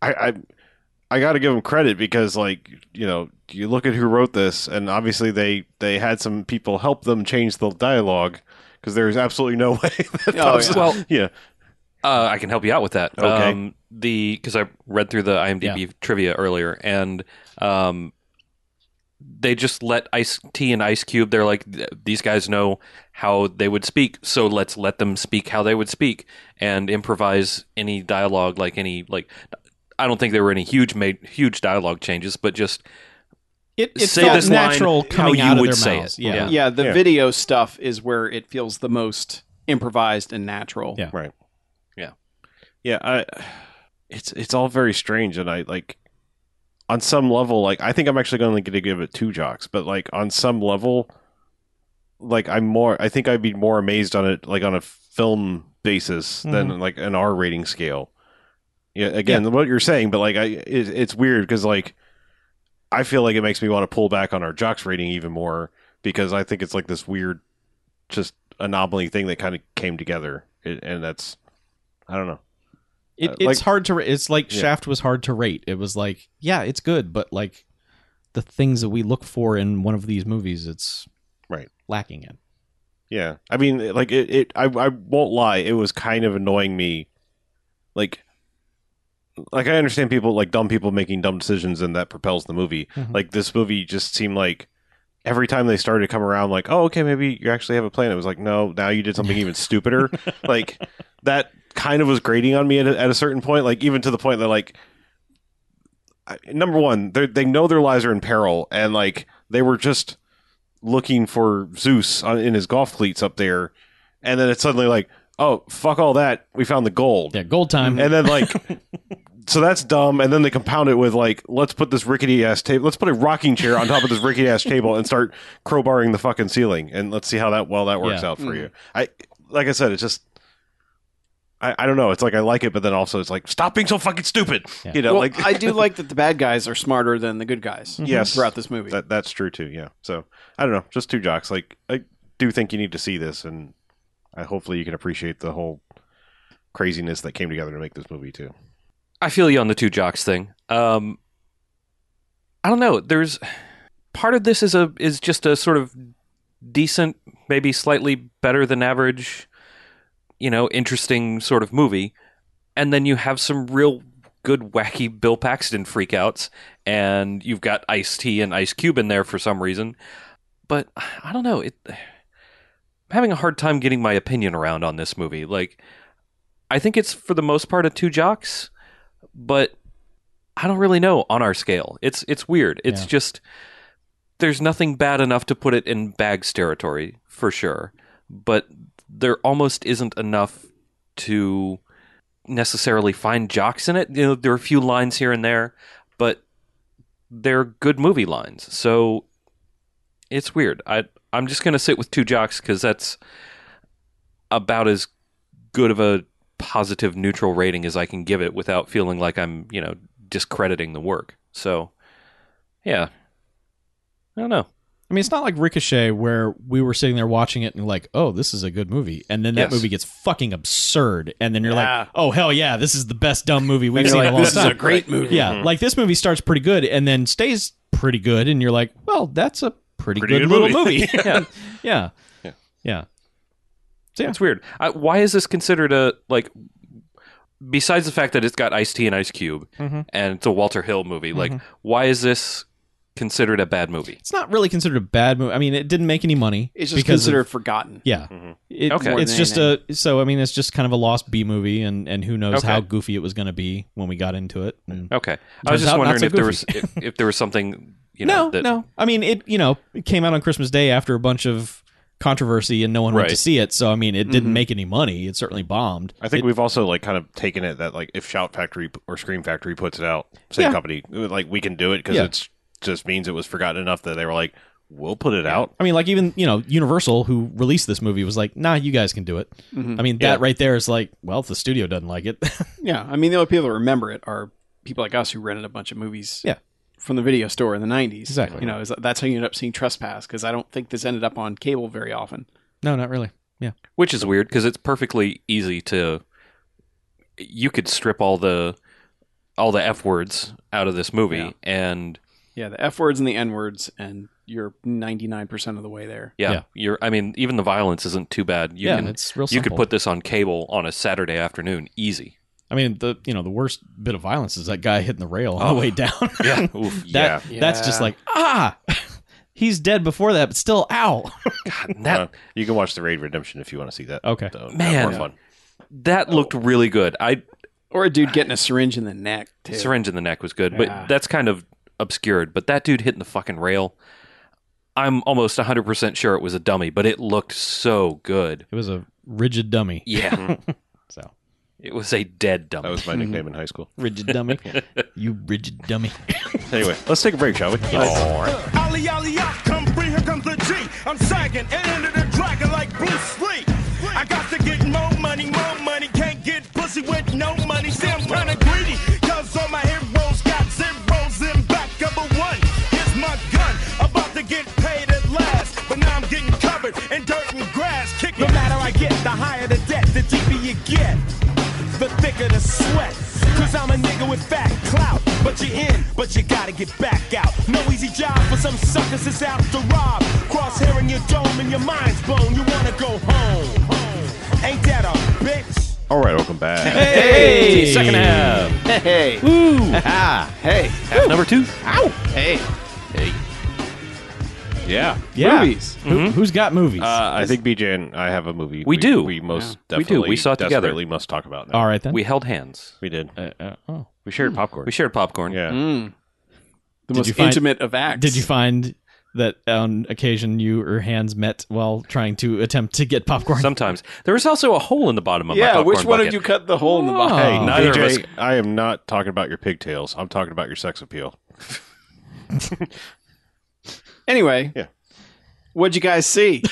Speaker 2: I I, I got to give him credit because like you know you look at who wrote this, and obviously they they had some people help them change the dialogue because there's absolutely no way. That
Speaker 3: Oh,
Speaker 2: that was-
Speaker 5: Well,
Speaker 2: yeah.
Speaker 5: Uh, I can help you out with that.
Speaker 2: Okay.
Speaker 5: Um, the because I read through the IMDb trivia earlier, and um, they just let Ice T and Ice Cube. They're like "Th- these guys know how they would speak, so let's let them speak how they would speak and improvise any dialogue, like any like. I don't think there were any huge made huge dialogue changes, but just
Speaker 4: It, it
Speaker 5: Say
Speaker 4: felt
Speaker 5: this line
Speaker 4: natural
Speaker 5: how
Speaker 4: coming
Speaker 5: you
Speaker 4: out of
Speaker 5: would
Speaker 4: their
Speaker 5: say
Speaker 4: mouths.
Speaker 5: it.
Speaker 4: Yeah.
Speaker 5: Yeah.
Speaker 3: Yeah, the
Speaker 2: Yeah.
Speaker 3: video stuff is where it feels the most improvised and natural.
Speaker 4: Yeah.
Speaker 2: Right.
Speaker 5: Yeah.
Speaker 2: Yeah, I it's it's all very strange and I like on some level like I think I'm actually going to give it two jocks, but like on some level like I'm more I think I'd be more amazed on it like on a film basis than like an R rating scale. Yeah, again, what you're saying, but like I it, it's weird cuz like I feel like it makes me want to pull back on our jocks rating even more because I think it's like this weird just anomaly thing that kind of came together it, and that's I don't know.
Speaker 4: It,
Speaker 2: Uh,
Speaker 4: it's
Speaker 2: like-
Speaker 4: hard to. ra- It's like
Speaker 2: Yeah.
Speaker 4: Shaft was hard to rate. It was like, yeah, it's good, but like the things that we look for in one of these movies, it's
Speaker 2: Right.
Speaker 4: lacking in.
Speaker 2: Yeah, I mean, it- like it, it I, I won't lie, it was kind of annoying me. Like, like I understand people like dumb people making dumb decisions and that propels the movie. Like this movie just seemed like every time they started to come around like, "Oh, okay, maybe you actually have a plan." It was like, "No, now you did something even stupider." like that kind of was grating on me at a, at a certain point, like even to the point that like I, number 1, they they know their lives are in peril and like they were just looking for Zeus on, in his golf cleats up there and then it's suddenly like, "Oh, fuck all that. We found the gold."
Speaker 4: Yeah, gold time.
Speaker 2: and then like so that's dumb and then they compound it with like let's put this rickety ass table let's put a rocking chair on top of this rickety ass table and start crowbarring the fucking ceiling and let's see how that well that works
Speaker 4: Yeah.
Speaker 2: out for
Speaker 3: Mm.
Speaker 2: you i like i said it's just I, I don't know it's like i like it but then also it's like stop being so fucking stupid
Speaker 4: Yeah.
Speaker 2: you know
Speaker 3: well,
Speaker 2: like
Speaker 3: I do like that the bad guys are smarter than the good guys.
Speaker 2: Yes.
Speaker 3: throughout this movie.
Speaker 2: that that's true too yeah so i don't know just two jocks like i do think you need to see this and i hopefully you can appreciate the whole craziness that came together to make this movie too
Speaker 5: I feel you on the two jocks thing. Um, I don't know. There's part of this is a is just a sort of decent, maybe slightly better than average, you know, interesting sort of movie, and then you have some real good wacky Bill Paxton freakouts, and you've got Ice T and Ice Cube in there for some reason. But I don't know. It, I'm having a hard time getting my opinion around on this movie. Like, I think it's for the most part a two jocks but I don't really know on our scale. It's it's weird. It's
Speaker 4: Yeah.
Speaker 5: just there's nothing bad enough to put it in bags territory for sure, but there almost isn't enough to necessarily find jocks in it. You know, there are a few lines here and there, but they're good movie lines. So it's weird. I I'm just gonna sit with two jocks because that's about as good of a positive neutral rating as I can give it without feeling like I'm, you know, discrediting the work. So, yeah. I don't know.
Speaker 4: I mean, it's not like Ricochet where we were sitting there watching it and like, oh, this is a good movie, and then that
Speaker 5: Yes.
Speaker 4: movie gets fucking absurd, and then you're
Speaker 3: Yeah.
Speaker 4: like, oh hell yeah, this is the best dumb movie we've
Speaker 3: And you're
Speaker 4: seen
Speaker 3: like,
Speaker 4: in a long
Speaker 3: this is
Speaker 4: time.
Speaker 3: a great movie.
Speaker 4: yeah, like this movie starts pretty good and then stays pretty good, and you're like, well, that's a pretty,
Speaker 2: Pretty
Speaker 4: good,
Speaker 2: good
Speaker 4: little
Speaker 2: movie.
Speaker 4: movie. yeah. yeah,
Speaker 2: Yeah.
Speaker 4: yeah,
Speaker 5: It's weird. I, why is this considered a like? Besides the fact that it's got Ice T and Ice Cube,
Speaker 4: Mm-hmm.
Speaker 5: and it's a Walter Hill movie, like why is this considered a bad movie?
Speaker 4: It's not really considered a bad movie. I mean, it didn't make any money.
Speaker 3: It's just
Speaker 4: because of-
Speaker 3: considered Mm-hmm. forgotten.
Speaker 4: Yeah. It-
Speaker 5: Okay. More
Speaker 4: It's
Speaker 3: than
Speaker 4: just a so I mean it's just kind of a lost B movie and and who knows
Speaker 5: Okay.
Speaker 4: how goofy it was going to be when we got into it. And,
Speaker 5: Okay, I
Speaker 4: Turns
Speaker 5: was just
Speaker 4: out not
Speaker 5: wondering
Speaker 4: so
Speaker 5: if there was
Speaker 4: goofy.
Speaker 5: if, if there was something you know
Speaker 4: no,
Speaker 5: that
Speaker 4: no. I mean it you know, it came out on Christmas Day after a bunch of controversy and no one went to
Speaker 5: Right. Mm-hmm.
Speaker 4: see it, so I mean it didn't make any money. It certainly bombed.
Speaker 2: I think
Speaker 4: It-
Speaker 2: we've also like kind of taken it that like if Shout Factory p- or Scream Factory puts it out, same
Speaker 4: Yeah.
Speaker 2: company, like we can do it because
Speaker 4: Yeah.
Speaker 2: it's just means it was forgotten enough that they were like, we'll put it out.
Speaker 4: I mean like even, you know, Universal who released this movie was like, "Nah, you guys can do it."
Speaker 3: Mm-hmm.
Speaker 4: I mean that right there is like, well, if the studio doesn't like it.
Speaker 3: Yeah, I mean the only people that remember it are people like us who rented a bunch of movies.
Speaker 4: Yeah.
Speaker 3: From the video store in the '90s,
Speaker 4: Exactly.
Speaker 3: You know, is- that's how you ended up seeing Trespass because I don't think this ended up on cable very often.
Speaker 4: no, not really. Yeah.
Speaker 5: which is weird because it's perfectly easy to you could strip all the all the f words out of this movie
Speaker 3: Yeah.
Speaker 5: and
Speaker 3: Yeah, the F words and the N words, and you're 99 percent of the way there.
Speaker 5: yeah,
Speaker 4: Yeah.
Speaker 5: you're i mean even the violence isn't too bad you
Speaker 4: yeah,
Speaker 5: can
Speaker 4: and it's real
Speaker 5: you
Speaker 4: simple.
Speaker 5: could put this on cable on a saturday afternoon easy
Speaker 4: I mean, the you know, the worst bit of violence is that guy hitting the rail on the way down.
Speaker 5: Oh, yeah Oof,
Speaker 2: Yeah.
Speaker 4: That that's just like ah, he's dead before that, but still ow.
Speaker 5: God, that
Speaker 2: Uh, you can watch the Raid Redemption if you want to see that.
Speaker 4: Okay.
Speaker 2: Though,
Speaker 5: Man.
Speaker 2: more fun.
Speaker 5: that looked really good i
Speaker 3: Or a dude getting a syringe in the neck. Too.
Speaker 5: syringe in the neck was good
Speaker 3: Yeah.
Speaker 5: but that's kind of obscured but that dude hitting the fucking rail i'm almost 100% sure it was a dummy but it looked so good
Speaker 4: It was a rigid dummy.
Speaker 5: yeah
Speaker 4: So
Speaker 5: it was a dead dummy
Speaker 2: That was my nickname in high school.
Speaker 4: rigid dummy, you rigid dummy.
Speaker 2: Anyway, let's take a break, shall we?
Speaker 6: Ollie, ollie, up, come free, here comes the G. I'm sagging and into the dragon like Bruce Lee. I got to get more money, more money. Can't get pussy with no money. See, I'm kinda greedy. Cause all my heroes got zeros in back of a one. Here's my gun. About to get paid at last. But now I'm getting covered in dirt and grass. Kick No matter I get, the higher the debt, the deeper you get the thicker the sweat. Cause I'm a nigga with fat clout. But you're in, but you gotta get back out. No easy job for some suckers that's out to rob. Crosshair in your dome and your mind's blown. You wanna go home. Ain't that a bitch?
Speaker 2: All right, welcome back.
Speaker 5: Hey, second half.
Speaker 3: Hey. Hey.
Speaker 5: Half number two.
Speaker 3: Hey.
Speaker 2: Yeah.
Speaker 7: Yeah.
Speaker 3: Movies.
Speaker 7: Who, has got movies?
Speaker 2: Uh, I think BJ and I have a movie.
Speaker 5: We do.
Speaker 2: We most
Speaker 5: Yeah. We do.
Speaker 2: definitely.
Speaker 5: We saw it together.
Speaker 2: desperately Must talk about. Now.
Speaker 7: All right then.
Speaker 5: We held hands.
Speaker 2: We did.
Speaker 7: oh.
Speaker 2: Uh, We shared popcorn.
Speaker 5: Hmm. We shared Mm. popcorn.
Speaker 2: yeah.
Speaker 3: The
Speaker 7: you
Speaker 3: most
Speaker 7: find-
Speaker 3: intimate of acts.
Speaker 7: Did you find that on occasion you or hands met while trying to attempt to get popcorn?
Speaker 5: Sometimes there was also a hole in the bottom of my
Speaker 3: Yeah,
Speaker 5: popcorn
Speaker 3: which one
Speaker 5: bucket.
Speaker 3: did you cut the hole in the bottom?
Speaker 2: Hey,
Speaker 7: Oh.
Speaker 5: neither of
Speaker 2: BJ,
Speaker 5: us-
Speaker 2: I am not talking about your pigtails. I'm talking about your sex appeal.
Speaker 3: Anyway.
Speaker 2: Yeah.
Speaker 3: What'd you guys see?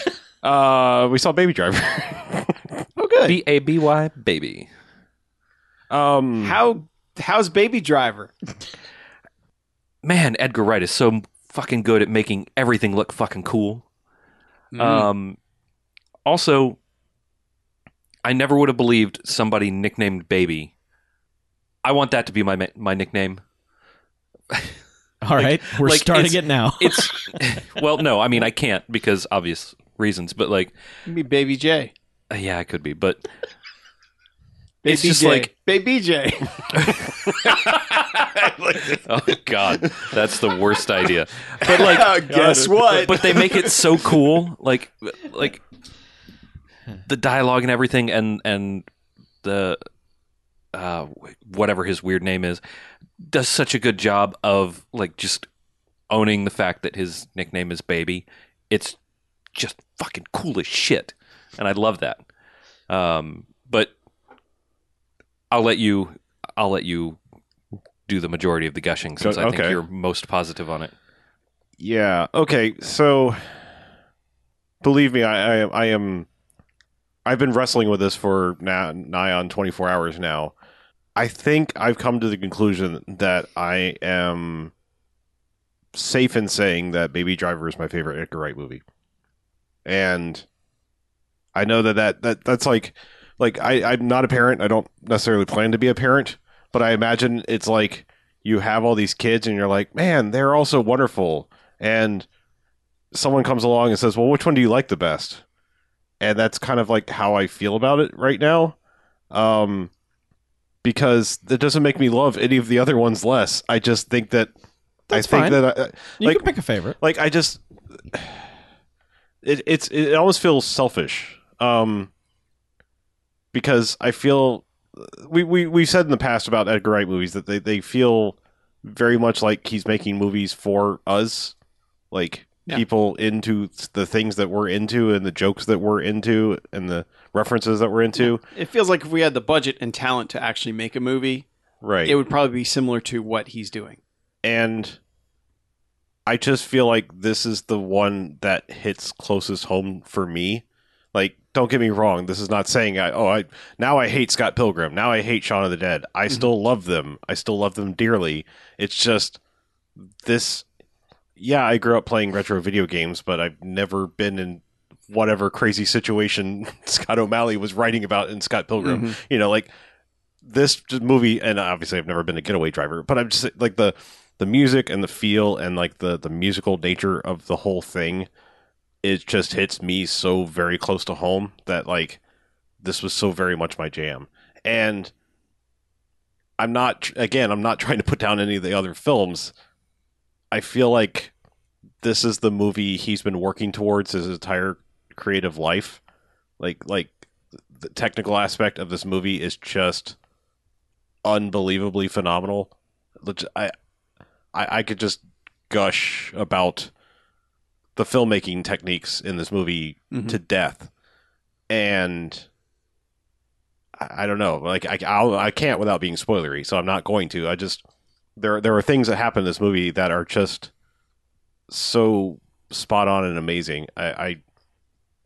Speaker 2: Uh, we saw Baby Driver.
Speaker 3: oh, good.
Speaker 5: B A B Y baby.
Speaker 2: um,
Speaker 3: How how's Baby Driver?
Speaker 5: Man, Edgar Wright is so fucking good at making everything look fucking cool.
Speaker 3: Mm-hmm.
Speaker 5: Um, also, I never would have believed somebody nicknamed Baby. I want that to be my ma- my nickname.
Speaker 7: All right, we're
Speaker 5: like,
Speaker 7: starting
Speaker 5: it's-
Speaker 7: it now.
Speaker 5: It's well, no, I mean I can't because obvious reasons, but like,
Speaker 3: Give me Baby J.
Speaker 5: uh, yeah, I could be, but
Speaker 3: Baby
Speaker 5: It's just
Speaker 3: J.
Speaker 5: like-
Speaker 3: Baby J.
Speaker 5: oh god, that's the worst idea. But like,
Speaker 3: Guess what?
Speaker 5: but they make it so cool like like the dialogue and everything and and the uh whatever his weird name is does such a good job of like just owning the fact that his nickname is baby it's just fucking cool as shit and i love that um but i'll let you i'll let you do the majority of the gushing since i think
Speaker 2: Okay.
Speaker 5: you're most positive on it
Speaker 2: Yeah. Okay. So, believe me, I, I am. I am. I've been wrestling with this for now, nigh on twenty four hours now. I think I've come to the conclusion that I am safe in saying that Baby Driver is my favorite Edgar Wright movie, and I know that that, that that's like like I, I'm not a parent. I don't necessarily plan to be a parent, but I imagine it's like you have all these kids and you're like, man, they're all so wonderful. And someone comes along and says, well, which one do you like the best? And that's kind of like how I feel about it right now. Um, because that doesn't make me love any of the other ones less. I just think that
Speaker 7: That's
Speaker 2: I think
Speaker 7: fine.
Speaker 2: that I,
Speaker 7: you
Speaker 2: like-
Speaker 7: can pick a favorite.
Speaker 2: like I just it it's it almost feels selfish um because I feel we we we've said in the past about Edgar Wright movies that they they feel very much like he's making movies for us like
Speaker 3: Yeah.
Speaker 2: people into the things that we're into and the jokes that we're into and the references that we're into
Speaker 3: It feels like if we had the budget and talent to actually make a movie,
Speaker 2: right
Speaker 3: it would probably be similar to what he's doing.
Speaker 2: and I just feel like this is the one that hits closest home for me. Like, don't get me wrong, this is not saying I oh I now I hate Scott Pilgrim, now I hate Shaun of the Dead. I still love them. I still love them dearly. It's just this yeah, I grew up playing retro video games, but I've never been in whatever crazy situation Scott O'Malley was writing about in Scott Pilgrim. You know, like this just movie and obviously I've never been a getaway driver, but I'm just like the the music and the feel and like the the musical nature of the whole thing it just hits me so very close to home that like this was so very much my jam and i'm not again i'm not trying to put down any of the other films i feel like this is the movie he's been working towards his entire creative life like like the technical aspect of this movie is just unbelievably phenomenal Leg- I, I, I could just gush about the filmmaking techniques in this movie
Speaker 3: Mhm.
Speaker 2: to death, and I, I don't know, like I I'll, I can't without being spoilery, so I'm not going to. I just there there are things that happen in this movie that are just so spot on and amazing. I I,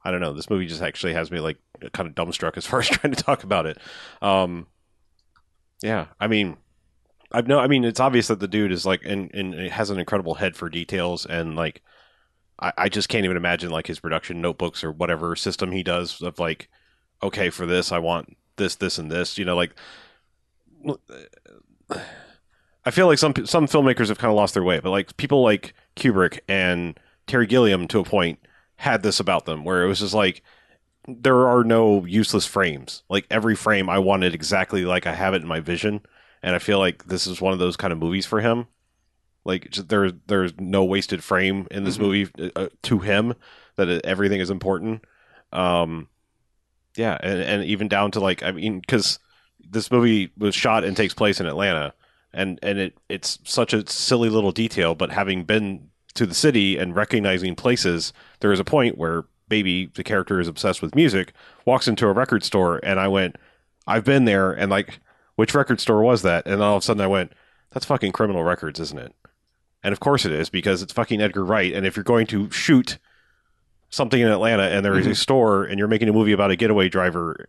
Speaker 2: I don't know. This movie just actually has me like kind of dumbstruck as far as trying to talk about it. Um, yeah, I mean. I've no. I mean, it's obvious that the dude is like, and and it has an incredible head for details, and like, I, I just can't even imagine like his production notebooks or whatever system he does of like, okay, for this I want this, this, and this. You know, like, I feel like some some filmmakers have kind of lost their way, but like people like Kubrick and Terry Gilliam to a point had this about them where it was just like there are no useless frames. Like every frame, I want it exactly like I have it in my vision, and I feel like this is one of those kind of movies for him. Like j- there, there's no wasted frame in this movie uh, uh, to him. That it, everything is important. Um, yeah, and, and even down to like I mean, because this movie was shot and takes place in Atlanta, and and it it's such a silly little detail, but having been to the city and recognizing places, there is a point where baby, the character is obsessed with music, walks into a record store, and I went, I've been there, and like, which record store was that? And all of a sudden, I went, that's fucking Criminal Records, isn't it? And of course it is because it's fucking Edgar Wright, and if you're going to shoot something in Atlanta and there is
Speaker 3: Mm-hmm.
Speaker 2: a store and you're making a movie about a getaway driver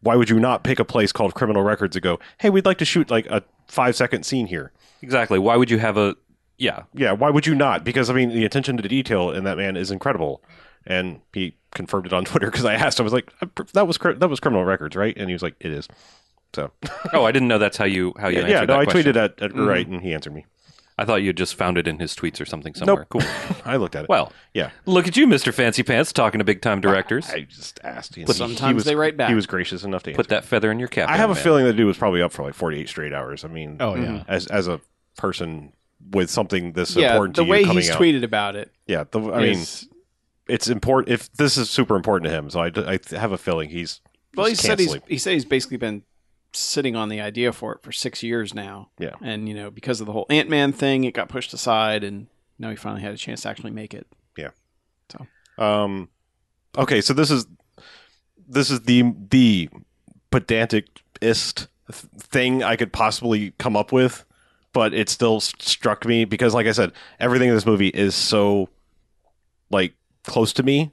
Speaker 2: why would you not pick a place called Criminal Records and go, hey, we'd like to shoot like a five second scene here?
Speaker 5: Exactly. Why would you have a yeah?
Speaker 2: Yeah, why would you not? Because, I mean, the attention to detail in that man is incredible. And he confirmed it on Twitter because I asked, I was like, "Uh, that was, cri- that was Criminal Records, right? And he was like, it is. So,
Speaker 5: Oh, I didn't know that's how you how you
Speaker 2: yeah, no,
Speaker 5: answered that
Speaker 2: I
Speaker 5: question.
Speaker 2: tweeted at Edgar
Speaker 3: Mm-hmm.
Speaker 2: Wright and he answered me.
Speaker 5: I thought you just found it in his tweets or something somewhere.
Speaker 2: Cool. I looked at it.
Speaker 5: Well,
Speaker 2: yeah.
Speaker 5: look at you, Mr. Fancy Pants, talking to big time directors.
Speaker 2: I just asked. and he-
Speaker 3: sometimes
Speaker 2: he was,
Speaker 3: they write back.
Speaker 2: He was gracious enough to answer.
Speaker 5: Put that feather in your cap.
Speaker 2: I have a
Speaker 5: man.
Speaker 2: feeling that dude was probably up for like 48 straight hours. I mean,
Speaker 7: Oh, yeah.
Speaker 2: as as a person with something this
Speaker 3: yeah,
Speaker 2: important
Speaker 3: the
Speaker 2: to
Speaker 3: way
Speaker 2: you coming
Speaker 3: he's
Speaker 2: out.
Speaker 3: tweeted about it.
Speaker 2: yeah, the, I mean,
Speaker 3: is-
Speaker 2: it's important. If this is super important to him, so I, d- I th- have a feeling he's
Speaker 3: well, he
Speaker 2: just
Speaker 3: said
Speaker 2: can't
Speaker 3: he's
Speaker 2: sleep.
Speaker 3: he said he's basically been sitting on the idea for it for six years now.
Speaker 2: Yeah.
Speaker 3: and you know because of the whole Ant Man thing, it got pushed aside, and now he finally had a chance to actually make it.
Speaker 2: Um, okay, so this is this is the the pedanticist thing I could possibly come up with, but it still s- struck me because, like I said, everything in this movie is so like close to me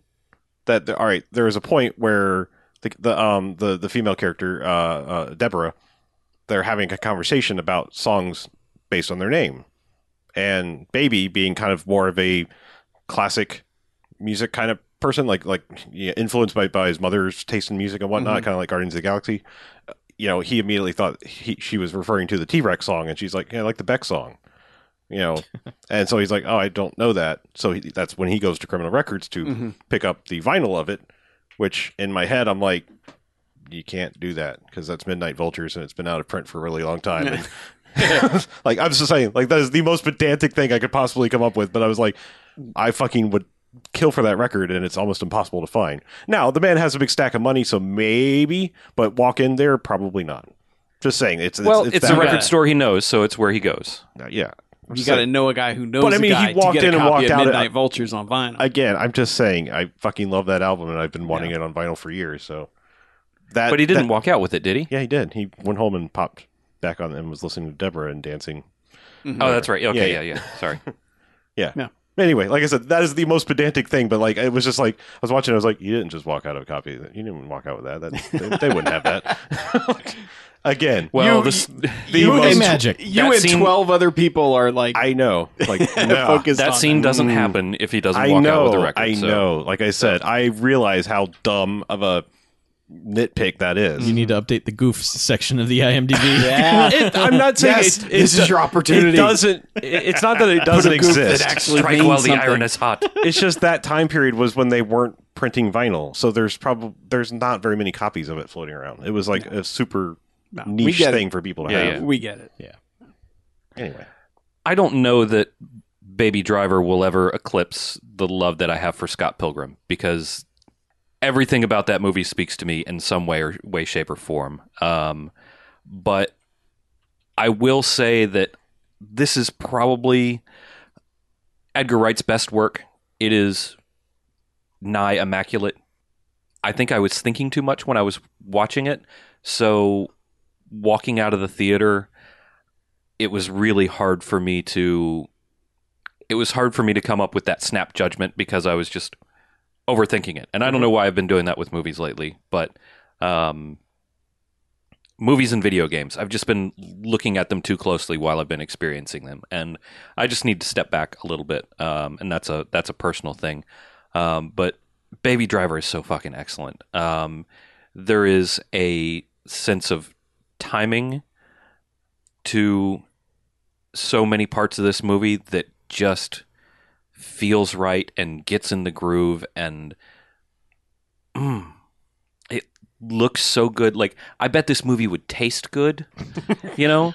Speaker 2: that there, all right, there is a point where the, the um the the female character uh, uh Deborah they're having a conversation about songs based on their name, and Baby being kind of more of a classic music kind of person, like like yeah, influenced by, by his mother's taste in music and whatnot, kind of like Guardians of the Galaxy. uh, You know, he immediately thought he, she was referring to the T Rex song, and she's like, "Yeah, I like the Beck song," you know, and so he's like, "Oh, I don't know that." So he, that's when he goes to Criminal Records to
Speaker 5: Mm-hmm.
Speaker 2: pick up the vinyl of it, which in my head I'm like, "You can't do that because that's Midnight Vultures and it's been out of print for a really long time." And- like I'm just saying, like that is the most pedantic thing I could possibly come up with. But I was like, I fucking would kill for that record, and it's almost impossible to find. Now the man has a big stack of money, so maybe, but walk in there, probably not. Just saying, it's
Speaker 5: Well,
Speaker 2: it's,
Speaker 5: it's, a
Speaker 2: that
Speaker 5: record
Speaker 3: Yeah.
Speaker 5: store he knows, so it's where he goes.
Speaker 2: bad. Yeah, I'm
Speaker 3: You
Speaker 2: just
Speaker 3: got to
Speaker 2: saying.
Speaker 3: know a guy who knows.
Speaker 2: But, I mean,
Speaker 3: a guy
Speaker 2: he walked
Speaker 3: to
Speaker 2: in
Speaker 3: get a
Speaker 2: and
Speaker 3: copy
Speaker 2: walked
Speaker 3: of
Speaker 2: out at-
Speaker 3: Midnight Vultures on vinyl.
Speaker 2: Again, I'm just saying, I fucking love that album, and I've been wanting it on vinyl for years. So that,
Speaker 5: But he
Speaker 2: Uh,
Speaker 5: didn't
Speaker 2: that-
Speaker 5: walk out with it, did he?
Speaker 2: yeah, he did. He went home and popped back on and was listening to Deborah and dancing
Speaker 5: Oh, that's right. Okay,
Speaker 2: Yeah,
Speaker 5: yeah, yeah. Sorry.
Speaker 2: Yeah.
Speaker 3: Yeah.
Speaker 2: Anyway, like I said, that is the most pedantic thing. But like, it was just like I was watching. I was like, you didn't just walk out of a copy. You didn't walk out with that. that they, they wouldn't have that. Again,
Speaker 5: Well,
Speaker 2: you-
Speaker 5: this
Speaker 2: the
Speaker 3: you
Speaker 2: most-
Speaker 3: and,
Speaker 7: magic.
Speaker 3: You
Speaker 5: That
Speaker 3: and
Speaker 5: scene-
Speaker 3: twelve other people are like
Speaker 2: I know. Like no.
Speaker 3: focused
Speaker 5: that
Speaker 3: on
Speaker 5: scene
Speaker 3: it.
Speaker 5: doesn't happen if he doesn't
Speaker 2: I
Speaker 5: walk
Speaker 2: know.
Speaker 5: out with a record.
Speaker 2: I
Speaker 5: so-
Speaker 2: know. Like I said, I realize how dumb of a nitpick that is.
Speaker 7: You need to update the goofs section of the IMDb.
Speaker 2: It- I'm not saying
Speaker 3: Yes,
Speaker 2: it,
Speaker 3: this
Speaker 2: it-
Speaker 3: is your
Speaker 2: It
Speaker 3: opportunity.
Speaker 2: doesn't. it- it's not that it doesn't exist.
Speaker 5: Strike
Speaker 3: means
Speaker 5: while
Speaker 3: something.
Speaker 5: the iron is hot.
Speaker 2: it's just that time period was when they weren't printing vinyl, so there's probably there's not very many copies of it floating around. It was like a super
Speaker 3: we
Speaker 2: niche
Speaker 3: get it.
Speaker 2: thing for people to
Speaker 5: Yeah,
Speaker 2: have.
Speaker 3: We get it.
Speaker 2: Anyway,
Speaker 5: I don't know that Baby Driver will ever eclipse the love that I have for Scott Pilgrim because everything about that movie speaks to me in some way or way shape or form. Um, but I will say that this is probably Edgar Wright's best work. It is nigh immaculate. I think I was thinking too much when I was watching it, so walking out of the theater it was really hard for me to it was hard for me to come up with that snap judgment because I was just overthinking it. And I don't know why I've been doing that with movies lately, but um movies and video games. I've just been looking at them too closely while I've been experiencing them and I just need to step back a little bit. Um and that's a that's a personal thing. Um but Baby Driver is so fucking excellent. Um there is a sense of timing to so many parts of this movie that just feels right and gets in the groove and mm, looks so good. Like I bet this movie would taste good. you know,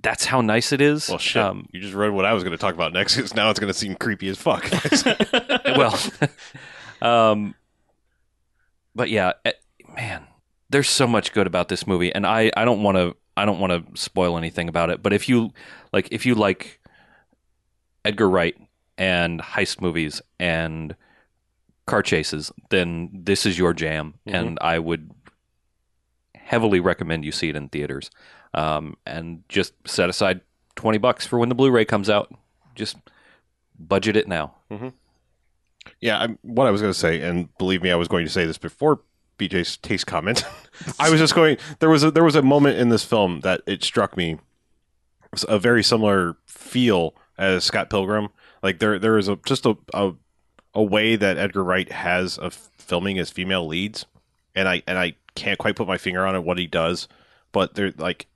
Speaker 5: that's how nice it is.
Speaker 2: Well, shit.
Speaker 5: Um,
Speaker 2: you just read what I was going to talk about next. 'cause now it's going to seem creepy as fuck.
Speaker 5: well, um, but yeah, eh, man, there's so much good about this movie, and I, I don't want to I don't want to spoil anything about it. But if you like, if you like Edgar Wright and heist movies and car chases, then this is your jam, and I would heavily recommend you see it in theaters. Um, and just set aside twenty bucks for when the Blu-ray comes out. Just budget it now.
Speaker 2: Yeah, I'm, what I was going to say, and believe me, I was going to say this before BJ's taste comment. I was just going. There was a, there was a moment in this film that it struck me s- a very similar feel as Scott Pilgrim. Like there there is a just a a, a way that Edgar Wright has of filming his female leads, and I and I can't quite put my finger on it what he does, but they're like.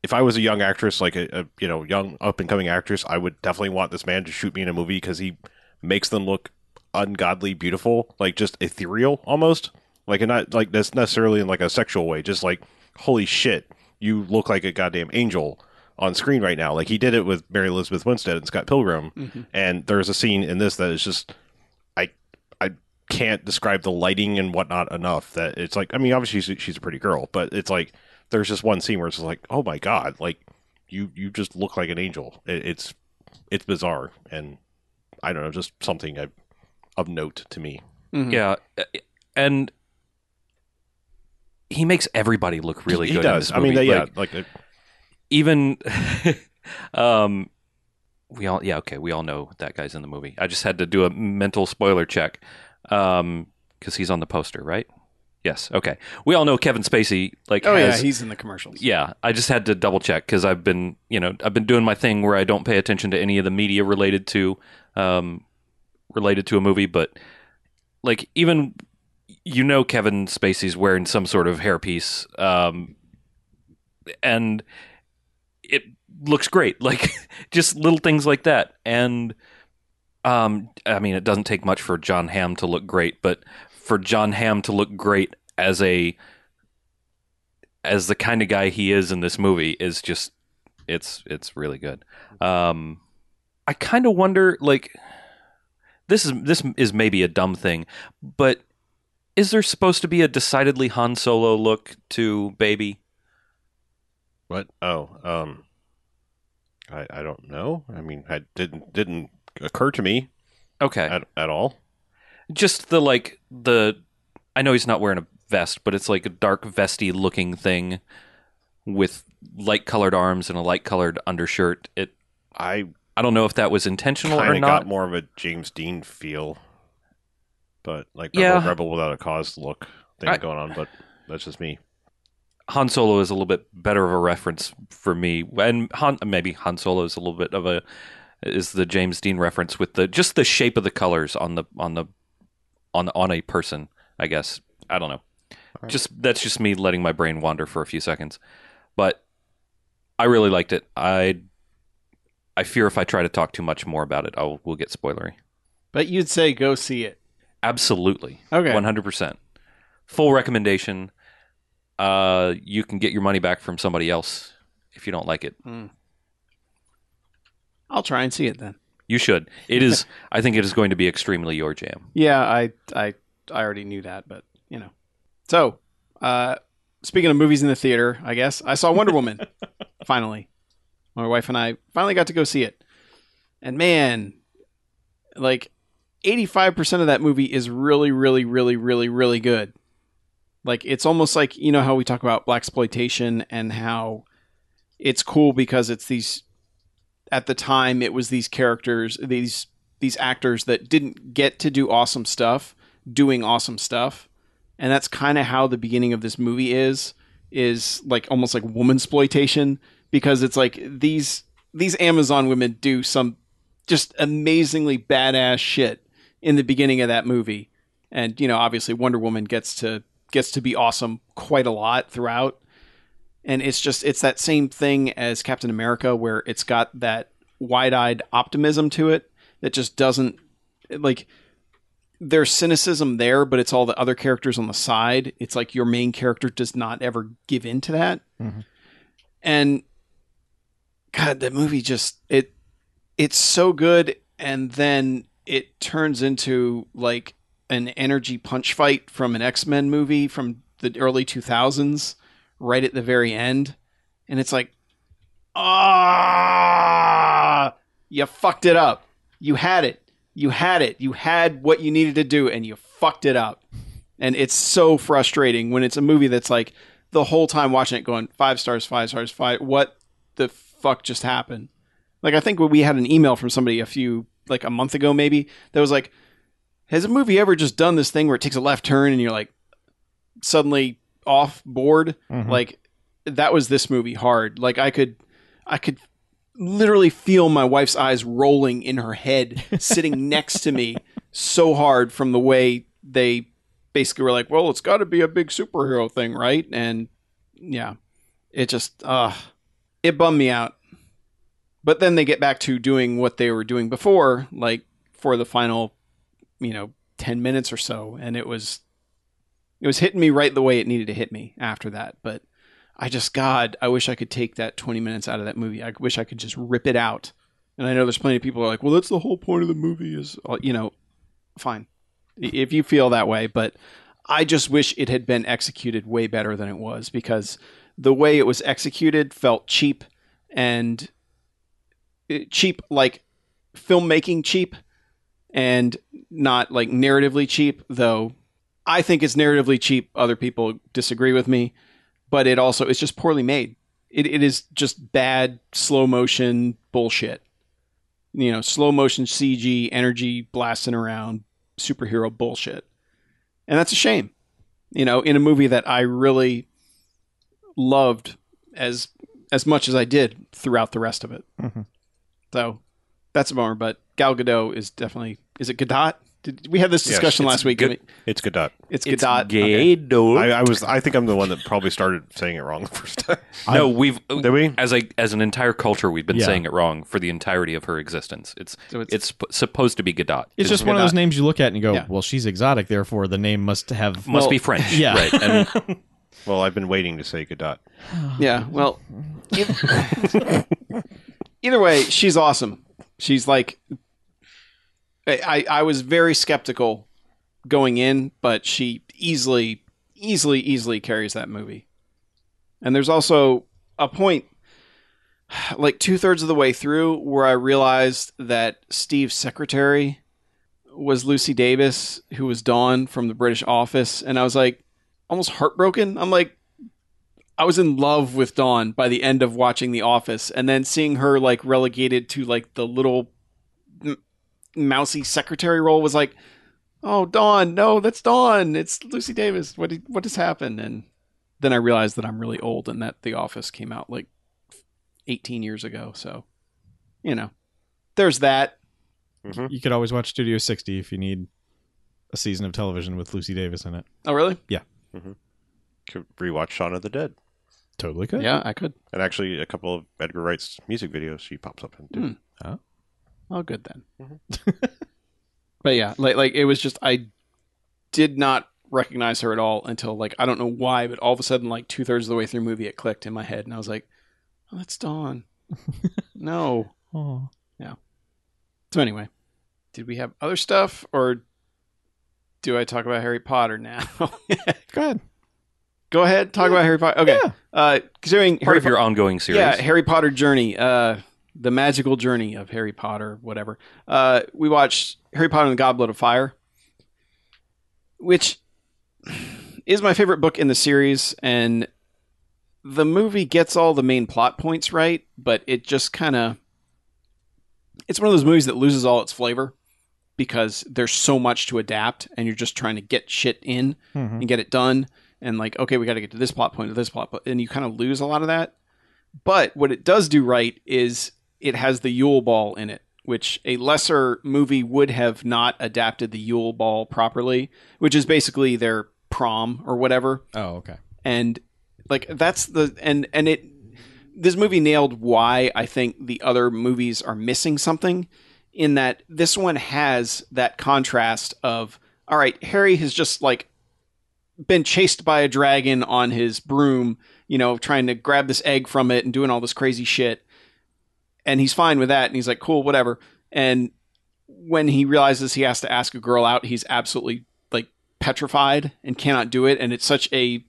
Speaker 2: If I was a young actress, like a, a you know young up and coming actress, I would definitely want this man to shoot me in a movie because he makes them look ungodly beautiful, like just ethereal almost. Like and not like that's necessarily in like a sexual way, just like holy shit, you look like a goddamn angel on screen right now. Like he did it with Mary Elizabeth Winstead and Scott Pilgrim, and there's a scene in this that is just I I can't describe the lighting and whatnot enough that it's like I mean obviously she's, she's a pretty girl, but it's like there's just one scene where it's just like oh my god, like you you just look like an angel. It, it's it's bizarre and I don't know, just something I of note to me.
Speaker 5: Yeah, uh, and he makes everybody look really
Speaker 2: he
Speaker 5: good. in
Speaker 2: does.
Speaker 5: this
Speaker 2: I mean,
Speaker 5: movie.
Speaker 2: they, yeah,
Speaker 5: Like,
Speaker 2: like, uh,
Speaker 5: even um, we all yeah okay we all know that guy's in the movie. I just had to do a mental spoiler check because he's on the poster, right? Yes. Okay. We all know Kevin Spacey. Like,
Speaker 3: Oh yeah,
Speaker 5: has-
Speaker 3: he's in the commercials.
Speaker 5: yeah, I just had to double check because I've been, you know, I've been doing my thing where I don't pay attention to any of the media related to, um, related to a movie. But like, even you know, Kevin Spacey's wearing some sort of hairpiece, um, and it looks great. Like, just little things like that. And, um, I mean, it doesn't take much for John Hamm to look great, but for John Hamm to look great as a as the kind of guy he is in this movie is just it's it's really good. Um, I kind of wonder like this is this is maybe a dumb thing, but is there supposed to be a decidedly Han Solo look to Baby?
Speaker 2: what? Oh, um, I, I don't know. I mean, I didn't didn't occur to me
Speaker 5: Okay,
Speaker 2: at, at all.
Speaker 5: just the like the I know he's not wearing a vest, but it's like a dark vesty looking thing with light colored arms and a light colored undershirt. It
Speaker 2: I
Speaker 5: I don't know if that was intentional
Speaker 2: kind
Speaker 5: or
Speaker 2: of
Speaker 5: not.
Speaker 2: got more of a James Dean feel, but like Rebel,
Speaker 5: Yeah.
Speaker 2: Rebel Without a Cause look thing
Speaker 5: I-
Speaker 2: going on. But that's just me.
Speaker 5: Han Solo is a little bit better of a reference for me, and Han, maybe Han Solo is a little bit of a is the James Dean reference with the just the shape of the colors on the on the on on a person. I guess I don't know. Just that's just me letting my brain wander for a few seconds, but I really liked it. I I fear if I try to talk too much more about it, I will we'll get spoilery.
Speaker 3: But you'd say go see it.
Speaker 5: Absolutely.
Speaker 3: Okay.
Speaker 5: 100%. Full recommendation. Uh, you can get your money back from somebody else if you don't like it.
Speaker 3: I'll try and see it then.
Speaker 5: You should. It is, I think it is going to be extremely your jam.
Speaker 3: Yeah, I I I already knew that, but you know. So, uh speaking of movies in the theater, I guess I saw Wonder Woman finally. My wife and I finally got to go see it. And man, like 85% of that movie is really really really really really good. Like it's almost like, you know how we talk about black exploitation and how it's cool because it's these at the time it was these characters, these these actors that didn't get to do awesome stuff doing awesome stuff and that's kind of how the beginning of this movie is is like almost like woman exploitation because it's like these these amazon women do some just amazingly badass shit in the beginning of that movie and you know obviously wonder woman gets to gets to be awesome quite a lot throughout and it's just it's that same thing as captain america where it's got that wide-eyed optimism to it that just doesn't like there's cynicism there, but it's all the other characters on the side. It's like your main character does not ever give in to that. And God, that movie just it it's so good, and then it turns into like an energy punch fight from an X Men movie from the early two thousands, right at the very end, and it's like, ah, you fucked it up. You had it. You had it. You had what you needed to do, and you fucked it up. And it's so frustrating when it's a movie that's like the whole time watching it going five stars, five stars, five. What the fuck just happened? Like I think we had an email from somebody a few like a month ago maybe that was like, has a movie ever just done this thing where it takes a left turn and you're like suddenly off board? Like that was this movie hard. Like I could, I could literally feel my wife's eyes rolling in her head sitting next to me so hard from the way they basically were like well it's got to be a big superhero thing right and yeah it just uh it bummed me out but then they get back to doing what they were doing before like for the final you know 10 minutes or so and it was it was hitting me right the way it needed to hit me after that but I just, God, I wish I could take that 20 minutes out of that movie. I wish I could just rip it out. And I know there's plenty of people who are like, well, that's the whole point of the movie is, uh, you know, fine. I- If you feel that way. But I just wish it had been executed way better than it was because the way it was executed felt cheap and it- cheap, like filmmaking cheap and not like narratively cheap, though I think it's narratively cheap. Other people disagree with me but it also it's just poorly made. It, it is just bad slow motion bullshit. You know, slow motion CG, energy blasting around, superhero bullshit, and that's a shame. You know, in a movie that I really loved as as much as I did throughout the rest of it. So that's a bummer. But Gal Gadot is definitely is it Gadot? Did, we had this discussion
Speaker 5: it's
Speaker 3: last week.
Speaker 5: Ga-
Speaker 2: It's Godot.
Speaker 3: it's Gadot.
Speaker 5: Gay dog.
Speaker 2: I, I was. I think I'm the one that probably started saying it wrong the first time.
Speaker 5: no, we've
Speaker 2: Did we?
Speaker 5: as a as an entire culture, we've been saying it wrong for the entirety of her existence. It's
Speaker 3: it's-
Speaker 5: it's, sp- supposed to be Godot.
Speaker 7: It's
Speaker 5: It
Speaker 7: just one of those names you look at and you go,
Speaker 3: Yeah.
Speaker 7: well, she's exotic, therefore the name must have.
Speaker 5: must be French,
Speaker 7: yeah.
Speaker 5: right? And
Speaker 2: Well, I've been waiting to say Godot.
Speaker 3: Yeah. Well, either, either way, she's awesome. She's like, I, I I was very skeptical going in, but she easily, easily, easily carries that movie. And there's also a point, like two thirds of the way through, where I realized that Steve's secretary was Lucy Davis, who was Dawn from the British Office. And I was like, almost heartbroken. I'm like, I was in love with Dawn by the end of watching The Office, and then seeing her like relegated to like the little m- mousy secretary role was like, oh Dawn, no, that's Dawn. It's Lucy Davis. What did, what has happened? And then I realized that I'm really old and that The Office came out like 18 years ago. So, you know, there's that.
Speaker 7: You could always watch Studio 60 if you need a season of television with Lucy Davis in it.
Speaker 3: Oh really?
Speaker 2: Could rewatch Shaun of the Dead,
Speaker 7: Totally could.
Speaker 3: Yeah, I could.
Speaker 2: and actually a couple of Edgar Wright's music videos. She pops up in. too.
Speaker 3: Hmm. Oh, good then.
Speaker 5: Mm-hmm.
Speaker 3: but yeah, like like it was just I did not recognize her at all until like I don't know why, but all of a sudden like two thirds of the way through movie it clicked in my head and I was like, oh, that's Dawn. no.
Speaker 7: Oh.
Speaker 3: So anyway, did we have other stuff or do I talk about Harry Potter now?
Speaker 7: Go ahead.
Speaker 3: Go ahead, talk about Harry Potter. Okay.
Speaker 7: Yeah.
Speaker 3: Uh, considering
Speaker 5: part
Speaker 3: Harry
Speaker 5: of your ongoing series.
Speaker 3: Yeah, Harry Potter Journey, uh, the magical journey of Harry Potter, whatever. Uh, we watched Harry Potter and the Goblet of Fire, which is my favorite book in the series, and the movie gets all the main plot points right, but it just kind of it's one of those movies that loses all its flavor because there's so much to adapt and you're just trying to get shit in
Speaker 7: Mhm.
Speaker 3: and get it done and like okay we got to get to this plot point to this plot point and you kind of lose a lot of that but what it does do right is it has the Yule Ball in it, which a lesser movie would have not adapted the Yule Ball properly, which is basically their prom or whatever
Speaker 7: Oh, okay.
Speaker 3: and like that's the and and it this movie nailed why i think the other movies are missing something in that this one has that contrast of all right, Harry has just like been chased by a dragon on his broom, you know, trying to grab this egg from it and doing all this crazy shit. And he's fine with that. And he's like, cool, whatever. And when he realizes he has to ask a girl out, he's absolutely like petrified and cannot do it. And it's such a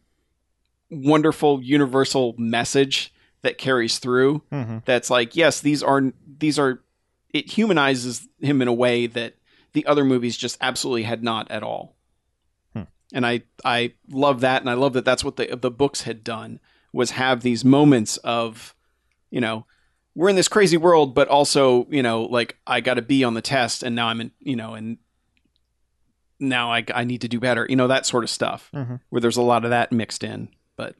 Speaker 3: wonderful universal message that carries through that's like yes these are these are it humanizes him in a way that the other movies just absolutely had not at all and i i love that and i love that that's what the the books had done was have these moments of you know we're in this crazy world but also you know like i got a b on the test and now i'm in you know and now I, I need to do better you know that sort of stuff where there's a lot of that mixed in but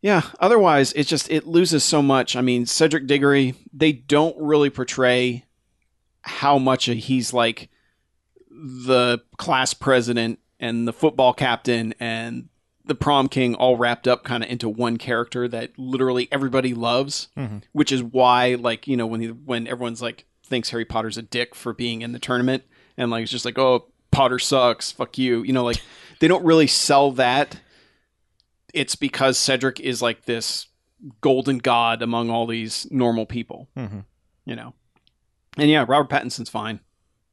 Speaker 3: yeah, otherwise it just it loses so much. I mean, Cedric Diggory, they don't really portray how much he's like the class president and the football captain and the prom king all wrapped up kind of into one character that literally everybody loves, which is why like, you know, when he, when everyone's like thinks Harry Potter's a dick for being in the tournament and like it's just like, "Oh, Potter sucks. Fuck you." You know, like they don't really sell that it's because Cedric is like this golden god among all these normal people, you know. And yeah, Robert Pattinson's fine.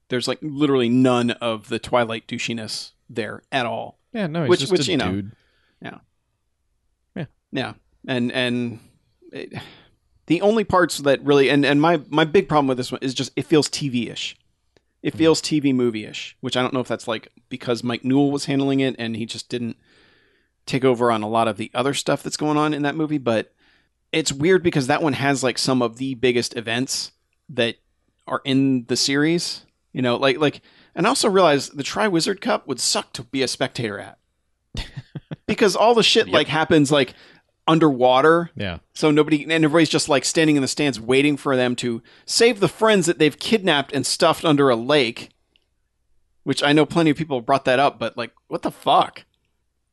Speaker 3: There's like literally none of the Twilight douchiness there at all.
Speaker 7: Yeah, no, he's
Speaker 3: Which-
Speaker 7: just
Speaker 3: which,
Speaker 7: a
Speaker 3: you know,
Speaker 7: dude.
Speaker 3: Yeah, and and it, the only parts that really and and my my big problem with this one is just it feels TV-ish. It feels TV movie-ish, which I don't know if that's like because Mike Newell was handling it and he just didn't take over on a lot of the other stuff that's going on in that movie, but it's weird because that one has like some of the biggest events that are in the series, you know, like like and I also realize the Triwizard Cup would suck to be a spectator at. because all the shit like happens like underwater.
Speaker 7: Yeah.
Speaker 3: So nobody and everybody's just like standing in the stands waiting for them to save the friends that they've kidnapped and stuffed under a lake. Which I know plenty of people brought that up, but like, what the fuck?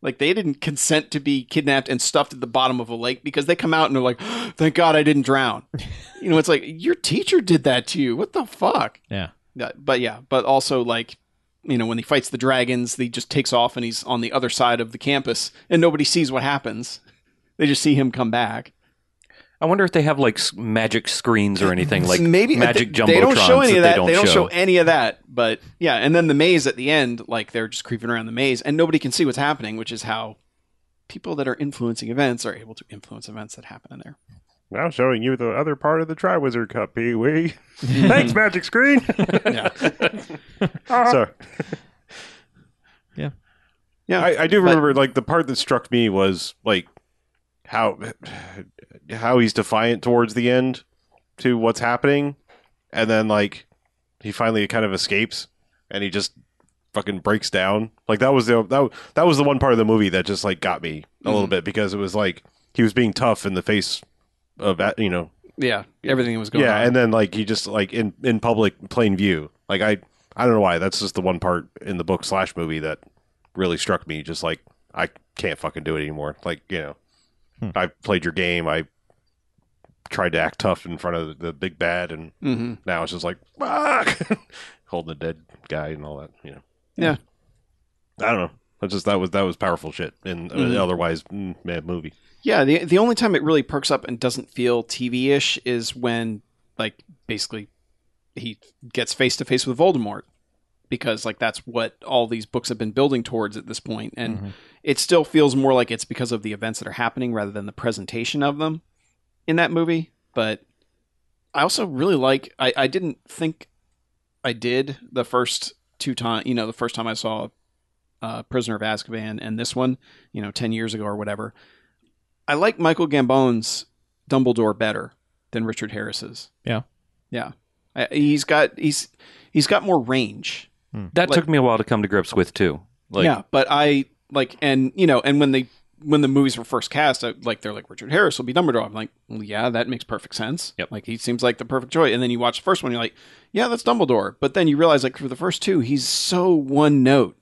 Speaker 3: Like they didn't consent to be kidnapped and stuffed at the bottom of a lake because they come out and they're like, "Thank God I didn't drown." you know, it's like your teacher did that to you. What the fuck?
Speaker 7: Yeah.
Speaker 3: Yeah, But yeah, but also like, you know, when he fights the dragons, he just takes off and he's on the other side of the campus and nobody sees what happens. They just see him come back.
Speaker 5: I wonder if they have like s- magic screens or anything like
Speaker 3: Uh, maybe
Speaker 5: magic
Speaker 3: they,
Speaker 5: jumbotrons
Speaker 3: they don't show any of that.
Speaker 5: They don't, show.
Speaker 3: any of that. But yeah, and then the maze at the end, like they're just creeping around the maze, and nobody can see what's happening, which is how people that are influencing events are able to influence events that happen in there.
Speaker 8: Now showing you the other part of the Triwizard Cup, Pee Wee. Thanks, Magic Screen. Uh-huh.
Speaker 2: Sorry.
Speaker 7: Yeah.
Speaker 3: Yeah,
Speaker 2: I, I do remember like the part that struck me was like how how he's defiant towards the end to what's happening, and then like he finally kind of escapes and he just fucking breaks down. Like that was the that that was the one part of the movie that just like got me a little bit because it was like he was being tough in the face of that, you know
Speaker 3: Yeah, everything that was going
Speaker 2: yeah
Speaker 3: on.
Speaker 2: and then like he just like in in public plain view like i i don't know why that's just the one part in the book slash movie that really struck me just like i can't fucking do it anymore like you know i played your game i tried to act tough in front of the big bad and
Speaker 3: hmm
Speaker 2: now it's just like fuck holding the dead guy and all that you know
Speaker 3: Yeah.
Speaker 2: i don't know that's just that was that was powerful shit in an
Speaker 3: Mhm.
Speaker 2: otherwise mm, mad movie
Speaker 3: Yeah, the the only time it really perks up and doesn't feel TV ish is when like basically he gets face to face with Voldemort. Because like that's what all these books have been building towards at this point. And it still feels more like it's because of the events that are happening rather than the presentation of them in that movie. But I also really like I, I didn't think I did the first two time you know, the first time I saw uh, Prisoner of Azkaban and this one, you know, ten years ago or whatever. I like Michael Gambone's Dumbledore better than Richard Harris's.
Speaker 7: Yeah.
Speaker 3: yeah. I, he's got he's he's got more range.
Speaker 5: That
Speaker 3: Like-
Speaker 5: took me a while to come to grips with too. Like
Speaker 3: yeah, but I like and you know and when they when the movies were first cast, I, like they're like Richard Harris will be Dumbledore. I'm like, well, yeah, that makes perfect sense.
Speaker 5: Yep.
Speaker 3: Like he seems like the perfect choice. And then you watch the first one, you're like, yeah, that's Dumbledore. But then you realize like for the first two, he's so one note.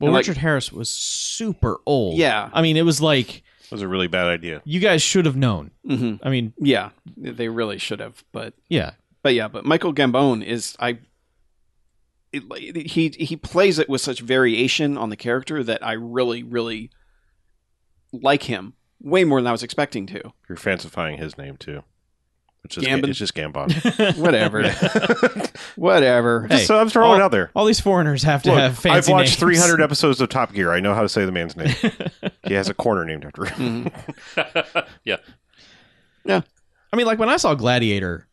Speaker 7: Well,
Speaker 3: And, like-
Speaker 7: Richard Harris was super old.
Speaker 3: Yeah.
Speaker 7: I mean, it was like
Speaker 2: it was a really bad idea
Speaker 7: you guys should have known.
Speaker 5: Mm-hmm.
Speaker 3: hmm
Speaker 7: I mean,
Speaker 3: Yeah, they really should have, but
Speaker 7: yeah,
Speaker 3: but yeah, but Michael Gambon is I it, it- he he plays it with such variation on the character that I really really like him way more than I was expecting to.
Speaker 2: You're fancifying his name too. It's just
Speaker 3: Gambon?
Speaker 2: it's just Gambon.
Speaker 3: Whatever, whatever.
Speaker 2: Just- so I'm throwing it out there.
Speaker 4: All these foreigners have to
Speaker 2: Look,
Speaker 4: have fancy
Speaker 2: I've watched
Speaker 4: names.
Speaker 2: 300 episodes of Top Gear. I know how to say the man's name. he has a corner named after him.
Speaker 3: Mm-hmm.
Speaker 9: yeah.
Speaker 4: I mean, like when I saw Gladiator,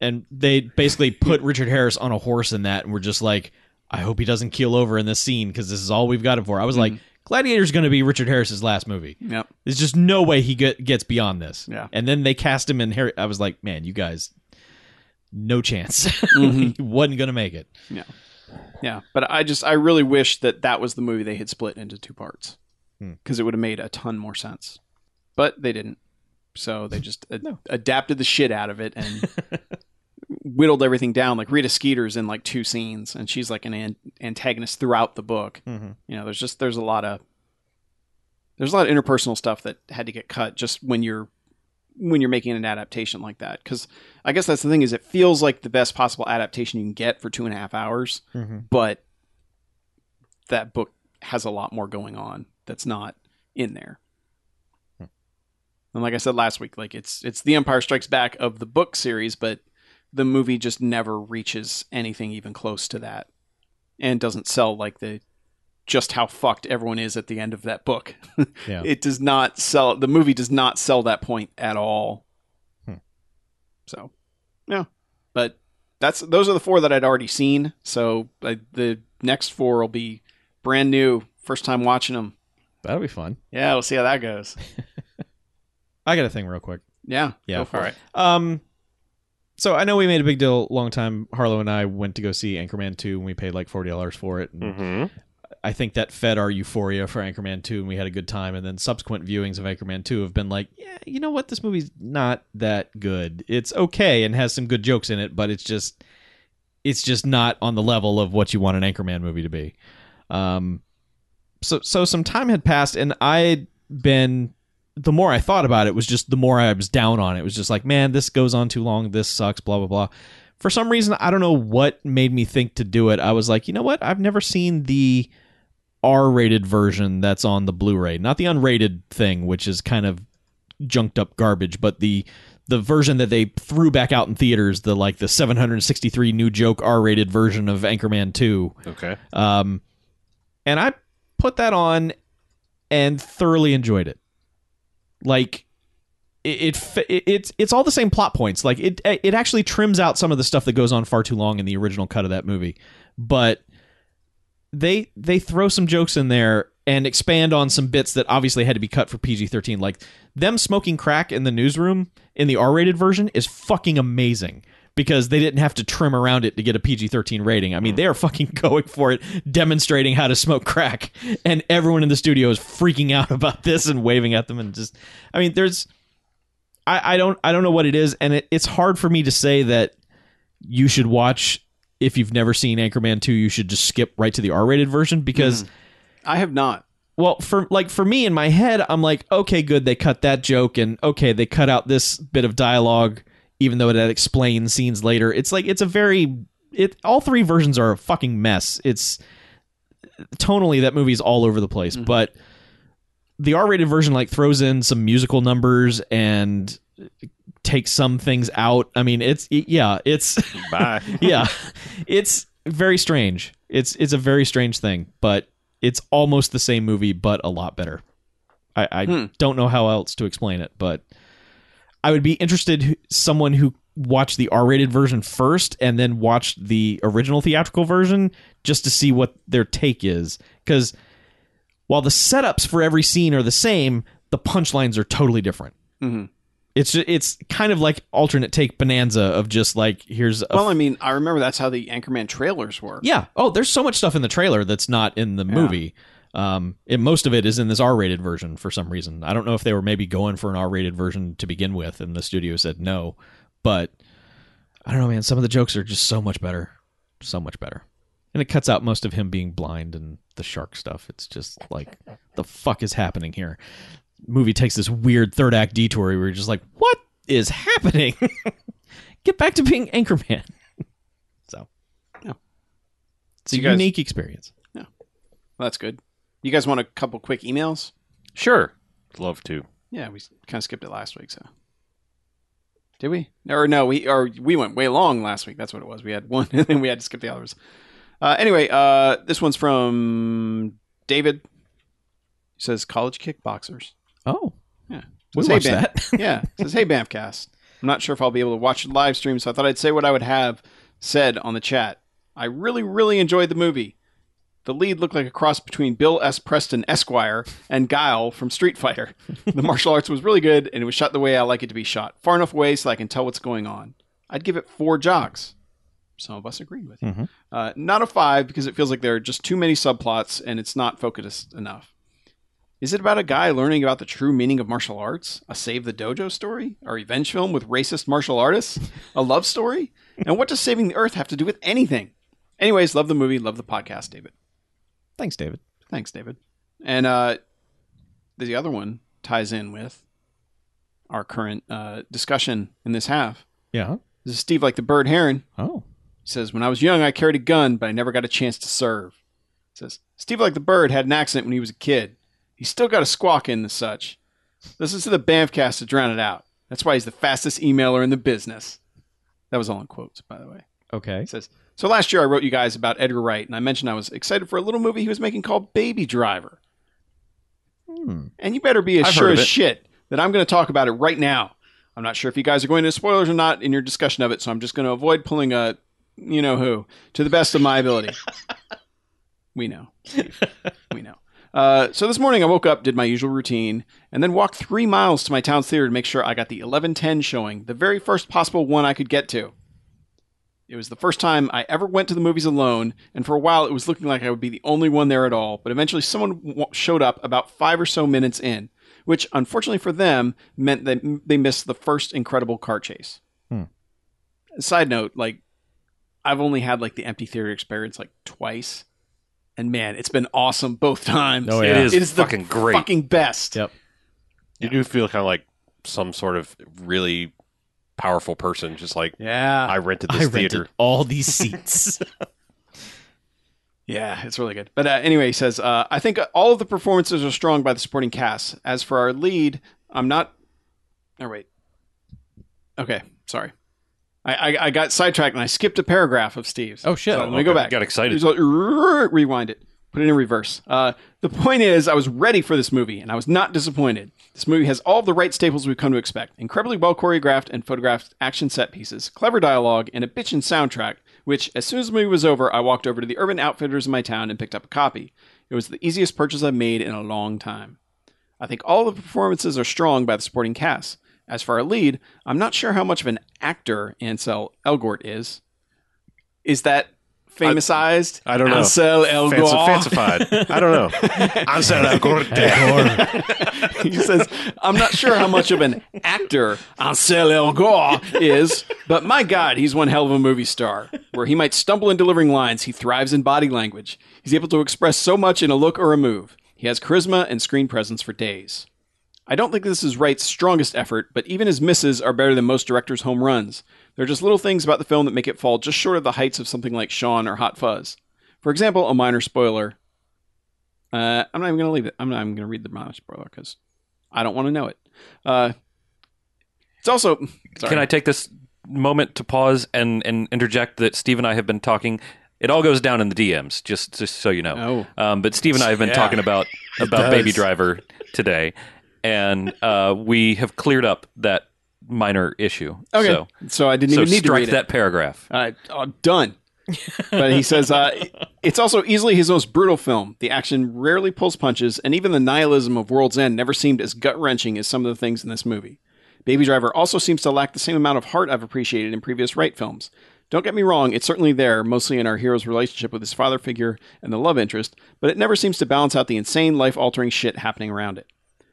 Speaker 4: and they basically put Richard Harris on a horse in that, and we're just like, I hope he doesn't keel over in this scene because this is all we've got him for. I was
Speaker 3: Mm-hmm.
Speaker 4: like, Gladiator's going to be Richard Harris's last movie.
Speaker 3: Yep.
Speaker 4: There's just no way he get, gets beyond this.
Speaker 3: Yeah.
Speaker 4: And then they cast him in Harry. I was like, man, you guys, no chance. he wasn't going to make it.
Speaker 3: Yeah, but I just I really wish that that was the movie they had split into two parts because it would have made a ton more sense. But they didn't, so they just a- adapted the shit out of it and whittled everything down. Like Rita Skeeter's in like two scenes, and she's like an, an antagonist throughout the book. You know, there's just there's a lot of there's a lot of interpersonal stuff that had to get cut just when you're when you're making an adaptation like that because i guess that's the thing is it feels like the best possible adaptation you can get for two and a half hours but that book has a lot more going on that's not in there. And like I said last week, like it's it's the Empire Strikes Back of the book series, but the movie just never reaches anything even close to that, and doesn't sell like the just how fucked everyone is at the end of that book.
Speaker 4: Yeah.
Speaker 3: It does not sell. The movie does not sell that point at all. So, yeah, but that's those are the four that I'd already seen. So I, the next four will be brand new, first time watching them.
Speaker 4: That'll be fun.
Speaker 3: Yeah, we'll see how that goes.
Speaker 4: I got a thing real quick.
Speaker 3: Yeah,
Speaker 4: Yeah.
Speaker 3: Go for
Speaker 9: All
Speaker 3: it.
Speaker 9: right.
Speaker 4: Um, so I know we made a big deal long time. Harlow and I went to go see Anchorman two, and we paid like forty dollars for it. And
Speaker 2: Mm-hmm.
Speaker 4: I think that fed our euphoria for Anchorman 2 and we had a good time and then subsequent viewings of Anchorman 2 have been like, yeah, you know what? This movie's not that good. It's okay and has some good jokes in it, but it's just it's just not on the level of what you want an Anchorman movie to be. Um so so some time had passed and I'd been the more I thought about it was just the more I was down on it. It was just like, man, this goes on too long. This sucks, blah blah blah. For some reason, I don't know what made me think to do it. I was like, you know what? I've never seen the R-rated version that's on the Blu-ray, not the unrated thing, which is kind of junked up garbage, but the the version that they threw back out in theaters, the like the 763 new joke R-rated version of Anchorman 2.
Speaker 2: Okay.
Speaker 4: Um, and I put that on and thoroughly enjoyed it. Like it, it fa- it it's it's all the same plot points. Like it it actually trims out some of the stuff that goes on far too long in the original cut of that movie, but they they throw some jokes in there and expand on some bits that obviously had to be cut for PG-13 like them smoking crack in the newsroom in the R-rated version is fucking amazing because they didn't have to trim around it to get a PG-13 rating. I mean, they are fucking going for it demonstrating how to smoke crack and everyone in the studio is freaking out about this and waving at them and just I mean, there's I, I don't I don't know what it is and it, it's hard for me to say that you should watch if you've never seen Anchorman 2, you should just skip right to the R-rated version because
Speaker 3: I have not.
Speaker 4: well, for like for me in my head, I'm like, okay, good, they cut that joke and okay, they cut out this bit of dialogue even though it had explained scenes later. It's like it's a very it all three versions are a fucking mess. It's tonally that movie's all over the place, but the R-rated version like throws in some musical numbers and takes some things out. I mean, it's yeah, it's
Speaker 2: Bye.
Speaker 4: yeah, it's very strange. It's it's a very strange thing, but it's almost the same movie, but a lot better. I, I
Speaker 3: Hmm.
Speaker 4: don't know how else to explain it, but I would be interested who- someone who watched the R-rated version first and then watched the original theatrical version just to see what their take is, because while the setups for every scene are the same, the punchlines are totally different.
Speaker 3: Mhm.
Speaker 4: It's it's kind of like alternate take Bonanza of just like here's a
Speaker 3: Well, I mean, I remember that's how the Anchorman trailers were.
Speaker 4: yeah. Oh, there's so much stuff in the trailer that's not in the movie. Um, and most of it is in this R-rated version for some reason. I don't know if they were maybe going for an R-rated version to begin with, and the studio said no. But I don't know, man. Some of the jokes are just so much better, so much better. And it cuts out most of him being blind and the shark stuff. It's just like, the fuck is happening here? Movie takes this weird third act detour where you're just like, what is happening? Get back to being Anchorman. It's a
Speaker 3: You guys-
Speaker 4: unique experience.
Speaker 3: Well, that's good. You guys want a couple quick emails?
Speaker 5: Sure.
Speaker 2: Love to.
Speaker 3: Yeah, we kind of skipped it last week, so. Did we? No, Or no, we or we went way long last week. That's what it was. We had one, and then we had to skip the others. Uh, anyway, uh, this one's from David. He says college kickboxers.
Speaker 4: Oh,
Speaker 3: Yeah.
Speaker 4: we
Speaker 3: Says,
Speaker 4: watched
Speaker 3: Bam-
Speaker 4: that.
Speaker 3: yeah. Says, hey, Bamfcast. I'm not sure if I'll be able to watch the live stream, so I thought I'd say what I would have said on the chat. I really, really enjoyed the movie. The lead looked like a cross between Bill S. Preston Esquire and Guile from Street Fighter. The martial arts was really good, and it was shot the way I like it to be shot, far enough away so I can tell what's going on. I'd give it four jocks. Some of us agreed with you.
Speaker 4: Mm-hmm.
Speaker 3: Uh, not a five because it feels like there are just too many subplots and it's not focused enough. Is it about a guy learning about the true meaning of martial arts? A Save the Dojo story? A revenge film with racist martial artists? A love story? And what does saving the earth have to do with anything? Anyways, love the movie, love the podcast, David.
Speaker 4: Thanks, David.
Speaker 3: Thanks, David. And uh, the other one ties in with our current uh, discussion in this half.
Speaker 4: Yeah.
Speaker 3: This is Steve like the bird heron.
Speaker 4: Oh,
Speaker 3: He says, When I was young, I carried a gun, but I never got a chance to serve. He says, Steve like the bird had an accident when he was a kid. He's still got a squawk in and such. Listen to the Bamfcast to drown it out. That's why he's the fastest emailer in the business. That was all in quotes, by the way.
Speaker 4: okay.
Speaker 3: He says, So last year I wrote you guys about Edgar Wright, and I mentioned I was excited for a little movie he was making called Baby Driver.
Speaker 4: Hmm.
Speaker 3: And you better be as
Speaker 5: I've
Speaker 3: sure
Speaker 5: heard of
Speaker 3: as
Speaker 5: it.
Speaker 3: shit that I'm going to talk about it right now. I'm not sure if you guys are going into spoilers or not in your discussion of it, so I'm just going to avoid pulling a you know who to the best of my ability. we know. we know. Uh, so this morning I woke up, did my usual routine, and then walked three miles to my town's theater to make sure I got the 1110 showing, the very first possible one I could get to. It was the first time I ever went to the movies alone, and for a while it was looking like I would be the only one there at all, but eventually someone w- showed up about five or so minutes in, which unfortunately for them meant that m- they missed the first incredible car chase.
Speaker 5: Hmm.
Speaker 3: Side note, like, I've only had like the empty theater experience like twice, and man, it's been awesome both times.
Speaker 5: Oh, yeah. It is fucking great.
Speaker 3: fucking best.
Speaker 4: Yep.
Speaker 2: You do feel kind of like some sort of really powerful person, just like
Speaker 3: Yeah.
Speaker 2: I rented
Speaker 4: I
Speaker 2: this
Speaker 4: rented
Speaker 2: theater.
Speaker 4: all these seats.
Speaker 3: Yeah, it's really good. But uh, anyway, he says, uh, I think all of the performances are strong by the supporting cast. As for our lead, I'm not. Oh, wait. Okay, sorry. I, I, I got sidetracked and I skipped a paragraph of Steve's.
Speaker 4: Oh, shit.
Speaker 3: So let me go back.
Speaker 5: Got excited.
Speaker 3: He's like, rewind it. Put it in reverse. Uh, the point is, I was ready for this movie, and I was not disappointed. This movie has all of the right staples we've come to expect: incredibly well choreographed and photographed action set pieces, clever dialogue, and a bitchin' soundtrack. Which, as soon as the movie was over, I walked over to the Urban Outfitters in my town and picked up a copy. It was the easiest purchase I've made in a long time. I think all the performances are strong by the supporting cast. As for our lead, I'm not sure how much of an actor Ansel Elgort is. Is that famousized?
Speaker 2: I don't know.
Speaker 3: Ansel Elgort.
Speaker 2: Fanci- fancified. I don't know. I'm sorry, I'm going to death.
Speaker 3: he says, I'm not sure how much of an actor Ansel Elgort is, but my God, he's one hell of a movie star. Where he might stumble in delivering lines, he thrives in body language. He's able to express so much in a look or a move. He has charisma and screen presence for days. I don't think this is Wright's strongest effort, but even his misses are better than most directors' home runs. There are just little things about the film that make it fall just short of the heights of something like Sean or Hot Fuzz. For example, a minor spoiler. Uh, I'm not even going to leave it. I'm not even going to read the minor spoiler because I don't want to know it. Uh, it's also. Sorry.
Speaker 5: Can I take this moment to pause and, and interject that Steve and I have been talking? It all goes down in the DMs, just just so you know.
Speaker 3: Oh.
Speaker 5: Um, but Steve and I have been talking about about Baby Driver today, and uh, we have cleared up that minor issue.
Speaker 3: Okay. So,
Speaker 5: So,
Speaker 3: I didn't
Speaker 5: so
Speaker 3: even need to
Speaker 5: strike
Speaker 3: read
Speaker 5: that paragraph.
Speaker 3: it. Uh, uh, done. but he says uh, it's also easily his most brutal film. The action rarely pulls punches, and even the nihilism of World's End never seemed as gut wrenching as some of the things in this movie. Baby Driver also seems to lack the same amount of heart I've appreciated in previous Wright films. Don't get me wrong, it's certainly there, mostly in our hero's relationship with his father figure and the love interest, but it never seems to balance out the insane, life altering shit happening around it.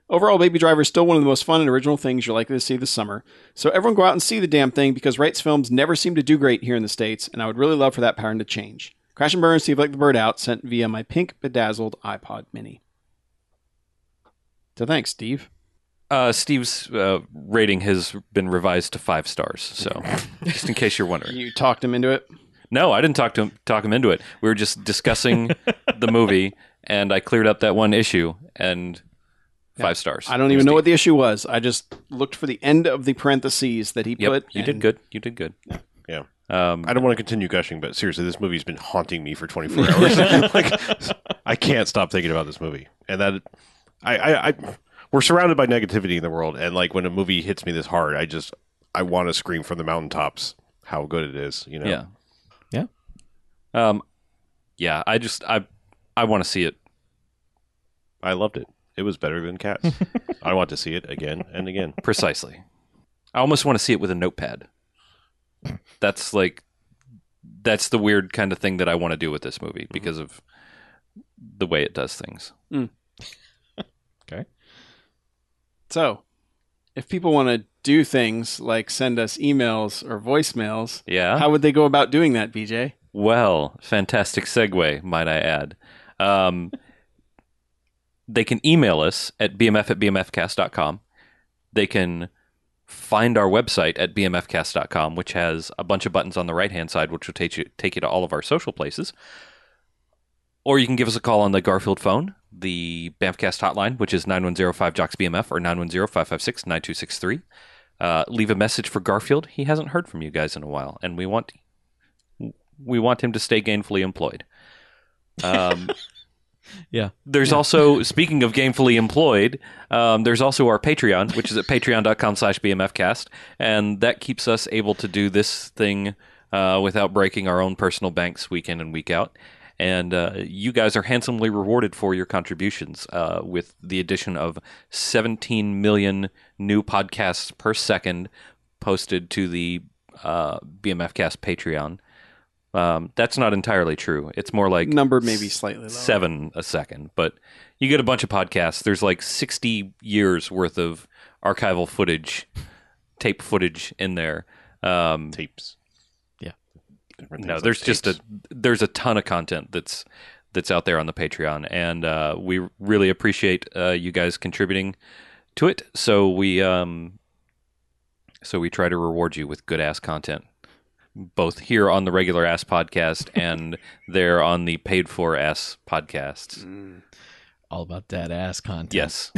Speaker 3: Overall, Baby Driver is still one of the most fun and original things you're likely to see this summer. So everyone go out and see the damn thing because Wright's films never seem to do great here in the States, and I would really love for that pattern to change. Crash and Burn, Steve Like the Bird Out, sent via my pink, bedazzled iPod mini. So thanks, Steve.
Speaker 5: Uh, Steve's uh, rating has been revised to five stars. So, just in case you're wondering,
Speaker 3: You talked him into it.
Speaker 5: No, I didn't talk to him, talk him into it. We were just discussing the movie, and I cleared up that one issue and five stars.
Speaker 3: I don't even know what the issue was. I just looked for the end of the parentheses that he
Speaker 5: Yep,
Speaker 3: put.
Speaker 5: you did
Speaker 3: and-
Speaker 5: good. You did good.
Speaker 2: Yeah.
Speaker 5: Um,
Speaker 2: I don't want to continue gushing, but seriously, this movie's been haunting me for 24 hours. like, I can't stop thinking about this movie, and that I, I, I, we're surrounded by negativity in the world, and like when a movie hits me this hard, I just, I want to scream from the mountaintops how good it is. You know,
Speaker 5: yeah,
Speaker 4: Yeah.
Speaker 5: Um, yeah. I just I I want to see it.
Speaker 2: I loved it. It was better than Cats. I want to see it again and again.
Speaker 5: Precisely. I almost want to see it with a notepad. That's like that's the weird kind of thing that I want to do with this movie because of the way it does things.
Speaker 3: So, if people want to do things like send us emails or voicemails,
Speaker 5: Yeah.
Speaker 3: how would they go about doing that, BJ?
Speaker 5: Well, fantastic segue, might I add. Um, they can email us at bmf at bmfcast.com. They can find our website at bmfcast.com, which has a bunch of buttons on the right hand side, which will take you, take you to all of our social places. Or you can give us a call on the Garfield phone, the Bamfcast hotline, which is 9105 Jocks BMF or 910 556 9263. Uh, Leave a message for Garfield. He hasn't heard from you guys in a while, and we want we want him to stay gainfully employed. Um,
Speaker 4: Yeah.
Speaker 5: There's also, speaking of gainfully employed, um, there's also our Patreon, which is at patreon.com slash bmfcast, and that keeps us able to do this thing uh, without breaking our own personal banks week in and week out. And uh, you guys are handsomely rewarded for your contributions uh, with the addition of 17 million new podcasts per second posted to the uh, BMFcast Patreon. Um, that's not entirely true. It's more like
Speaker 3: Number maybe slightly lower.
Speaker 5: seven a second, but you get a bunch of podcasts. There's like 60 years worth of archival footage, tape footage in there. Um,
Speaker 2: Tapes.
Speaker 4: Yeah.
Speaker 2: Different
Speaker 5: no,
Speaker 2: things
Speaker 5: there's
Speaker 2: like
Speaker 5: just
Speaker 2: tapes.
Speaker 5: a there's a ton of content that's that's out there on the Patreon, and uh, we really appreciate uh, you guys contributing to it. So we um, so we try to reward you with good ass content, both here on the regular ass podcast and there on the paid for ass podcasts.
Speaker 4: All about that ass content.
Speaker 5: Yes,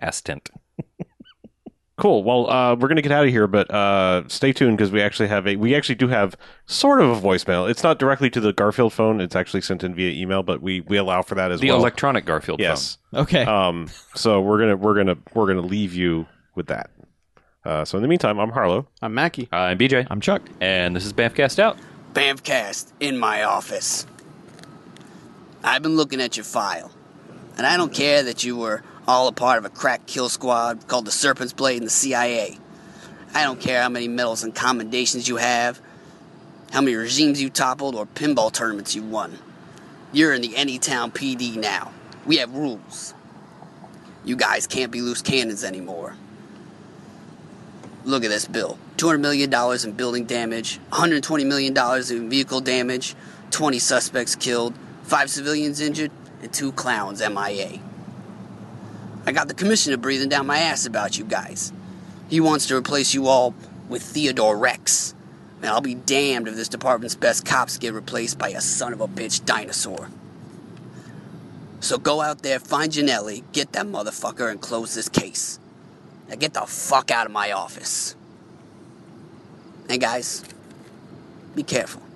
Speaker 5: ass tent.
Speaker 2: Cool. Well, uh, we're gonna get out of here, but uh, stay tuned because we actually have a we actually do have sort of a voicemail. It's not directly to the Garfield phone; it's actually sent in via email, but we we allow for that as
Speaker 5: The
Speaker 2: well.
Speaker 5: electronic Garfield.
Speaker 2: yes.
Speaker 4: Okay.
Speaker 2: Um. So we're gonna we're gonna we're gonna leave you with that. Uh, so in the meantime, I'm Harlow.
Speaker 3: I'm Mackie.
Speaker 5: phone. Uh, I'm BJ,
Speaker 4: I'm Chuck.
Speaker 5: and this is Bamfcast out.
Speaker 10: Bamcast in my office. I've been looking at your file, and I don't care that you were all a part of a crack kill squad called the Serpent's Blade and the CIA. I don't care how many medals and commendations you have, how many regimes you toppled, or pinball tournaments you won. You're in the Anytown PD now. We have rules. You guys can't be loose cannons anymore. Look at this bill. $200 million in building damage, $120 million in vehicle damage, 20 suspects killed, 5 civilians injured, and 2 clowns MIA. I got the commissioner breathing down my ass about you guys. He wants to replace you all with Theodore Rex. And I'll be damned if this department's best cops get replaced by a son of a bitch dinosaur. So go out there, find Janelli, get that motherfucker, and close this case. Now get the fuck out of my office. And guys, be careful.